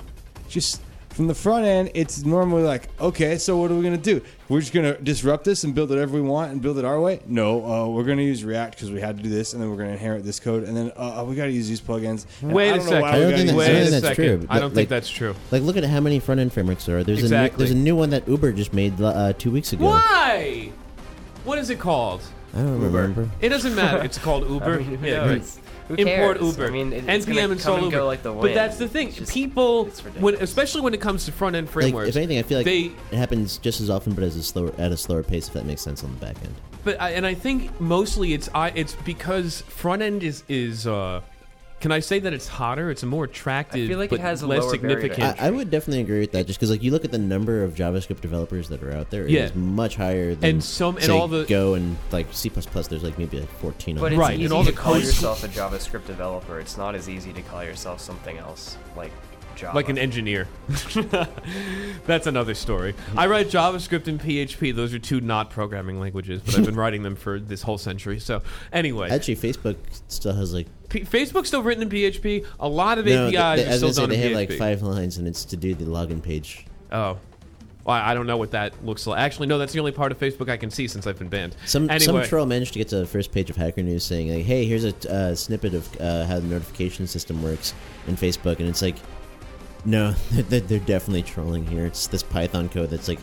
D: Just from the front end, it's normally like, okay, so what are we gonna do? We're just gonna disrupt this and build it whatever we want and build it our way. No, uh, we're gonna use React because we had to do this, and then we're gonna inherit this code, and then uh, we gotta use these plugins. And
A: Wait
D: I
A: a
D: don't know
A: second.
D: why we
B: I don't
D: gotta
B: think
D: use
B: that's,
A: Wait a
B: I don't think
D: this.
B: that's
A: second.
B: true.
A: I don't think
B: Like-
A: that's true.
B: Like, look at how many front end frameworks there are. There's
A: Exactly.
B: a new, there's a new one that Uber just made uh, two weeks ago.
A: Why? What is it called?
B: I don't remember.
A: It doesn't matter. It's called Uber.
C: who
A: Yeah,
C: knows?
A: right.
C: Who
A: Import
C: cares?
A: Uber.
C: I mean, it- it's gonna
A: NPM install
C: come and
A: Uber.
C: go like the
A: but
C: wind.
A: that's the thing.
C: It's just-
A: People,
C: it's
A: when
C: ridiculous.
A: especially when it comes to front end
B: Like,
A: frameworks,
B: if anything, I feel like
A: they
B: it happens just as often, but as a slower at a slower pace. If that makes sense on the back end.
A: But I, and I think mostly it's I it's because front end is is uh can I say that it's hotter? It's more attractive,
C: I feel like
A: but
C: it has a
A: less
C: lower barrier to
A: significant.
C: entry.
B: I, I would definitely agree with that, just because like you look at the number of JavaScript developers that are out there,
A: Yeah.
B: it is much higher than
A: And some- and
B: say,
A: all the-
B: Go and like C plus plus. There's like maybe like 14
C: But
B: on
C: it's
A: Right,
B: it.
A: and
C: easy
A: all
C: to
A: the
C: call
A: codes-
C: yourself a JavaScript developer. It's not as easy to call yourself something else, like Java.
A: like an engineer. That's another story. I write JavaScript and PHP. Those are two not programming languages, but I've been writing them for this whole century. So anyway,
B: Actually, Facebook still has like
A: P- Facebook's still written in PHP. A lot of
B: no,
A: APIs
B: they- they-
A: are
B: as I
A: still
B: say,
A: done
B: they
A: in
B: have
A: PHP.
B: like five lines, and it's to do the login page.
A: Oh. Well, I don't know what that looks like. Actually, no, that's the only part of Facebook I can see since I've been banned.
B: Some some
A: anyway,
B: troll managed to get to the first page of Hacker News saying like, "Hey, here's a uh, snippet of uh, how the notification system works in Facebook," and it's like, "No, they're, they're definitely trolling here. It's this Python code that's like,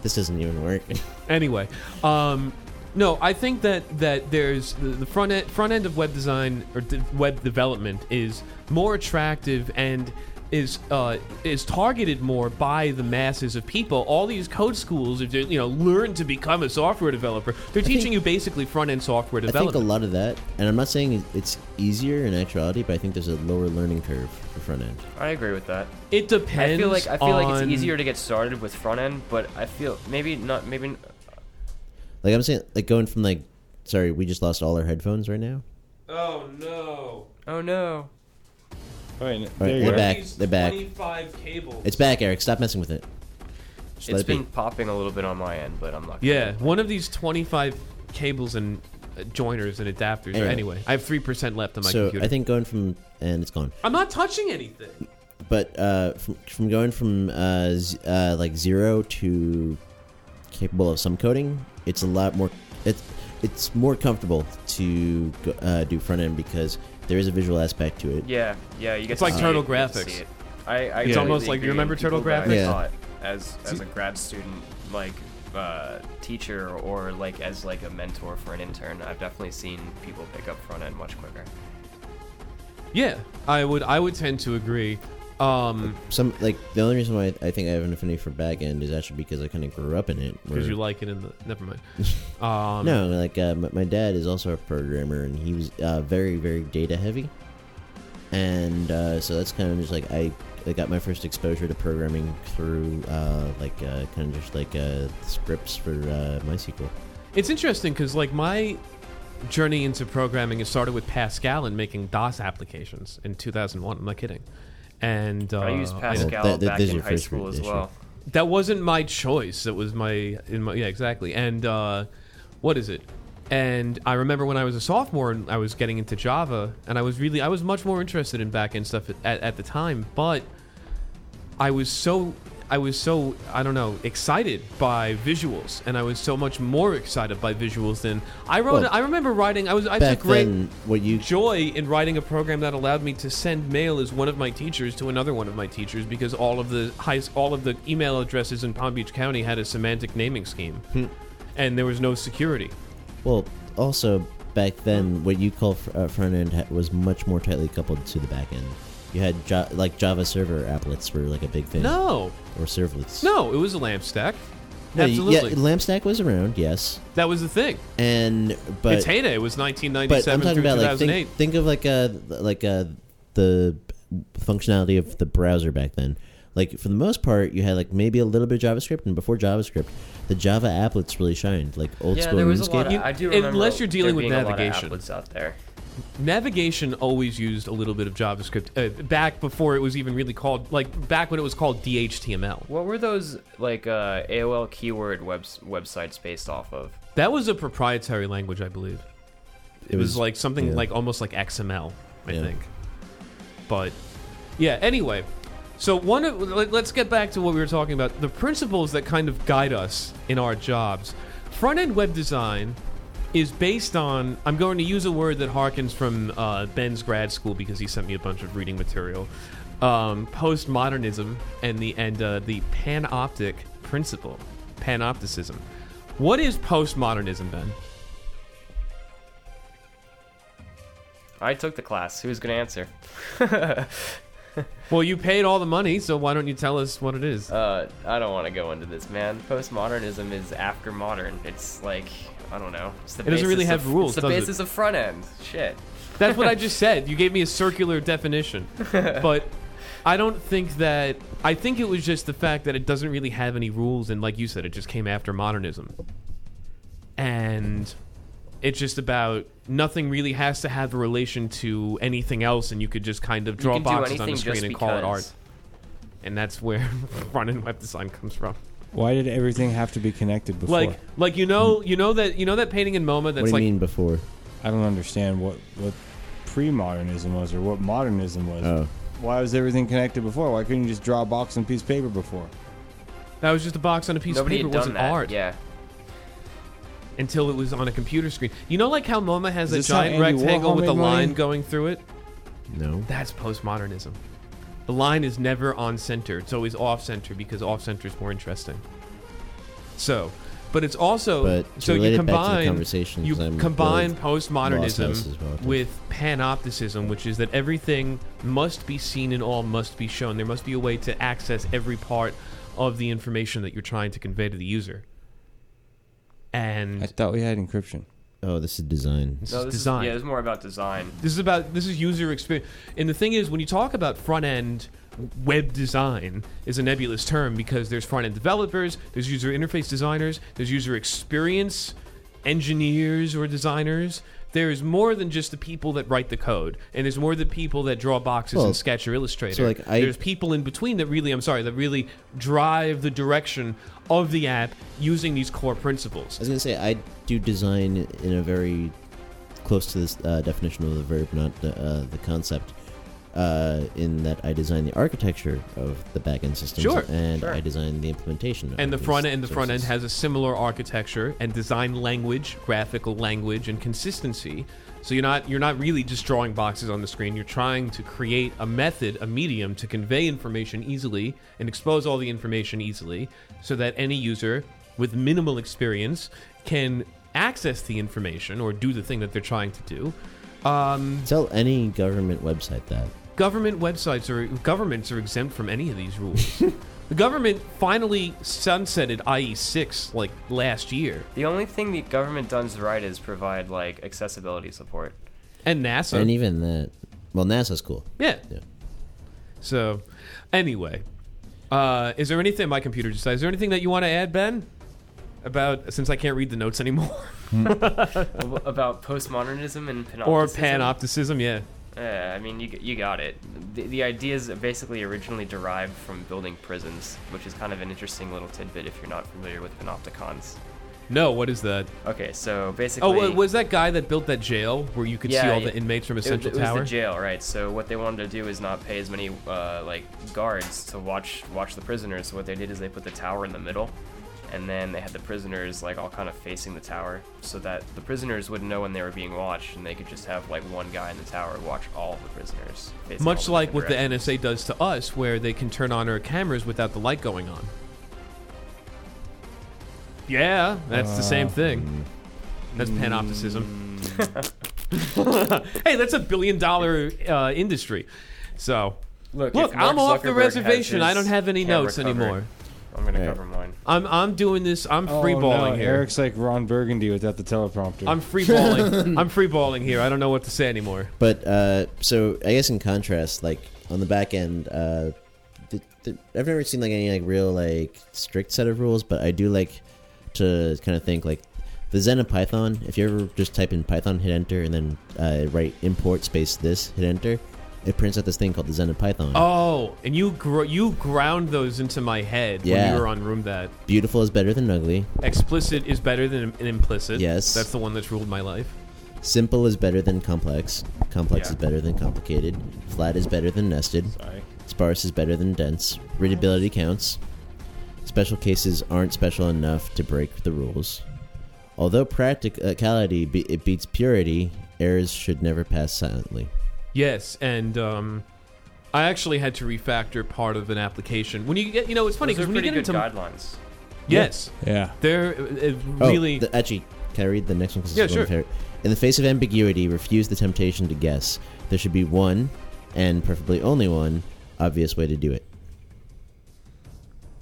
B: this doesn't even work."
A: anyway um no i think that that there's the, the front end front end of web design or de- web development is more attractive and is uh, is targeted more by the masses of people. All these code schools, if you know, learn to become a software developer. They're teaching you basically front end software
B: I think
A: development.
B: a lot of that, and I'm not saying it's easier in actuality, but I think there's a lower learning curve for front end.
C: I agree with that.
A: it depends.
C: I feel like I feel like
A: on-
C: it's easier to get started with front end, but I feel maybe not. Maybe
B: Like I'm saying, like going from like, sorry, we just lost all our headphones right now.
A: Oh no!
C: oh no.
D: All right,
B: All right,
D: there you
B: they're
D: go.
B: back. They're back.
A: Twenty-five cables.
B: It's back, Eric. Stop messing with it. Just
C: It's
B: let it be.
C: been popping a little bit on my end, but I'm not.
A: Yeah, one of these 25 cables and uh, joiners and adapters. Anyway,
B: Anyway.
A: I have 3% left on my
B: so
A: computer.
B: I think going from and it's gone.
A: I'm not touching anything.
B: but uh, from, from going from uh, z- uh, like zero to capable of some coding, it's a lot more. It's it's more comfortable to go, uh, do front end because there is a visual aspect to it.
C: Yeah, yeah. You get
A: It's
C: to
A: like
C: see
A: Turtle
C: it, you get to
A: graphics.
C: see it. I, I
A: It's
C: totally
A: almost like- you
C: agree, and
A: remember Turtle
C: people that I
B: graphics? Yeah.
C: taught As as a grad student, like uh, teacher or like as like a mentor for an intern, I've definitely seen people pick up front end much quicker.
A: Yeah, I would I would tend to agree. Um,
B: Some like the only reason why I think I have an affinity for back end is actually because I kind of grew up in it. where-
A: because you like it in the never mind. Um,
B: no, like uh, my, my dad is also a programmer and he was uh, very very data heavy, and uh, so that's kind of just like I. I got my first exposure to programming through, uh, like, uh, kind of just like uh, scripts for uh, MySQL.
A: It's interesting because like my journey into programming it started with Pascal and making DOS applications in 2001. I'm not kidding. And uh,
C: I used
A: know-
C: Pascal
B: that- that-
C: back
B: this is
C: in
B: your
C: high
B: first
C: school as
B: rendition.
C: well.
A: that wasn't my choice. It was my in my yeah exactly. And uh, what is it? And I remember when I was a sophomore and I was getting into Java, and I was really I was much more interested in back end stuff at, at, at the time, but I was so I was so I don't know excited by visuals, and I was so much more excited by visuals than I wrote.
B: Well,
A: I remember writing. I was I
B: back
A: took great
B: then, what you
A: joy in writing a program that allowed me to send mail as one of my teachers to another one of my teachers because all of the high, all of the email addresses in Palm Beach County had a semantic naming scheme,
B: Hmm.
A: and there was no security.
B: well also back then what you call fr- uh, front end ha- was much more tightly coupled to the back end. You had ja- like Java server applets were like a big thing,
A: No,
B: or servlets.
A: no, it was a lamp stack.
B: No, you-
A: Absolutely,
B: yeah, Lampstack was around, yes,
A: that was the thing.
B: and but
A: its heyday was
B: but I'm
A: 1997
B: talking
A: through
B: about like
A: 2008.
B: think, think of like uh like uh the functionality of the browser back then. Like for the most part, you had like maybe a little bit of JavaScript, and before JavaScript, the Java applets really shined, like old
C: Yeah,
B: school
C: there was
B: RuneScape.
C: a lot. Of,
A: You-
C: I do remember
A: unless you're dealing
C: there
A: with
C: being
A: navigation.
C: A lot of applets out there.
A: Navigation always used a little bit of JavaScript uh, back before it was even really called like back when it was called DHTML.
C: What were those like uh, AOL keyword webs- websites based off of?
A: That was a proprietary language, I believe. It was
B: was-
A: like something
B: yeah.
A: like almost like XML, I
B: Yeah.
A: think. But yeah, anyway. So one of let- let's get back to what we were talking about. The principles that kind of guide us in our jobs. Front-end web design is based on I'm going to use a word that harkens from uh, Ben's grad school because he sent me a bunch of reading material. Um, postmodernism and the and uh, the panoptic principle, panopticism. What is postmodernism, Ben?
C: I took the class. Who's gonna answer?
A: Well, you paid all the money, so why don't you tell us what it is?
C: Uh, I don't want to go into this, man. Postmodernism is after modern. It's like I don't know. It's the
A: It doesn't really
C: basis
A: have
C: of-
A: rules,
C: It's the
A: does it?
C: basis of front end. Shit.
A: That's what I just said. You gave me a circular definition. But I don't think that. I think it was just the fact that it doesn't really have any rules, and like you said, it just came after modernism. And it's just about nothing really has to have a relation to anything else, and you could just kind of
C: You
A: draw
C: can do
A: boxes on
C: anything
A: the screen
C: just
A: and call it
C: because.
A: art. And that's where front end web design comes from.
D: Why did everything have to be connected before?
A: Like, like you know, you know that you know that painting in MoMA. That's
B: What do you
A: like
B: mean before?
D: I don't understand what what pre-modernism was or what modernism was.
B: Oh.
D: Why was everything connected before? Why couldn't you just draw a box on a piece of paper before?
A: that was just a box on a piece
C: Nobody
A: of paper.
C: had
A: It
C: done
A: wasn't
C: that.
A: art.
C: Yeah.
A: until it was on a computer screen. You know, like how MoMA has a
D: Is this how
A: giant
D: Andy
A: rectangle
D: Warhol
A: with a
D: made
A: line
D: money?
A: going through it?
B: No.
A: That's postmodernism. The line is never on center, it's always off center because off center is more interesting. So, but it's also
B: But to
A: so
B: relate
A: you
B: it back to the
A: combine
B: conversation,
A: you
B: 'cause I'm
A: combine
B: really lost how this is
A: postmodernism
B: relative.
A: with panopticism, which is that everything must be seen and all must be shown. There must be a way to access every part of the information that you're trying to convey to the user. And
D: I thought we had encryption.
B: Oh, this is design.
A: this
C: No,
A: is
C: this
A: design.
C: Is, yeah, it's more about design.
A: This is about this is user experience. And the thing is, when you talk about front end web design is a nebulous term because there's front end developers, there's user interface designers, there's user experience engineers or designers. There is more than just the people that write the code, and there's more than people that draw boxes
B: Well,
A: and sketch or illustrator.
B: so, like, I-
A: there's people in between that really, I'm sorry, that really drive the direction of the app using these core principles.
B: I was gonna say I do design in a very close to this uh, definition of the verb, not the, uh, the concept. Uh, in that I design the architecture of the backend systems,
A: Sure,
B: and I design the implementation. Of
A: And the
B: these
A: front end, the front end
B: services.
A: has a similar architecture and design language, graphical language, and consistency. So you're not you're not really just drawing boxes on the screen. You're trying to create a method, a medium to convey information easily and expose all the information easily, so that any user with minimal experience can access the information or do the thing that they're trying to do.
B: Tell any government website that.
A: Government websites or governments are exempt from any of these rules. the government finally sunsetted IE6 like last year.
C: The only thing the government does right is provide like accessibility support.
A: and NASA.
B: and even that. Well, NASA's cool.
A: yeah.
B: Yeah.
A: So, anyway, uh, is there anything my computer just Is there anything that you want to add, Ben? About since I can't read the notes anymore,
C: Ab- about postmodernism and panopticism.
A: or panopticism? Yeah.
C: Yeah, I mean, you, g- you got it. The, the ideas are basically originally derived from building prisons, which is kind of an interesting little tidbit if you're not familiar with panopticons.
A: No, what is that?
C: Okay, so basically.
A: Oh, wa- was that guy that built that jail where you could see
C: Yeah,
A: all
C: yeah.
A: the inmates from a
C: it, was-
A: central
C: it was
A: tower?
C: the jail, right? So what they wanted to do is not pay as many uh, like guards to watch watch the prisoners. So what they did is they put the tower in the middle, and then they had the prisoners like all kind of facing the tower, so that the prisoners wouldn't know when they were being watched, and they could just have like one guy in the tower watch all of the prisoners. facing all
A: Much
C: the
A: like
C: different
A: what the
C: directions.
A: NSA does to us, where they can turn on our cameras without the light going on. Yeah, that's the same thing. That's panopticism.
C: Mm.
A: hey, that's a billion dollar uh, industry. So,
C: Look,
A: look,
C: if Mark
A: I'm off
C: Zuckerberg
A: the
C: has
A: reservation. I
C: his
A: don't have any
C: camera
A: notes
C: covered,
A: anymore.
C: I'm gonna cover mine.
A: I'm I'm doing this. I'm free balling
D: Oh, no,
A: here.
D: Eric's like Ron Burgundy without the teleprompter.
A: I'm free balling. I'm free balling here. I don't know what to say anymore.
B: But uh, so I guess in contrast, like on the back end, uh, th- th- I've never seen like any like real like strict set of rules. But I do like to kind of think like the Zen of Python. If you ever just type in Python, hit enter, and then uh, write import space this, hit enter, it prints out this thing called the Zen of Python.
A: Oh, and you gro- you ground those into my head when
B: Yeah.
A: you were on Room That.
B: Beautiful is better than ugly.
A: Explicit is better than im- implicit.
B: Yes.
A: That's the one that's ruled my life.
B: Simple is better than complex. Complex is better than complicated. Flat is better than nested.
D: Sorry.
B: Sparse is better than dense. Readability counts. Special cases aren't special enough to break the rules. Although practicality be- it beats purity, errors should never pass silently.
A: Yes, and um, I actually had to refactor part of an application. When you get, you know, it's funny
C: Those
A: because
C: are
A: when you
C: pretty
A: get
C: good
A: into
C: guidelines.
A: yes,
D: Yeah.
A: they're it
B: Oh,
A: really
B: the- actually, can I read the next one? 'Cause it's
A: Yeah,
B: one of
A: sure.
B: my favorite. In the face of ambiguity, refuse the temptation to guess. There should be one, and preferably only one, obvious way to do it.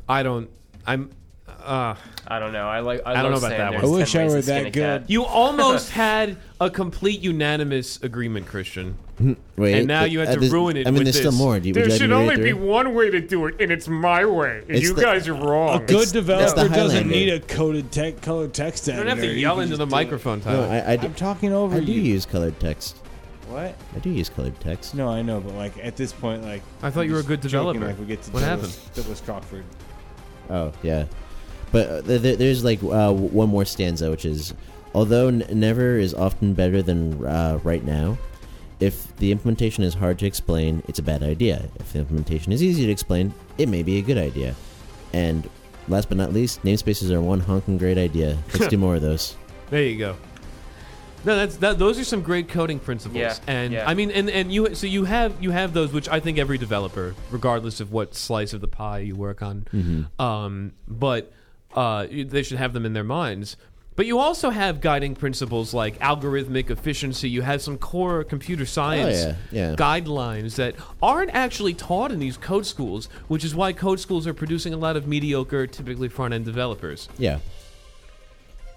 A: I don't. I'm. Uh,
C: I don't know. I like. I,
A: I don't
C: love
A: know about that
C: saying
A: one.
C: there's
D: I wish
C: 10
D: I
C: ways
D: were
C: to skin
D: that
C: a cat.
A: you almost had a complete unanimous agreement, Christian,
B: Wait,
A: and now
B: th-
A: you had
B: uh,
A: to
B: there's-
A: ruin it.
B: I mean,
A: with
B: there's still
A: this.
B: more. Do you, would you like me to read it through?
I: one way to do it, and it's my way. And
B: It's the-
I: are wrong.
D: Good
B: that's the
D: developer doesn't
B: Highlander.
D: need a coded tech color text
A: You
D: editor.
A: don't have to
D: You
A: yell
D: can
A: into
D: just
A: the
D: do
A: microphone,
B: No,
A: Tyler.
B: I, I
D: it.
B: d-
D: I'm talking over
B: I do
D: you.
B: use colored text.
D: What?
B: I do use colored text.
D: No, I know, but like at this point, like
A: I thought
D: I'm
A: you were a
D: just
A: good
D: joking,
A: developer.
D: Like, we get to
A: What
D: Douglas, Douglas Crockford.
B: Oh yeah, but uh, th- th- there's like uh, w- one more stanza, which is although n- never is often better than uh, right now. If the implementation is hard to explain, it's a bad idea. If the implementation is easy to explain, it may be a good idea. And last but not least, namespaces are one honking great idea. Let's do more of those.
A: There you go. No, that's that. Those are some great coding principles,
C: Yeah,
A: and
C: yeah.
A: I mean, and and you so you have you have those, which I think every developer, regardless of what slice of the pie you work on,
B: Mm-hmm.
A: um, but uh, you- they should have them in their minds. But you also have guiding principles like algorithmic efficiency. You have some core computer science
B: Oh, yeah, yeah.
A: guidelines that aren't actually taught in these code schools, which is why code schools are producing a lot of mediocre, typically front end developers.
B: Yeah.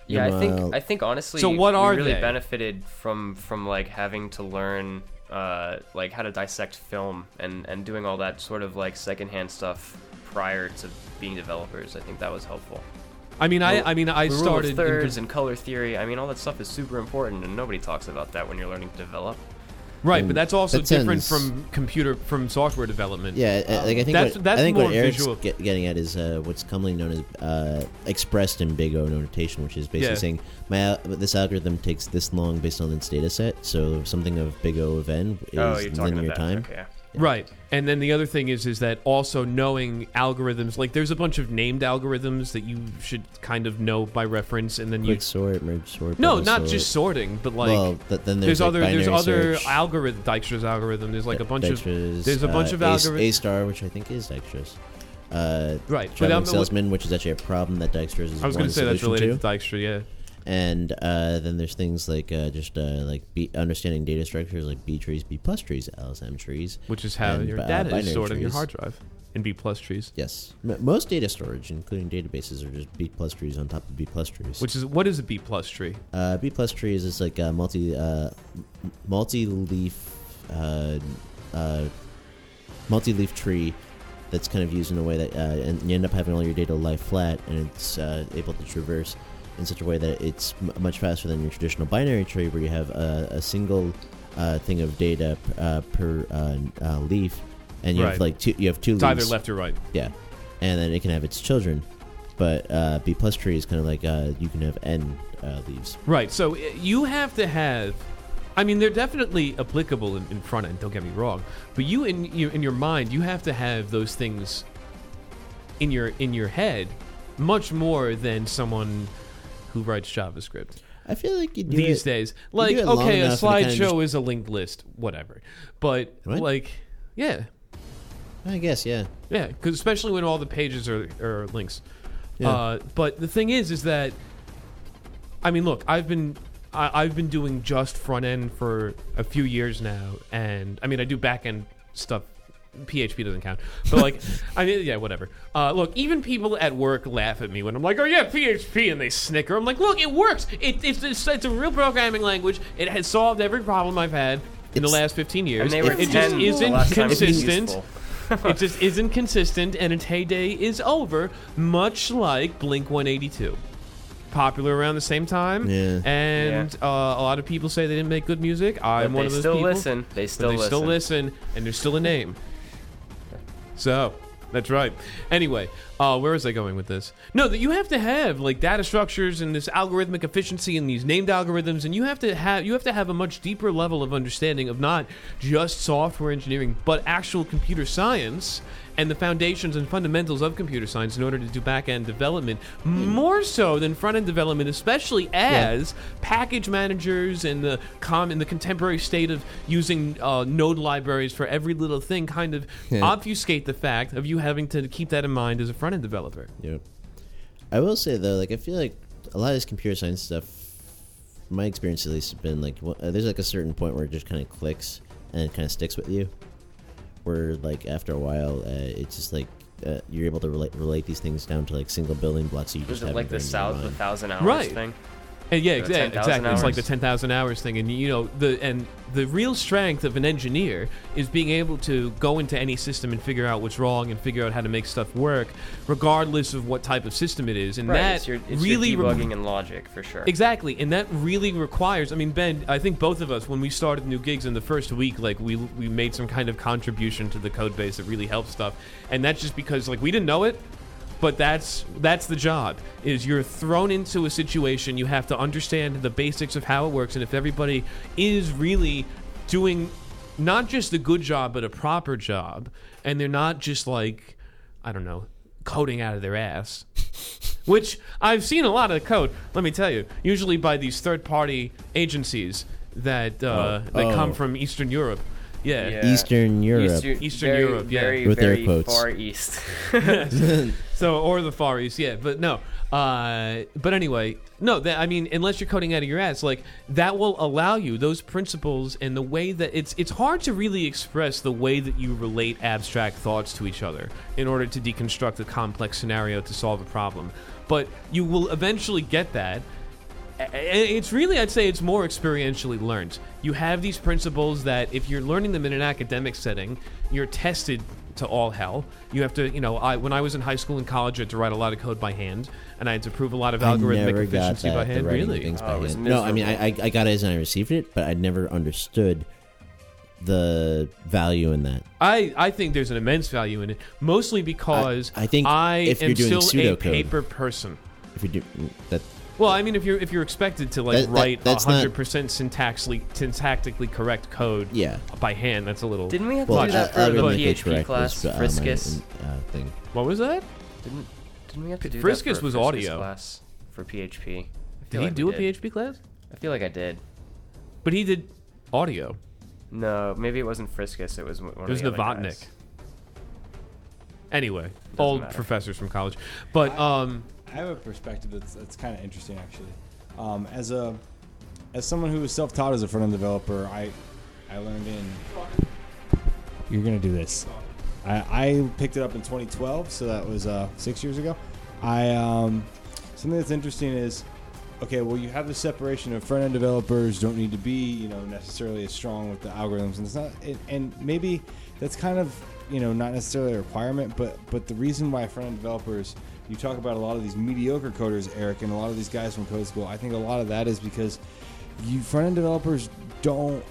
C: Yeah, I
B: Well-
C: think I think honestly,
A: So what are
C: we really
A: they?
C: benefited from from like having to learn uh, like how to dissect film and and doing all that sort of like secondhand stuff prior to being developers. I think that was helpful.
A: I mean, I I mean, I
C: the rule
A: started.
C: of
A: in
C: thirds and color theory. I mean, all that stuff is super important, and nobody talks about that when you're learning to develop.
A: Right, but that's also
B: that
A: different
B: sounds-
A: from computer from software development.
B: Yeah, I- I- like I think
A: Um, That's-
B: what,
A: that's
B: I think
A: more
B: what Eric's
A: visual.
B: get- getting at is uh, what's commonly known as uh, expressed in Big O notation, which is basically
A: Yeah.
B: saying my al- this algorithm takes this long based on its data set. So something of Big O of n is
C: oh, you're talking
B: linear
C: about
B: time.
C: That. Okay.
A: Right. And then the other thing is is that also knowing algorithms, like there's a bunch of named algorithms that you should kind of know by reference and then you
B: Quick sort, merge sort.
A: No,
B: bubble
A: not
B: sort.
A: just sorting, but like
B: well, th- then
A: there's,
B: there's, like
A: other there's
B: binary
A: other
B: search,
A: algorithm Dijkstra's algorithm. There's like a bunch
B: Dijkstra's,
A: of there's a bunch
B: uh,
A: of
B: A, a
A: algorithms.
B: star, which I think is Dijkstra's. Uh,
A: Right. But
B: Traveling
A: I'm-
B: salesman, which is actually a problem that Dijkstra's is
A: I was
B: going
A: going to say that's related to Dijkstra, yeah.
B: and uh, then there's things like uh, just uh, like B, understanding data structures like B trees, B plus trees, LSM trees,
A: Which is how
B: and,
A: your
B: uh,
A: data is
B: binary
A: stored on your
B: trees.
A: hard drive in B plus trees.
B: Yes, M- most data storage, including databases, are just B plus trees on top of B plus trees.
A: Which is what is a B plus tree?
B: uh, B plus trees is like a multi uh, multi leaf uh, uh, multi leaf tree that's kind of used in a way that uh, and you end up having all your data lie flat and it's uh, able to traverse in such a way that it's m- much faster than your traditional binary tree where you have a, a single uh, thing of data uh, per uh, uh, leaf and you
A: Right.
B: have like two you have two
A: It's either
B: leaves
A: left or right.
B: yeah, and then it can have its children. But uh, B plus tree is kind of like uh, you can have n uh, leaves.
A: Right. So i- you have to have. I mean, they're definitely applicable in, in front end. Don't get me wrong, but you in you, in your mind, you have to have those things in your in your head much more than someone who writes JavaScript
B: I feel like you do
A: these
B: it-
A: days.
B: you
A: Like,
B: do it long
A: okay, a
B: enough and it kinda
A: slideshow is a linked list, whatever. But
B: What?
A: like, yeah,
B: just- I guess yeah.
A: yeah, 'cause especially when all the pages are, are links.
B: Yeah.
A: Uh, but the thing is, is that I mean, look, I've been I, I've been doing just front end for a few years now, and I mean, I do back end stuff. PHP doesn't count, but like, I mean, yeah, whatever. Uh, look, even people at work laugh at me when I'm like, "Oh yeah, PHP," and they snicker. I'm like, "Look, it works. It, it's, it's it's a real programming language. It has solved every problem I've had in the
B: It's-
A: last 15 years.
C: And they were
A: it it
C: 10
A: just
C: the
A: isn't
C: last time it was
A: consistent."
C: useful.
A: it just isn't consistent, and its heyday is over, much like Blink 182. Popular around the same time,
B: Yeah.
A: and Uh, a lot of people say they didn't make good music. I'm
C: But
A: one
C: they
A: of those
C: still
A: people.
C: listen. They
A: But
C: still
A: they
C: listen.
A: still listen, and there's still a name. So, That's right. Anyway, uh, where was I going with this? No, that you have to have like data structures and this algorithmic efficiency and these named algorithms, and you have to have you have to have a much deeper level of understanding of not just software engineering, but actual computer science and the foundations and fundamentals of computer science in order to do back end development more so than front end development, especially as package managers and the com in the contemporary state of using uh, node libraries for every little thing kind of obfuscate the fact of you having to keep that in mind as a front end developer.
B: Yep. I will say though, like I feel like a lot of this computer science stuff, my experience at least, has been like wh- uh, there's like a certain point where it just kind of clicks and it kind of sticks with you. Where like after a while, uh, it's just like uh, you're able to relate relate these things down to like single building blocks. That you
C: Was
B: just
C: it
B: have
C: like the
B: in your
C: south, the
B: mind.
C: thousand hours
A: Right.
C: thing?
A: And yeah,
C: The
A: exactly.
C: 10,000
A: exactly. It's like the
C: hours.
A: ten thousand hours thing, and you know the and the real strength of an engineer is being able to go into any system and figure out what's wrong and figure out how to make stuff work, regardless of what type of system it is. And
C: Right.
A: that
C: it's your, it's
A: really
C: your
A: re-
C: debugging and logic for sure.
A: Exactly, and that really requires. I mean, Ben, I think both of us, when we started new gigs in the first week, like we we made some kind of contribution to the code base that really helps stuff, and that's just because like we didn't know it, but that's that's the job. Is you're thrown into a situation, you have to understand the basics of how it works, and if everybody is really doing not just a good job but a proper job, and they're not just like I don't know coding out of their ass which I've seen a lot of code. Let me tell you, usually by these third-party agencies that uh, that
B: Oh.
A: come from Eastern Europe. Yeah.
C: Yeah.
B: Eastern Europe.
A: Eastern
C: very,
A: Europe, yeah.
C: Very,
B: With air
C: very
B: quotes.
C: far east.
A: So or the Far East, yeah. But no. Uh, but anyway, no. That, I mean, unless you're coding out of your ass, like that will allow you those principles and the way that it's it's hard to really express the way that you relate abstract thoughts to each other in order to deconstruct a complex scenario to solve a problem. But you will eventually get that I- it's really i'd say it's more experientially learned you have these principles that if you're learning them in an academic setting you're tested to all hell you have to you know i when i was in high school and college i had to write a lot of code by hand and i had to prove a lot of
B: I
A: algorithmic
B: never got
A: efficiency
B: that,
A: by
B: the
A: hand
B: writing of
A: really
B: things by
C: Oh, it was
B: hand. No, I mean, I, I, I got it as I received it, but I never understood the value in that.
A: I, I think there's an immense value in it mostly because
B: I think
A: I
B: if
A: am
B: you're doing
A: still a
B: pseudocode-
A: paper person
B: If you do that,
A: Well, I mean, if you're if you're expected to like
B: That- that-
A: write
B: that's not-
A: hundred percent syntactically syntactically correct code,
B: Yeah.
A: by hand, that's a little.
C: Didn't we have
B: well,
C: to do that for
B: I, I
C: the
B: would make it
C: PHP
B: correct,
C: class,
B: but, um, I
C: Friskus?
B: didn't, uh, thing.
A: What was that?
C: Didn't, didn't we have to do that
A: Friskus
C: for a
A: was
C: Friskus
A: audio.
C: class for PHP? I feel
A: Did he
C: like
A: do
C: we
A: a PHP class?
C: I feel like I did.
A: But he did audio.
C: No, maybe it wasn't Friskus. It was one
A: It was
C: of the other
A: Novotnik.
C: guys.
A: Anyway, old
C: matter.
A: professors from college. But um,
D: I have a perspective that's, that's kind of interesting, actually. Um, as a as someone who was self-taught as a front-end developer, I I learned in. You're gonna do this. I, I picked it up in 2012, so that was uh, six years ago. I um, something that's interesting is, okay, well, you have the separation of front-end developers don't need to be, you know, necessarily as strong with the algorithms, and it's not, it, and maybe that's kind of, you know, not necessarily a requirement, but but the reason why front-end developers, you talk about a lot of these mediocre coders, Eric, and a lot of these guys from code school. I think a lot of that is because you front-end developers don't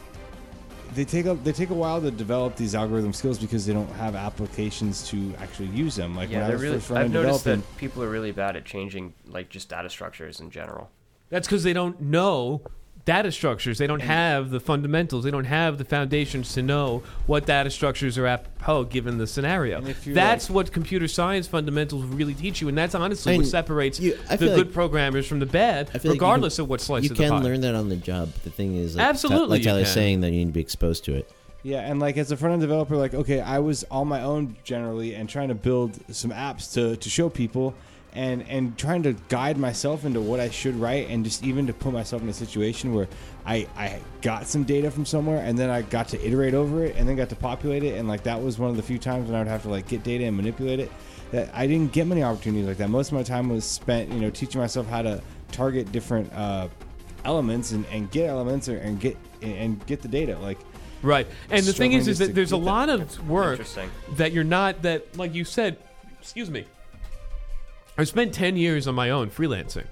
D: they take a they take a while to develop these algorithm skills because they don't have applications to actually use them. Like
C: Yeah,
D: when I
C: they're
D: was
C: really.
D: first running
C: I've noticed
D: developing,
C: that people are really bad at changing like just data structures in general.
A: that's because they don't know data structures. They don't have the fundamentals. They don't have the foundations to know what data structures are apropos given the scenario.
D: if you're
A: That's what computer science fundamentals really teach you, and that's honestly
B: And
A: what separates
B: you- I
A: the
B: feel
A: good
B: like-
A: programmers from the bad,
B: I feel like you
A: regardless
B: can-
A: of what slice
B: you
A: of the
B: can
A: pie.
B: learn that on the job. But the thing is, like,
A: Absolutely
B: like
A: you
B: Tyler's
A: can.
B: saying, that you need to be exposed to it.
D: Yeah, and like as a front end developer, like okay, I was on my own generally and trying to build some apps to, to show people and and trying to guide myself into what I should write and just even to put myself in a situation where I, I got some data from somewhere and then I got to iterate over it and then got to populate it and like that was one of the few times when I would have to like get data and manipulate it that I didn't get many opportunities like that. Most of my time was spent, you know, teaching myself how to target different uh, elements and, and get elements or, and get and get the data like
A: Right. And the thing is,
D: Struggling
A: is
D: to
A: that there's a
D: get that.
A: lot of work
C: interesting.
A: that you're not that, like you said. Excuse me. I spent ten years on my own freelancing,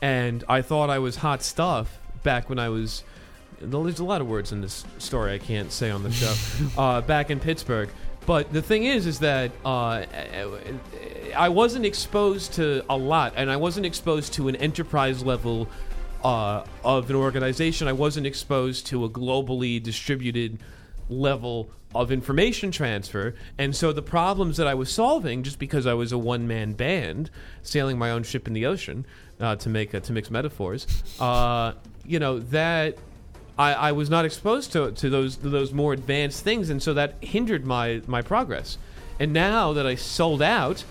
A: and I thought I was hot stuff back when I was. There's a lot of words in this story I can't say on the show. uh, back in Pittsburgh, But the thing is, is that uh, I wasn't exposed to a lot, and I wasn't exposed to an enterprise level uh, of an organization. I wasn't exposed to a globally distributed level of information transfer, and so the problems that I was solving, just because I was a one man band sailing my own ship in the ocean, uh, to make uh, to mix metaphors, uh, you know that I, I was not exposed to, to those to those more advanced things, and so that hindered my my progress. And now that I sold out,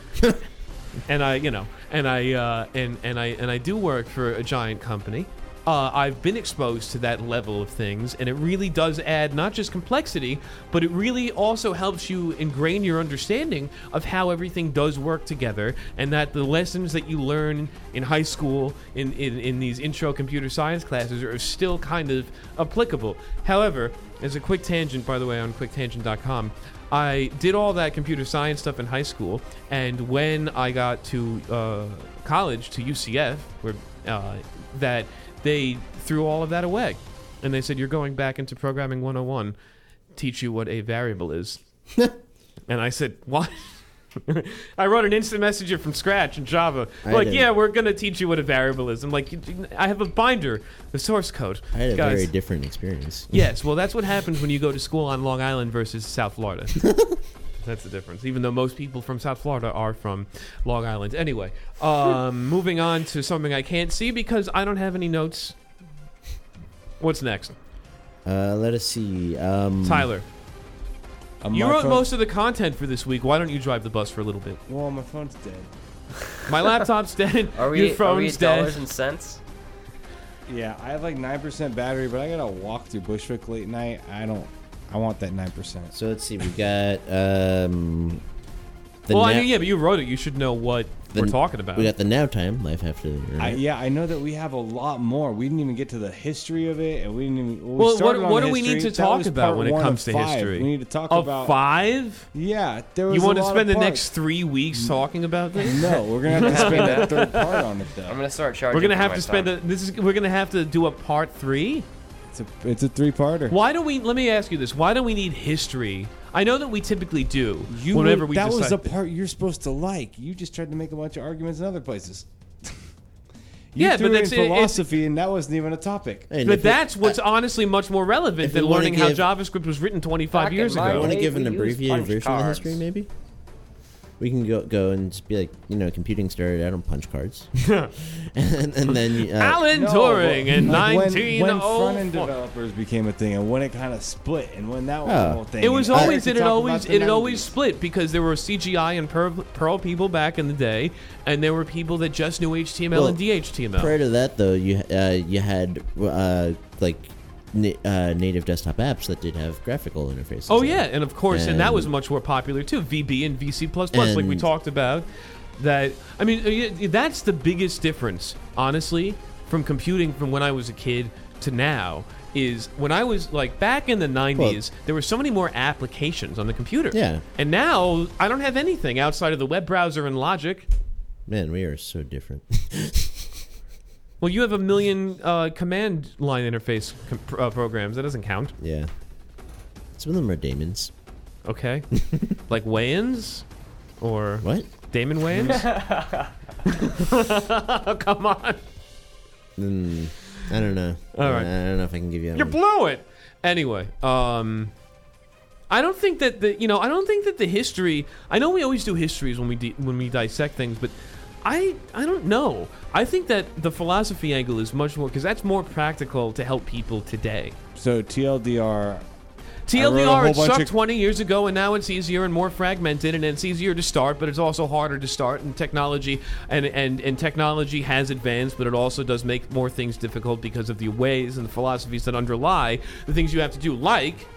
A: and I you know and I uh, and and I and I do work for a giant company, uh, I've been exposed to that level of things, and it really does add not just complexity, but it really also helps you ingrain your understanding of how everything does work together, and that the lessons that you learn in high school in in, in these intro computer science classes are still kind of applicable. However, as a quick tangent, by the way, on quicktangent.com, I did all that computer science stuff in high school, and when I got to uh, college, to UCF, where uh, that they threw all of that away, and they said you're going back into programming 101, teach you what a variable is, and I said what. I wrote an instant messenger from scratch in Java.
B: I
A: like,
B: didn't.
A: yeah, we're gonna teach you what a variable is. I'm like, "You- you- I have a binder, the source code.
B: I had a
A: Guys,
B: very different experience.
A: Yes, well, that's what happens when you go to school on Long Island versus South Florida. that's the difference. Even though most people from South Florida are from Long Island. Anyway, um, moving on to something I can't see because I don't have any notes. What's next,
B: Uh, let us see. Um,
A: Tyler?
D: Uh,
A: You
D: my
A: wrote
D: phone-
A: most of the content for this week. Why don't you drive the bus for a little bit?
D: Well, my phone's dead.
A: My laptop's dead.
C: Are we,
A: Your
C: are we
A: phone's
C: at dollars
A: dead.
C: and cents?
D: Yeah, I have like nine percent battery, but I gotta walk through Bushwick late night. I don't. I want that nine percent.
B: So let's see. We got um, the
A: Well, I
B: now-
A: mean, yeah, but you wrote it. You should know what
B: the-
A: we're talking about.
B: We got the now time. Life after.
D: I,
B: Right?
D: yeah, I know that we have a lot more. We didn't even get to the history of it, and we didn't even. we
A: Well, what-
D: started on
A: what
D: the
A: do we need
D: history.
A: to
D: That
A: talk
D: was
A: about
D: part
A: when it
D: one
A: comes
D: of
A: to
D: five.
A: history?
D: We need to talk
A: of
D: about.
A: five.
D: Yeah, there was.
A: You
D: a
A: want to
D: lot of
A: spend the
D: parts.
A: next three weeks talking about this?
D: No, we're gonna have to spend that third part on it though.
C: I'm gonna start charging.
A: We're gonna
C: for
A: have
C: my
A: to spend
C: time.
A: a, this is we're gonna have to do a part three.
D: It's a, it's a three-parter.
A: Why don't we? Let me ask you this: Why don't we need history? I know that we typically do.
D: You
A: whenever
D: would-
A: we
D: that
A: decide
D: was the part you're supposed to like. You just tried to make a bunch of arguments in other places. you
A: Yeah, but
D: threw
A: that's-
D: in
A: it- it's-
D: philosophy, and that wasn't even a topic.
B: And
A: but
B: if we-
A: that's what's honestly much more relevant
B: if
A: than
B: you wanna
A: learning
B: give-
A: how JavaScript was written 25
C: Back in
A: years
C: my
B: I
A: ago.
B: want to
C: Hey,
B: give an
C: we use
B: abbreviated
C: punch
B: version of the
C: cards.
B: history, maybe. We can go go and just be like, you know, computing started out on punch cards, and, and then uh,
A: Alan
D: No,
A: Turing
D: but
A: in
D: like when-
A: 1904.
D: When front-end developers became a thing, and when it kind of split, and when that was
B: Oh.
D: the whole thing.
A: It was
D: and
A: always it
D: Eric
A: had
D: talked
A: always
D: about
A: it
D: the
A: had always
D: 90s.
A: split because there were CGI and Perl, Perl people back in the day, and there were people that just knew HTML
B: Well,
A: and DHTML.
B: prior to that though, you uh, you had uh, like na- uh, native desktop apps that did have graphical interfaces.
A: Oh
B: in
A: yeah,
B: it.
A: and of course, and, that was
B: And-
A: much more popular too. VB and VC plus plus, like we
B: And-
A: talked about. That I mean, uh, yeah, that's the biggest difference, honestly, from computing from when I was a kid to now. Is when I was like back in the '90s, there were so many more applications on the computer.
B: Yeah.
A: and now I don't have anything outside of the web browser and Logic.
B: man, we are so different.
A: Well, you have a million uh, command line interface com- pr- uh, programs. That doesn't count,
B: yeah, some of them are daemons.
A: okay? like Wayans, or
B: What?
A: Damon Wayans? Come on.
B: Mm, I don't know.
A: All right.
B: I don't know if I can give you. That
A: You
B: one.
A: blew it. Anyway, um I don't think that the you know, I don't think that the history I know we always do histories when we di- when we dissect things, but I I don't know. I think that the philosophy angle is much more cuz that's more practical to help people today.
D: So TLDR, I
A: TLDR
D: wrote a
A: it
D: whole bunch
A: sucked
D: of-
A: 20 years ago and now it's easier and more fragmented and it's easier to start but it's also harder to start and technology and, and, and technology has advanced but it also does make more things difficult because of the ways and the philosophies that underlie the things you have to do like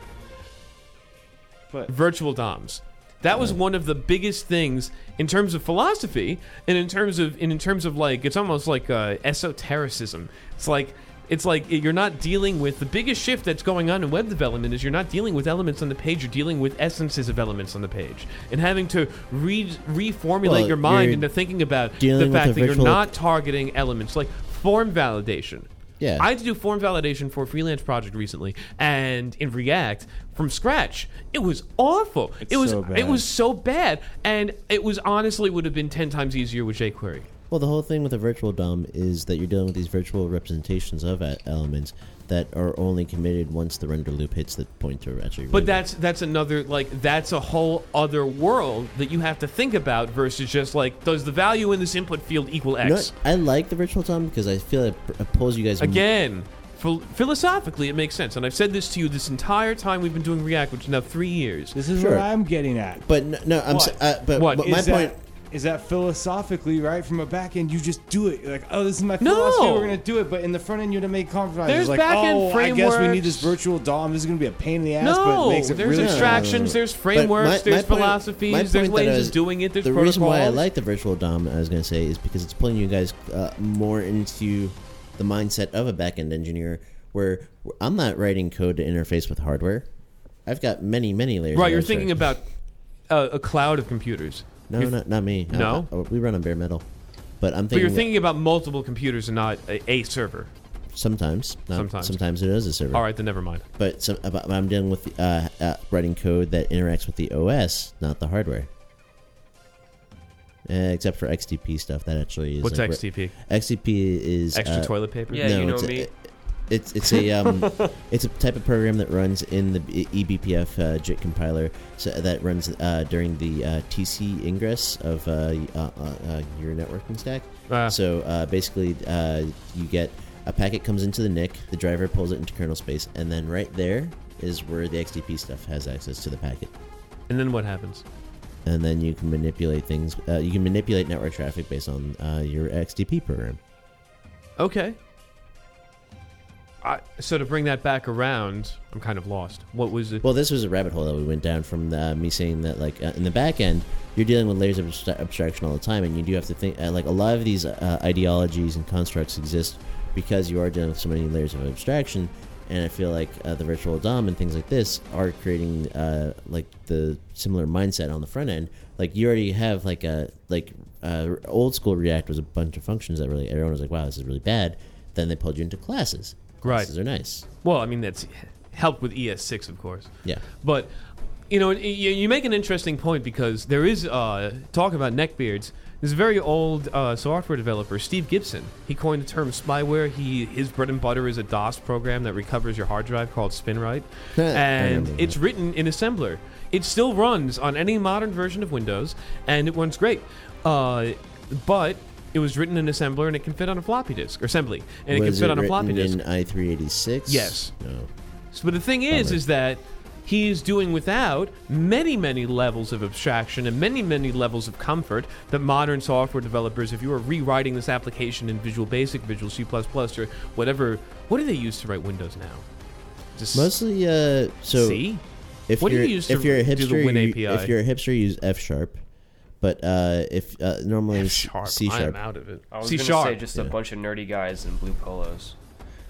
D: But-
A: virtual DOMs that
B: Oh.
A: was one of the biggest things in terms of philosophy and in terms of and in terms of like it's almost like uh, esotericism it's like it's like you're not dealing with the biggest shift that's going on in web development is you're not dealing with elements on the page you're dealing with essences of elements on the page and having to re- reformulate
B: Well,
A: your mind
B: you're
A: into thinking about the
B: dealing with
A: fact
B: a
A: that you're
B: virtual-
A: not targeting elements like form validation
B: Yeah.
A: I had to do form validation for a freelance project recently, and in React from scratch, it was awful. it was
D: so bad.
A: it was so bad, and it was honestly would have been ten times easier with jQuery.
B: Well, the whole thing with a virtual DOM is that you're dealing with these virtual representations of e- elements that are only committed once the render loop hits the pointer actually.
A: But that's that's another like that's a whole other world that you have to think about versus just like does the value in this input field equal
B: You know
A: x?
B: what? I like the virtual DOM because I feel it pr- pulls you guys m-
A: Again, phil- philosophically it makes sense, and I've said this to you this entire time we've been doing React, which is now three years.
D: This is
B: Sure.
D: what I'm getting at.
B: But no, no I'm s
D: What?
B: uh, but
A: What?
B: but my
D: is
B: point.
D: That, is that philosophically right from a back end? You just do it. You're like, oh, this is my
A: No.
D: philosophy. We're gonna do it. But in the front end, you have to make compromises.
A: There's
D: like,
A: back-end
D: oh, I guess we need this
A: frameworks.
D: virtual DOM. This is gonna be a pain in the ass, but
A: No,
D: it makes it
A: there's
D: really
A: abstractions, there's
B: Uh, But
A: frameworks,
B: my- my
A: there's
B: point-
A: philosophies,
B: my
A: there's
B: point
A: ways
B: that
A: of
B: is-
A: doing it, there's
B: the
A: protocols.
B: reason why I like the virtual DOM, I was going to say, is because it's pulling you guys uh, more into the mindset of a backend engineer, where I'm not writing code to interface with hardware. I've got many, many layers.
A: right,
B: of
A: you're
B: abstract-
A: thinking about uh, a cloud of computers.
B: No,
A: You're-
B: not, not me. I-
A: No?
B: I- we run on bare metal, but I'm
A: But
B: thinking.
A: you're thinking about multiple computers and not a, a server.
B: sometimes, not,
A: Sometimes.
B: sometimes, it is a server.
A: All right, then never mind.
B: but some, about, I'm dealing with uh, uh, writing code that interacts with the OS, not the hardware. Uh, except for XDP stuff, that actually is.
A: What's
B: like-
A: XTP?
B: XDP is
A: Extra
B: uh,
A: toilet paper?
C: Yeah, you know
B: it's
C: me.
B: A, uh, it's it's a um, it's a type of program that runs in the B- eBPF uh, JIT compiler so that runs uh, during the uh, TC ingress of uh, uh, uh, uh, your networking stack.
A: Ah.
B: So uh, basically, uh, you get a packet comes into the NIC, the driver pulls it into kernel space, and then right there is where the XDP stuff has access to the packet.
A: And then what happens?
B: And then you can manipulate things. Uh, you can manipulate network traffic based on uh, your XDP program.
A: Okay. I, so to bring that back around, I'm kind of lost. What was it?
B: Well, this was a rabbit hole that we went down from uh, me saying that, like, uh, in the back end, you're dealing with layers of abstra- abstraction all the time, and you do have to think, uh, like, a lot of these uh, ideologies and constructs exist because you are dealing with so many layers of abstraction. And I feel like uh, the virtual DOM and things like this are creating, uh, like, the similar mindset on the front end. Like, you already have, like, a, like, uh, old school React was a bunch of functions that really, everyone was like, wow, this is really bad. Then they pulled you into classes.
A: Right.
B: Classes are nice.
A: Well, I mean that's helped with ES6, of course.
B: Yeah.
A: But you know, y- you, you make an interesting point because there is uh, talk about neckbeards. This very old uh, software developer, Steve Gibson, he coined the term spyware. He his bread and butter is a DOS program that recovers your hard drive called Spinrite, and
B: remember that.
A: it's written in assembler. It still runs on any modern version of Windows, and it runs great. Uh, but it was written in assembler, and it can fit on a floppy disk or assembly, and it can
B: Was
A: fit on a
B: written
A: floppy disk.
B: in i386?
A: Yes.
B: No.
A: So- But the thing is,
B: Bummer.
A: is that he's doing without many, many levels of abstraction and many, many levels of comfort that modern software developers, if you are rewriting this application in Visual Basic, Visual C++, or whatever, what do they use to write Windows now? Just
B: Mostly, uh, so
A: C?
B: if
A: What do
B: you're
A: you use
B: if
A: to
B: you're a
A: do
B: hipster,
A: the Win
B: you-
A: API?
B: if you're a hipster, you use F sharp. But uh, if uh, normally it's
A: Sharp.
B: C
A: I'm
B: sharp.
A: out of it.
C: I was
A: C
C: gonna
A: sharp.
C: say just a bunch of nerdy guys in blue polos.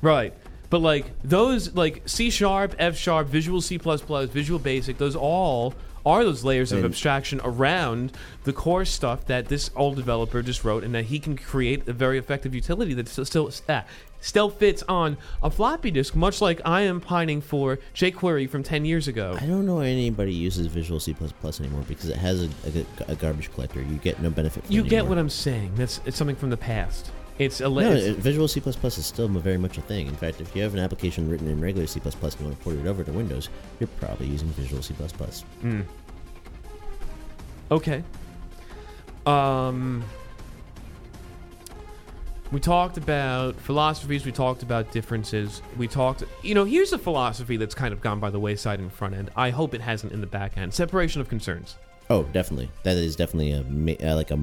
A: Right. But like those like C sharp, F sharp, Visual C, Visual Basic, those all are those layers of
B: And-
A: abstraction around the core stuff that this old developer just wrote and that he can create a very effective utility that still still, ah, still fits on a floppy disk, much like I am pining for jQuery from ten years ago.
B: I don't know why anybody uses Visual C++ anymore because it has a, a, a garbage collector. You get no benefit. From
A: You
B: it
A: get
B: anymore.
A: what I'm saying. That's it's something from the past. It's a la-
B: No,
A: it's-
B: uh, Visual C++ is still very much a thing. In fact, if you have an application written in regular C++ and you want to port it over to Windows, you're probably using Visual C++.
A: Okay. Um, we talked about philosophies. We talked about differences. We talked. You know, here's a philosophy that's kind of gone by the wayside in front end. I hope it hasn't in the back end. Separation of concerns.
B: Oh, definitely. That is definitely a ma- uh, like a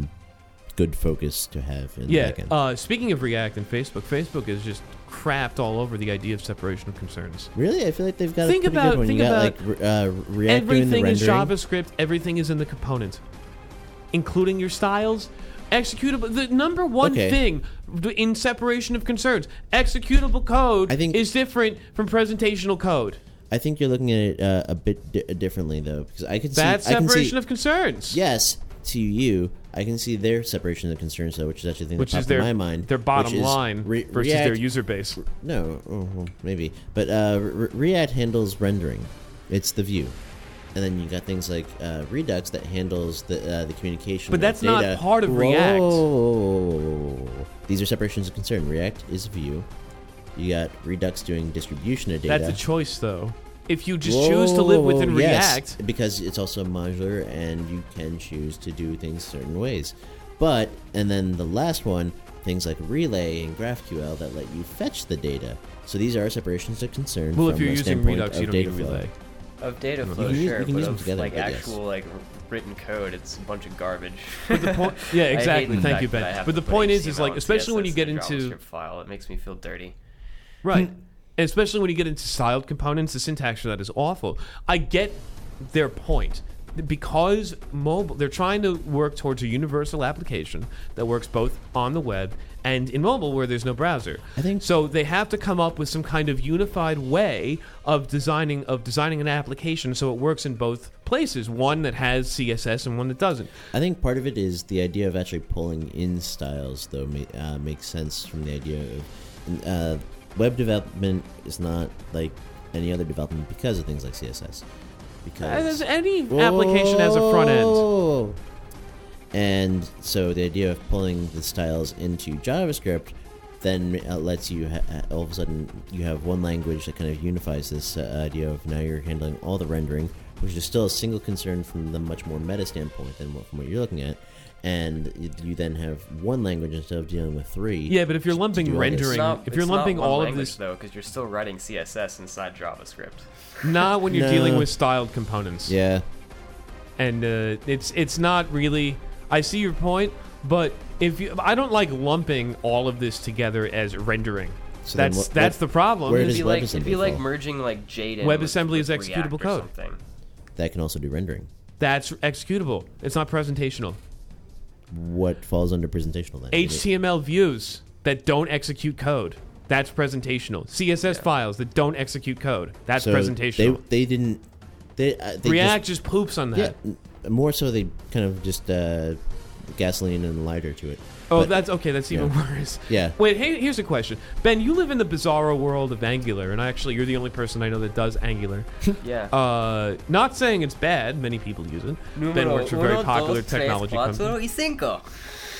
B: good focus to have in
A: yeah.
B: the backend.
A: Uh, speaking of React and Facebook, Facebook is just crapped all over the idea of separation of concerns.
B: Really, I feel like they've got
A: Think
B: a pretty
A: about-
B: good one.
A: think
B: you
A: about
B: got like re- uh, React doing the
A: everything is
B: rendering.
A: JavaScript. Everything is in the component, including your styles. Executable. The number one
B: Okay.
A: thing in separation of concerns, executable code
B: I think-
A: is different from presentational code.
B: I think you're looking at it uh, a bit di- differently though, because I could see
A: That's
B: I can
A: separation
B: see,
A: of concerns.
B: yes, to you, I can see their separation of concerns, though, which is actually the thing
A: Which
B: that
A: is
B: popped
A: their
B: in my mind.
A: their bottom
B: which is
A: line
B: re-
A: versus their
B: React-
A: user base.
B: No, oh, well, maybe. But uh, Re- React handles rendering. It's the view. And then you got things like uh, Redux that handles the uh, the communication.
A: But
B: of
A: that's not
B: data.
A: part of
B: Whoa.
A: React.
B: These are separations of concern. React is view. You got Redux doing distribution of data.
A: That's a choice, though. If you just choose to live within
B: Whoa, yes,
A: React,
B: because it's also modular and you can choose to do things certain ways. But and then the last one, things like Relay and GraphQL that let you fetch the data. So these are separations of concern.
A: well,
B: from
A: if you're
B: a
A: using
B: standpoint
A: Redux,
B: of
A: you don't
B: data
A: need
B: flow.
A: Relay.
C: Of data
B: You
C: flow,
B: can use-
C: sure,
B: you can
C: but
B: use them
C: of
B: together,
C: like
B: but yes.
C: actual like r- written code, it's a bunch of garbage.
A: point- yeah,
C: I hate
A: exactly.
C: the
A: Thank
C: fact
A: you, Ben.
C: that I have
A: But
C: to
A: the
C: put
A: point is- is,
C: HTML
A: like,
C: and
A: especially when
C: CSS
A: you get
C: in a
A: into-
C: JavaScript file, it makes me feel dirty.
A: Right. and especially when you get into styled components, the syntax for that is awful. I get their point. Because mobile, they're trying to work towards a universal application that works both on the web and in mobile, where there's no browser.
B: I think-
A: so. They have to come up with some kind of unified way of designing of designing an application so it works in both places. One that has CSS and one that doesn't.
B: I think part of it is the idea of actually pulling in styles, though, ma- uh, makes sense from the idea of uh, web development is not like any other development because of things like CSS.
A: As
B: Because
A: any application has a front end.
B: Whoa. Oh. And so the idea of pulling the styles into JavaScript then uh, lets you ha- uh, all of a sudden you have one language that kind of unifies this uh, idea of now you're handling all the rendering, which is still a single concern from the much more meta standpoint than what, from what you're looking at. And y- you then have one language instead of dealing with three.
A: Yeah, but if you're
B: to
A: lumping
B: do all this.
A: rendering-
C: Not-
A: if you're
C: it's not
A: lumping
C: one
A: all of
C: language,
A: this-
C: though, because you're still writing CSS inside JavaScript.
A: Not when you're
B: No.
A: dealing with styled components.
B: yeah,
A: and uh, it's it's not really. I see your point, but if you, I don't like lumping all of this together as rendering.
B: So then
A: that's
B: what-
A: that's
B: what-
A: the problem.
B: where
C: It'd
B: does
C: be like it'd
B: WebAssembly
C: be like
B: fall?
C: merging like Jaden.
A: WebAssembly is
C: with React
A: executable
C: or
A: code.
C: Something.
B: that can also do rendering.
A: that's executable. It's not presentational.
B: What falls under presentational then?
A: HTML views that don't execute code. That's presentational. CSS files that don't execute code. That's
B: So
A: presentational.
B: They, they didn't. They, uh, they just
A: React just, poops on that.
B: Yeah, n- more so they kind of just uh, gasoline and lighter to it.
A: Oh,
B: But
A: that's okay. That's even worse.
B: Yeah.
A: Wait. Hey, here's a question, Ben. You live in the bizarro world of Angular, and actually, you're the only person I know that does Angular.
C: Yeah.
A: Uh, not saying it's bad. Many people use it. ben works for a very popular technology company.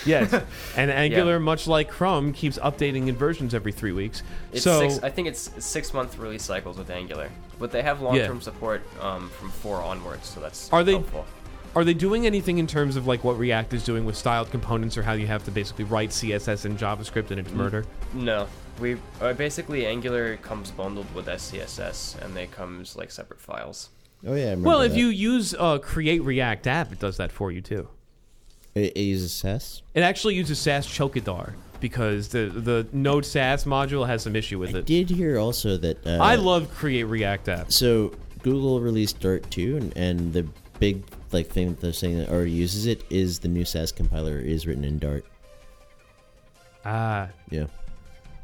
A: Yes, and Angular,
C: Yeah.
A: much like Chrome, keeps updating in versions every three weeks.
C: It's
A: so
C: six, I think it's six month release cycles with Angular, but they have long term support um, from four onwards, so that's
A: Are they-
C: helpful.
A: are they doing anything in terms of like what React is doing with styled components, or how you have to basically write CSS and JavaScript and it's
C: Mm.
A: murder?
C: No, we uh, basically Angular comes bundled with SCSS, and they comes like separate files.
B: oh yeah. I remember
A: Well, if
B: that.
A: you use uh, Create React app, it does that for you too.
B: it, it uses Sass.
A: It actually uses SAS Chokidar because the the Node SAS module has some issue with
B: I
A: it.
B: did hear also that uh,
A: I love Create React apps.
B: so Google released Dart two, and, and the big like thing that they're saying that already uses it is the new Sass compiler is written in Dart.
A: Ah,
B: Yeah,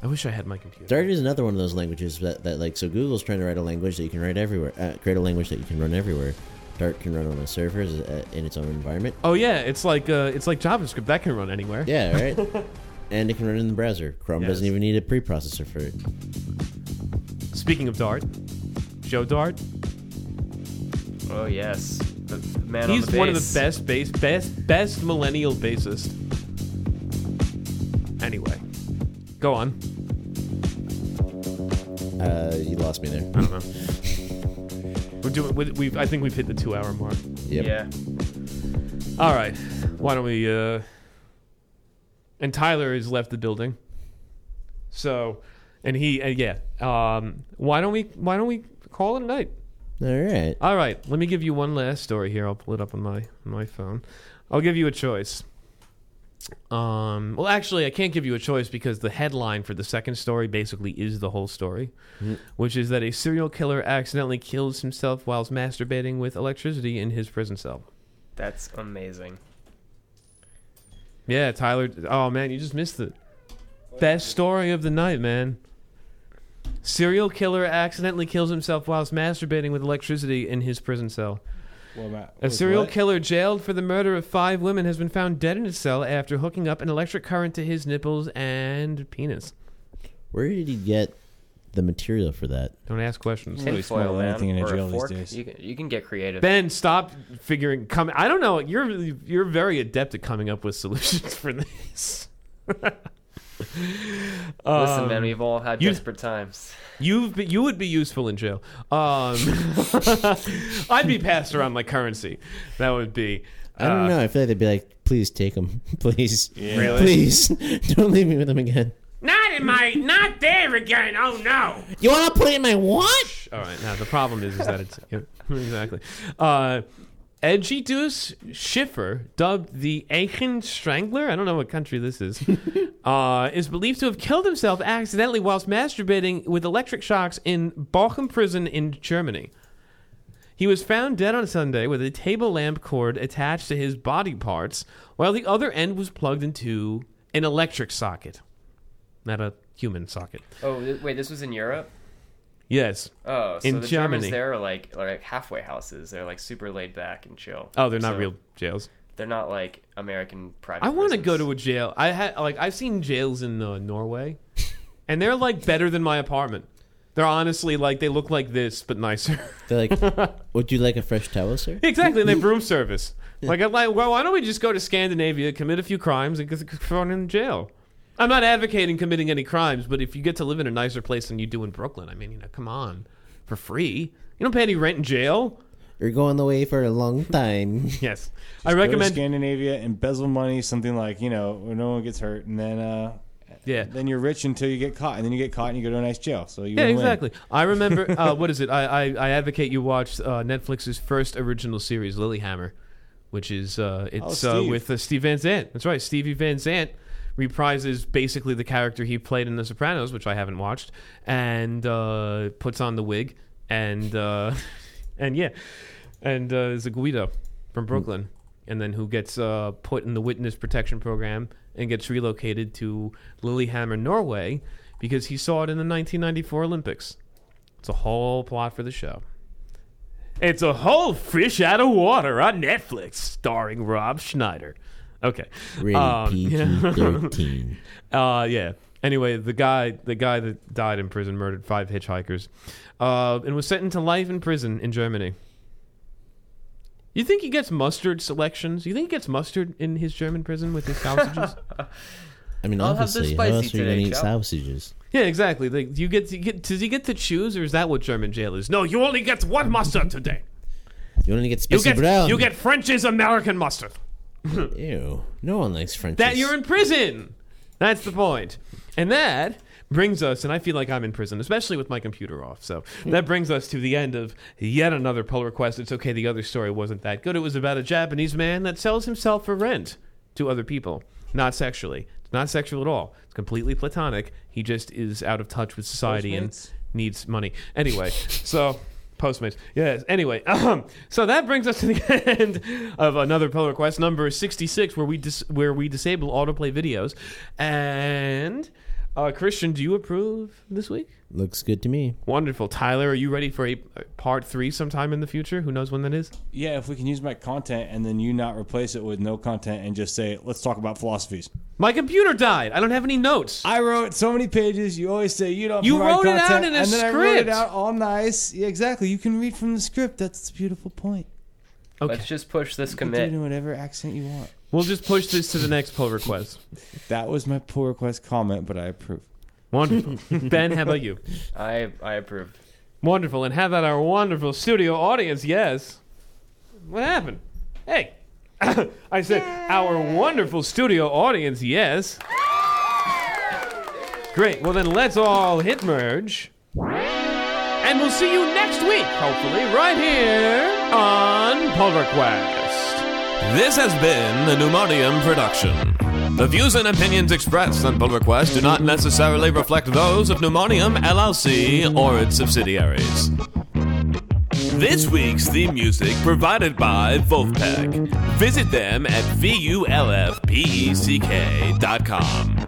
A: I wish I had my computer.
B: Dart is another one of those languages that, that like so Google's trying to write a language that you can write everywhere, uh, create a language that you can run everywhere. Dart can run on the servers uh, in its own environment.
A: Oh yeah, it's like uh, it's like JavaScript that can run anywhere.
B: Yeah, right. and it can run in the browser. Chrome doesn't
A: Yes.
B: even need a preprocessor for it.
A: Speaking of Dart, Joe Dart,
C: Oh yes, the man on
A: he's
C: the
A: one of the
C: bass.
A: best bass best best millennial bassist. Anyway, go on.
B: Uh, you lost me there.
A: I don't know. We're doing. we- We've. I think we've hit the two-hour mark.
B: Yep.
C: Yeah,
A: All right. Why don't we? Uh... And Tyler has left the building. So, and he, and yeah. Um, why don't we? Why don't we call it a night?
B: All right.
A: All right. Let me give you one last story here. I'll pull it up on my my phone. I'll give you a choice. Um, well, actually, I can't give you a choice because the headline for the second story basically is the whole story, which is that a serial killer accidentally kills himself whilst masturbating with electricity in his prison cell.
C: that's amazing.
A: Yeah, Tyler. Oh man, you just missed it. Best story of the night, man. Serial killer accidentally kills himself whilst masturbating with electricity in his prison cell.
D: Well, Matt,
A: A
D: was
A: serial
D: what?
A: killer jailed for the murder of five women has been found dead in his cell after hooking up an electric current to his nipples and penis.
B: Where did he get the material for that?
A: Don't ask questions.
D: Really
C: Tinfoil
D: smell
C: man
D: anything in a
C: or
D: jail these
C: fork.
D: days.
C: You can, you can get creative.
A: Ben, stop figuring. Come, I don't know. You're really- you're very adept at coming up with solutions for this.
C: Listen, man, we've all had
A: Um, you-
C: desperate times.
A: You've be, you would be useful in jail. Um, I'd be passed around like currency. That would be.
B: I don't
A: uh,
B: know. I feel like they'd be like, "Please take him, please, please, don't leave me with him again."
I: Not in my, not there again. Oh no.
B: You want to put it in my watch?
A: All right. Now the problem is, is that it's yeah, exactly. Uh, Edgy Deuce Schiffer, dubbed the Aachen Strangler, I don't know what country this is, uh, is believed to have killed himself accidentally whilst masturbating with electric shocks in Bochum prison in Germany. He was found dead on Sunday with a table lamp cord attached to his body parts, while the other end was plugged into an electric socket, not a human socket.
C: Oh, th- wait, this was in Europe?
A: Yes.
C: Oh, so
A: In
C: the
A: Germany.
C: Germans there are like, are like halfway houses. They're like super laid back and chill.
A: Oh, they're not
C: So
A: real jails.
C: They're not like American private.
A: I want to go
C: prisons.
A: to a jail. I had like I've seen jails in uh, Norway, and they're like better than my apartment. They're honestly like they look like this but nicer.
B: They're like, "Would you like a fresh towel, sir?"
A: exactly, and they have room service. Like I'm like, well, why don't we just go to Scandinavia, commit a few crimes, and get thrown in jail? I'm not advocating committing any crimes, but if you get to live in a nicer place than you do in Brooklyn, I mean, you know, come on, for free. You don't pay any rent in jail.
B: You're going away for a long time.
A: Yes, I
D: Go to
A: recommend.
D: Scandinavia, embezzle money, something like you know, where no one gets hurt, and then uh,
A: yeah,
D: then you're rich until you get caught, and then you get caught and you go to a nice jail. So you
A: Yeah,
D: win-win.
A: exactly. I remember. Uh, what is it? I, I, I advocate you watch uh, Netflix's first original series, Lilyhammer, which is uh, it's
D: Oh,
A: uh,
D: Steve.
A: with uh, Steve Van Zandt. That's right. Stevie Van Zandt reprises basically the character he played in The Sopranos, which I haven't watched, and uh, puts on the wig and uh, and yeah, and uh, is a Guido
D: Hmm.
A: from Brooklyn, and then who gets uh, put in the witness protection program and gets relocated to Lillehammer, Norway, because he saw it in the 1994 Olympics. It's a whole plot for the show. It's a whole fish out of water on Netflix, starring Rob Schneider. Okay.
B: Rated
A: Um,
B: PG thirteen.
A: Uh, yeah. Anyway, the guy, the guy that died in prison, murdered five hitchhikers, uh, and was sentenced to life in prison in Germany. You think he gets mustard selections? You think he gets mustard in his German prison with his sausages?
B: I mean,
C: I'll have the
B: obviously, how
C: spicy
B: else are you
C: today,
B: gonna eat
C: Joe.
B: sausages?
A: yeah, exactly. Like, you get, you get, does he get to choose, or is that what German jail is?
I: No, you only get one mustard today.
B: You want to get
I: You
B: spicy
I: get,
B: brown?
I: you get French's American mustard.
B: ew. No one likes French.
A: that you're in prison. That's the point. And that brings us, and I feel like I'm in prison, especially with my computer off. So that brings us to the end of yet another pull request. It's okay, the other story wasn't that good. It was about a Japanese man that sells himself for rent to other people, not sexually. It's not sexual at all. It's completely platonic. He just is out of touch with society and
D: Postmates?
A: needs money. Anyway, so Postmates. Yes. Anyway, um, so that brings us to the end of another pull request number sixty-six, where we dis- where we disable autoplay videos. And uh, Christian, do you approve this week?
B: Looks good to me.
A: Wonderful, Tyler. Are you ready for a a part three sometime in the future? Who knows when that is?
D: Yeah, if we can use my content and then you not replace it with no content and just say, let's talk about philosophies.
A: My computer died. I don't have any notes.
D: I wrote so many pages. You always say you don't.
A: You
D: provide
A: wrote it out
D: content,
A: in a
D: and then I wrote
A: script.
D: it out all nice. Yeah, exactly. You can read from the script. That's the beautiful point.
A: okay,
C: Let's just push this
D: You can do it in
C: commit.
D: whatever accent you want.
A: we'll just push this to the next pull request.
D: That was my pull request comment, but I approve.
A: Wonderful, Ben. How about you?
C: I I approve.
A: Wonderful, and how about our wonderful studio audience? Yes. What happened? Hey, I said our wonderful studio audience. Yes. Great. Well, then let's all hit merge, and we'll see you next week, hopefully, right here on Pulverquest. This has been a Pneumonium production. The views and opinions expressed on Pull Request do not necessarily reflect those of Pneumonium LLC or its subsidiaries. This week's theme music provided by Wolfpack. Visit them at vulfpeck.com.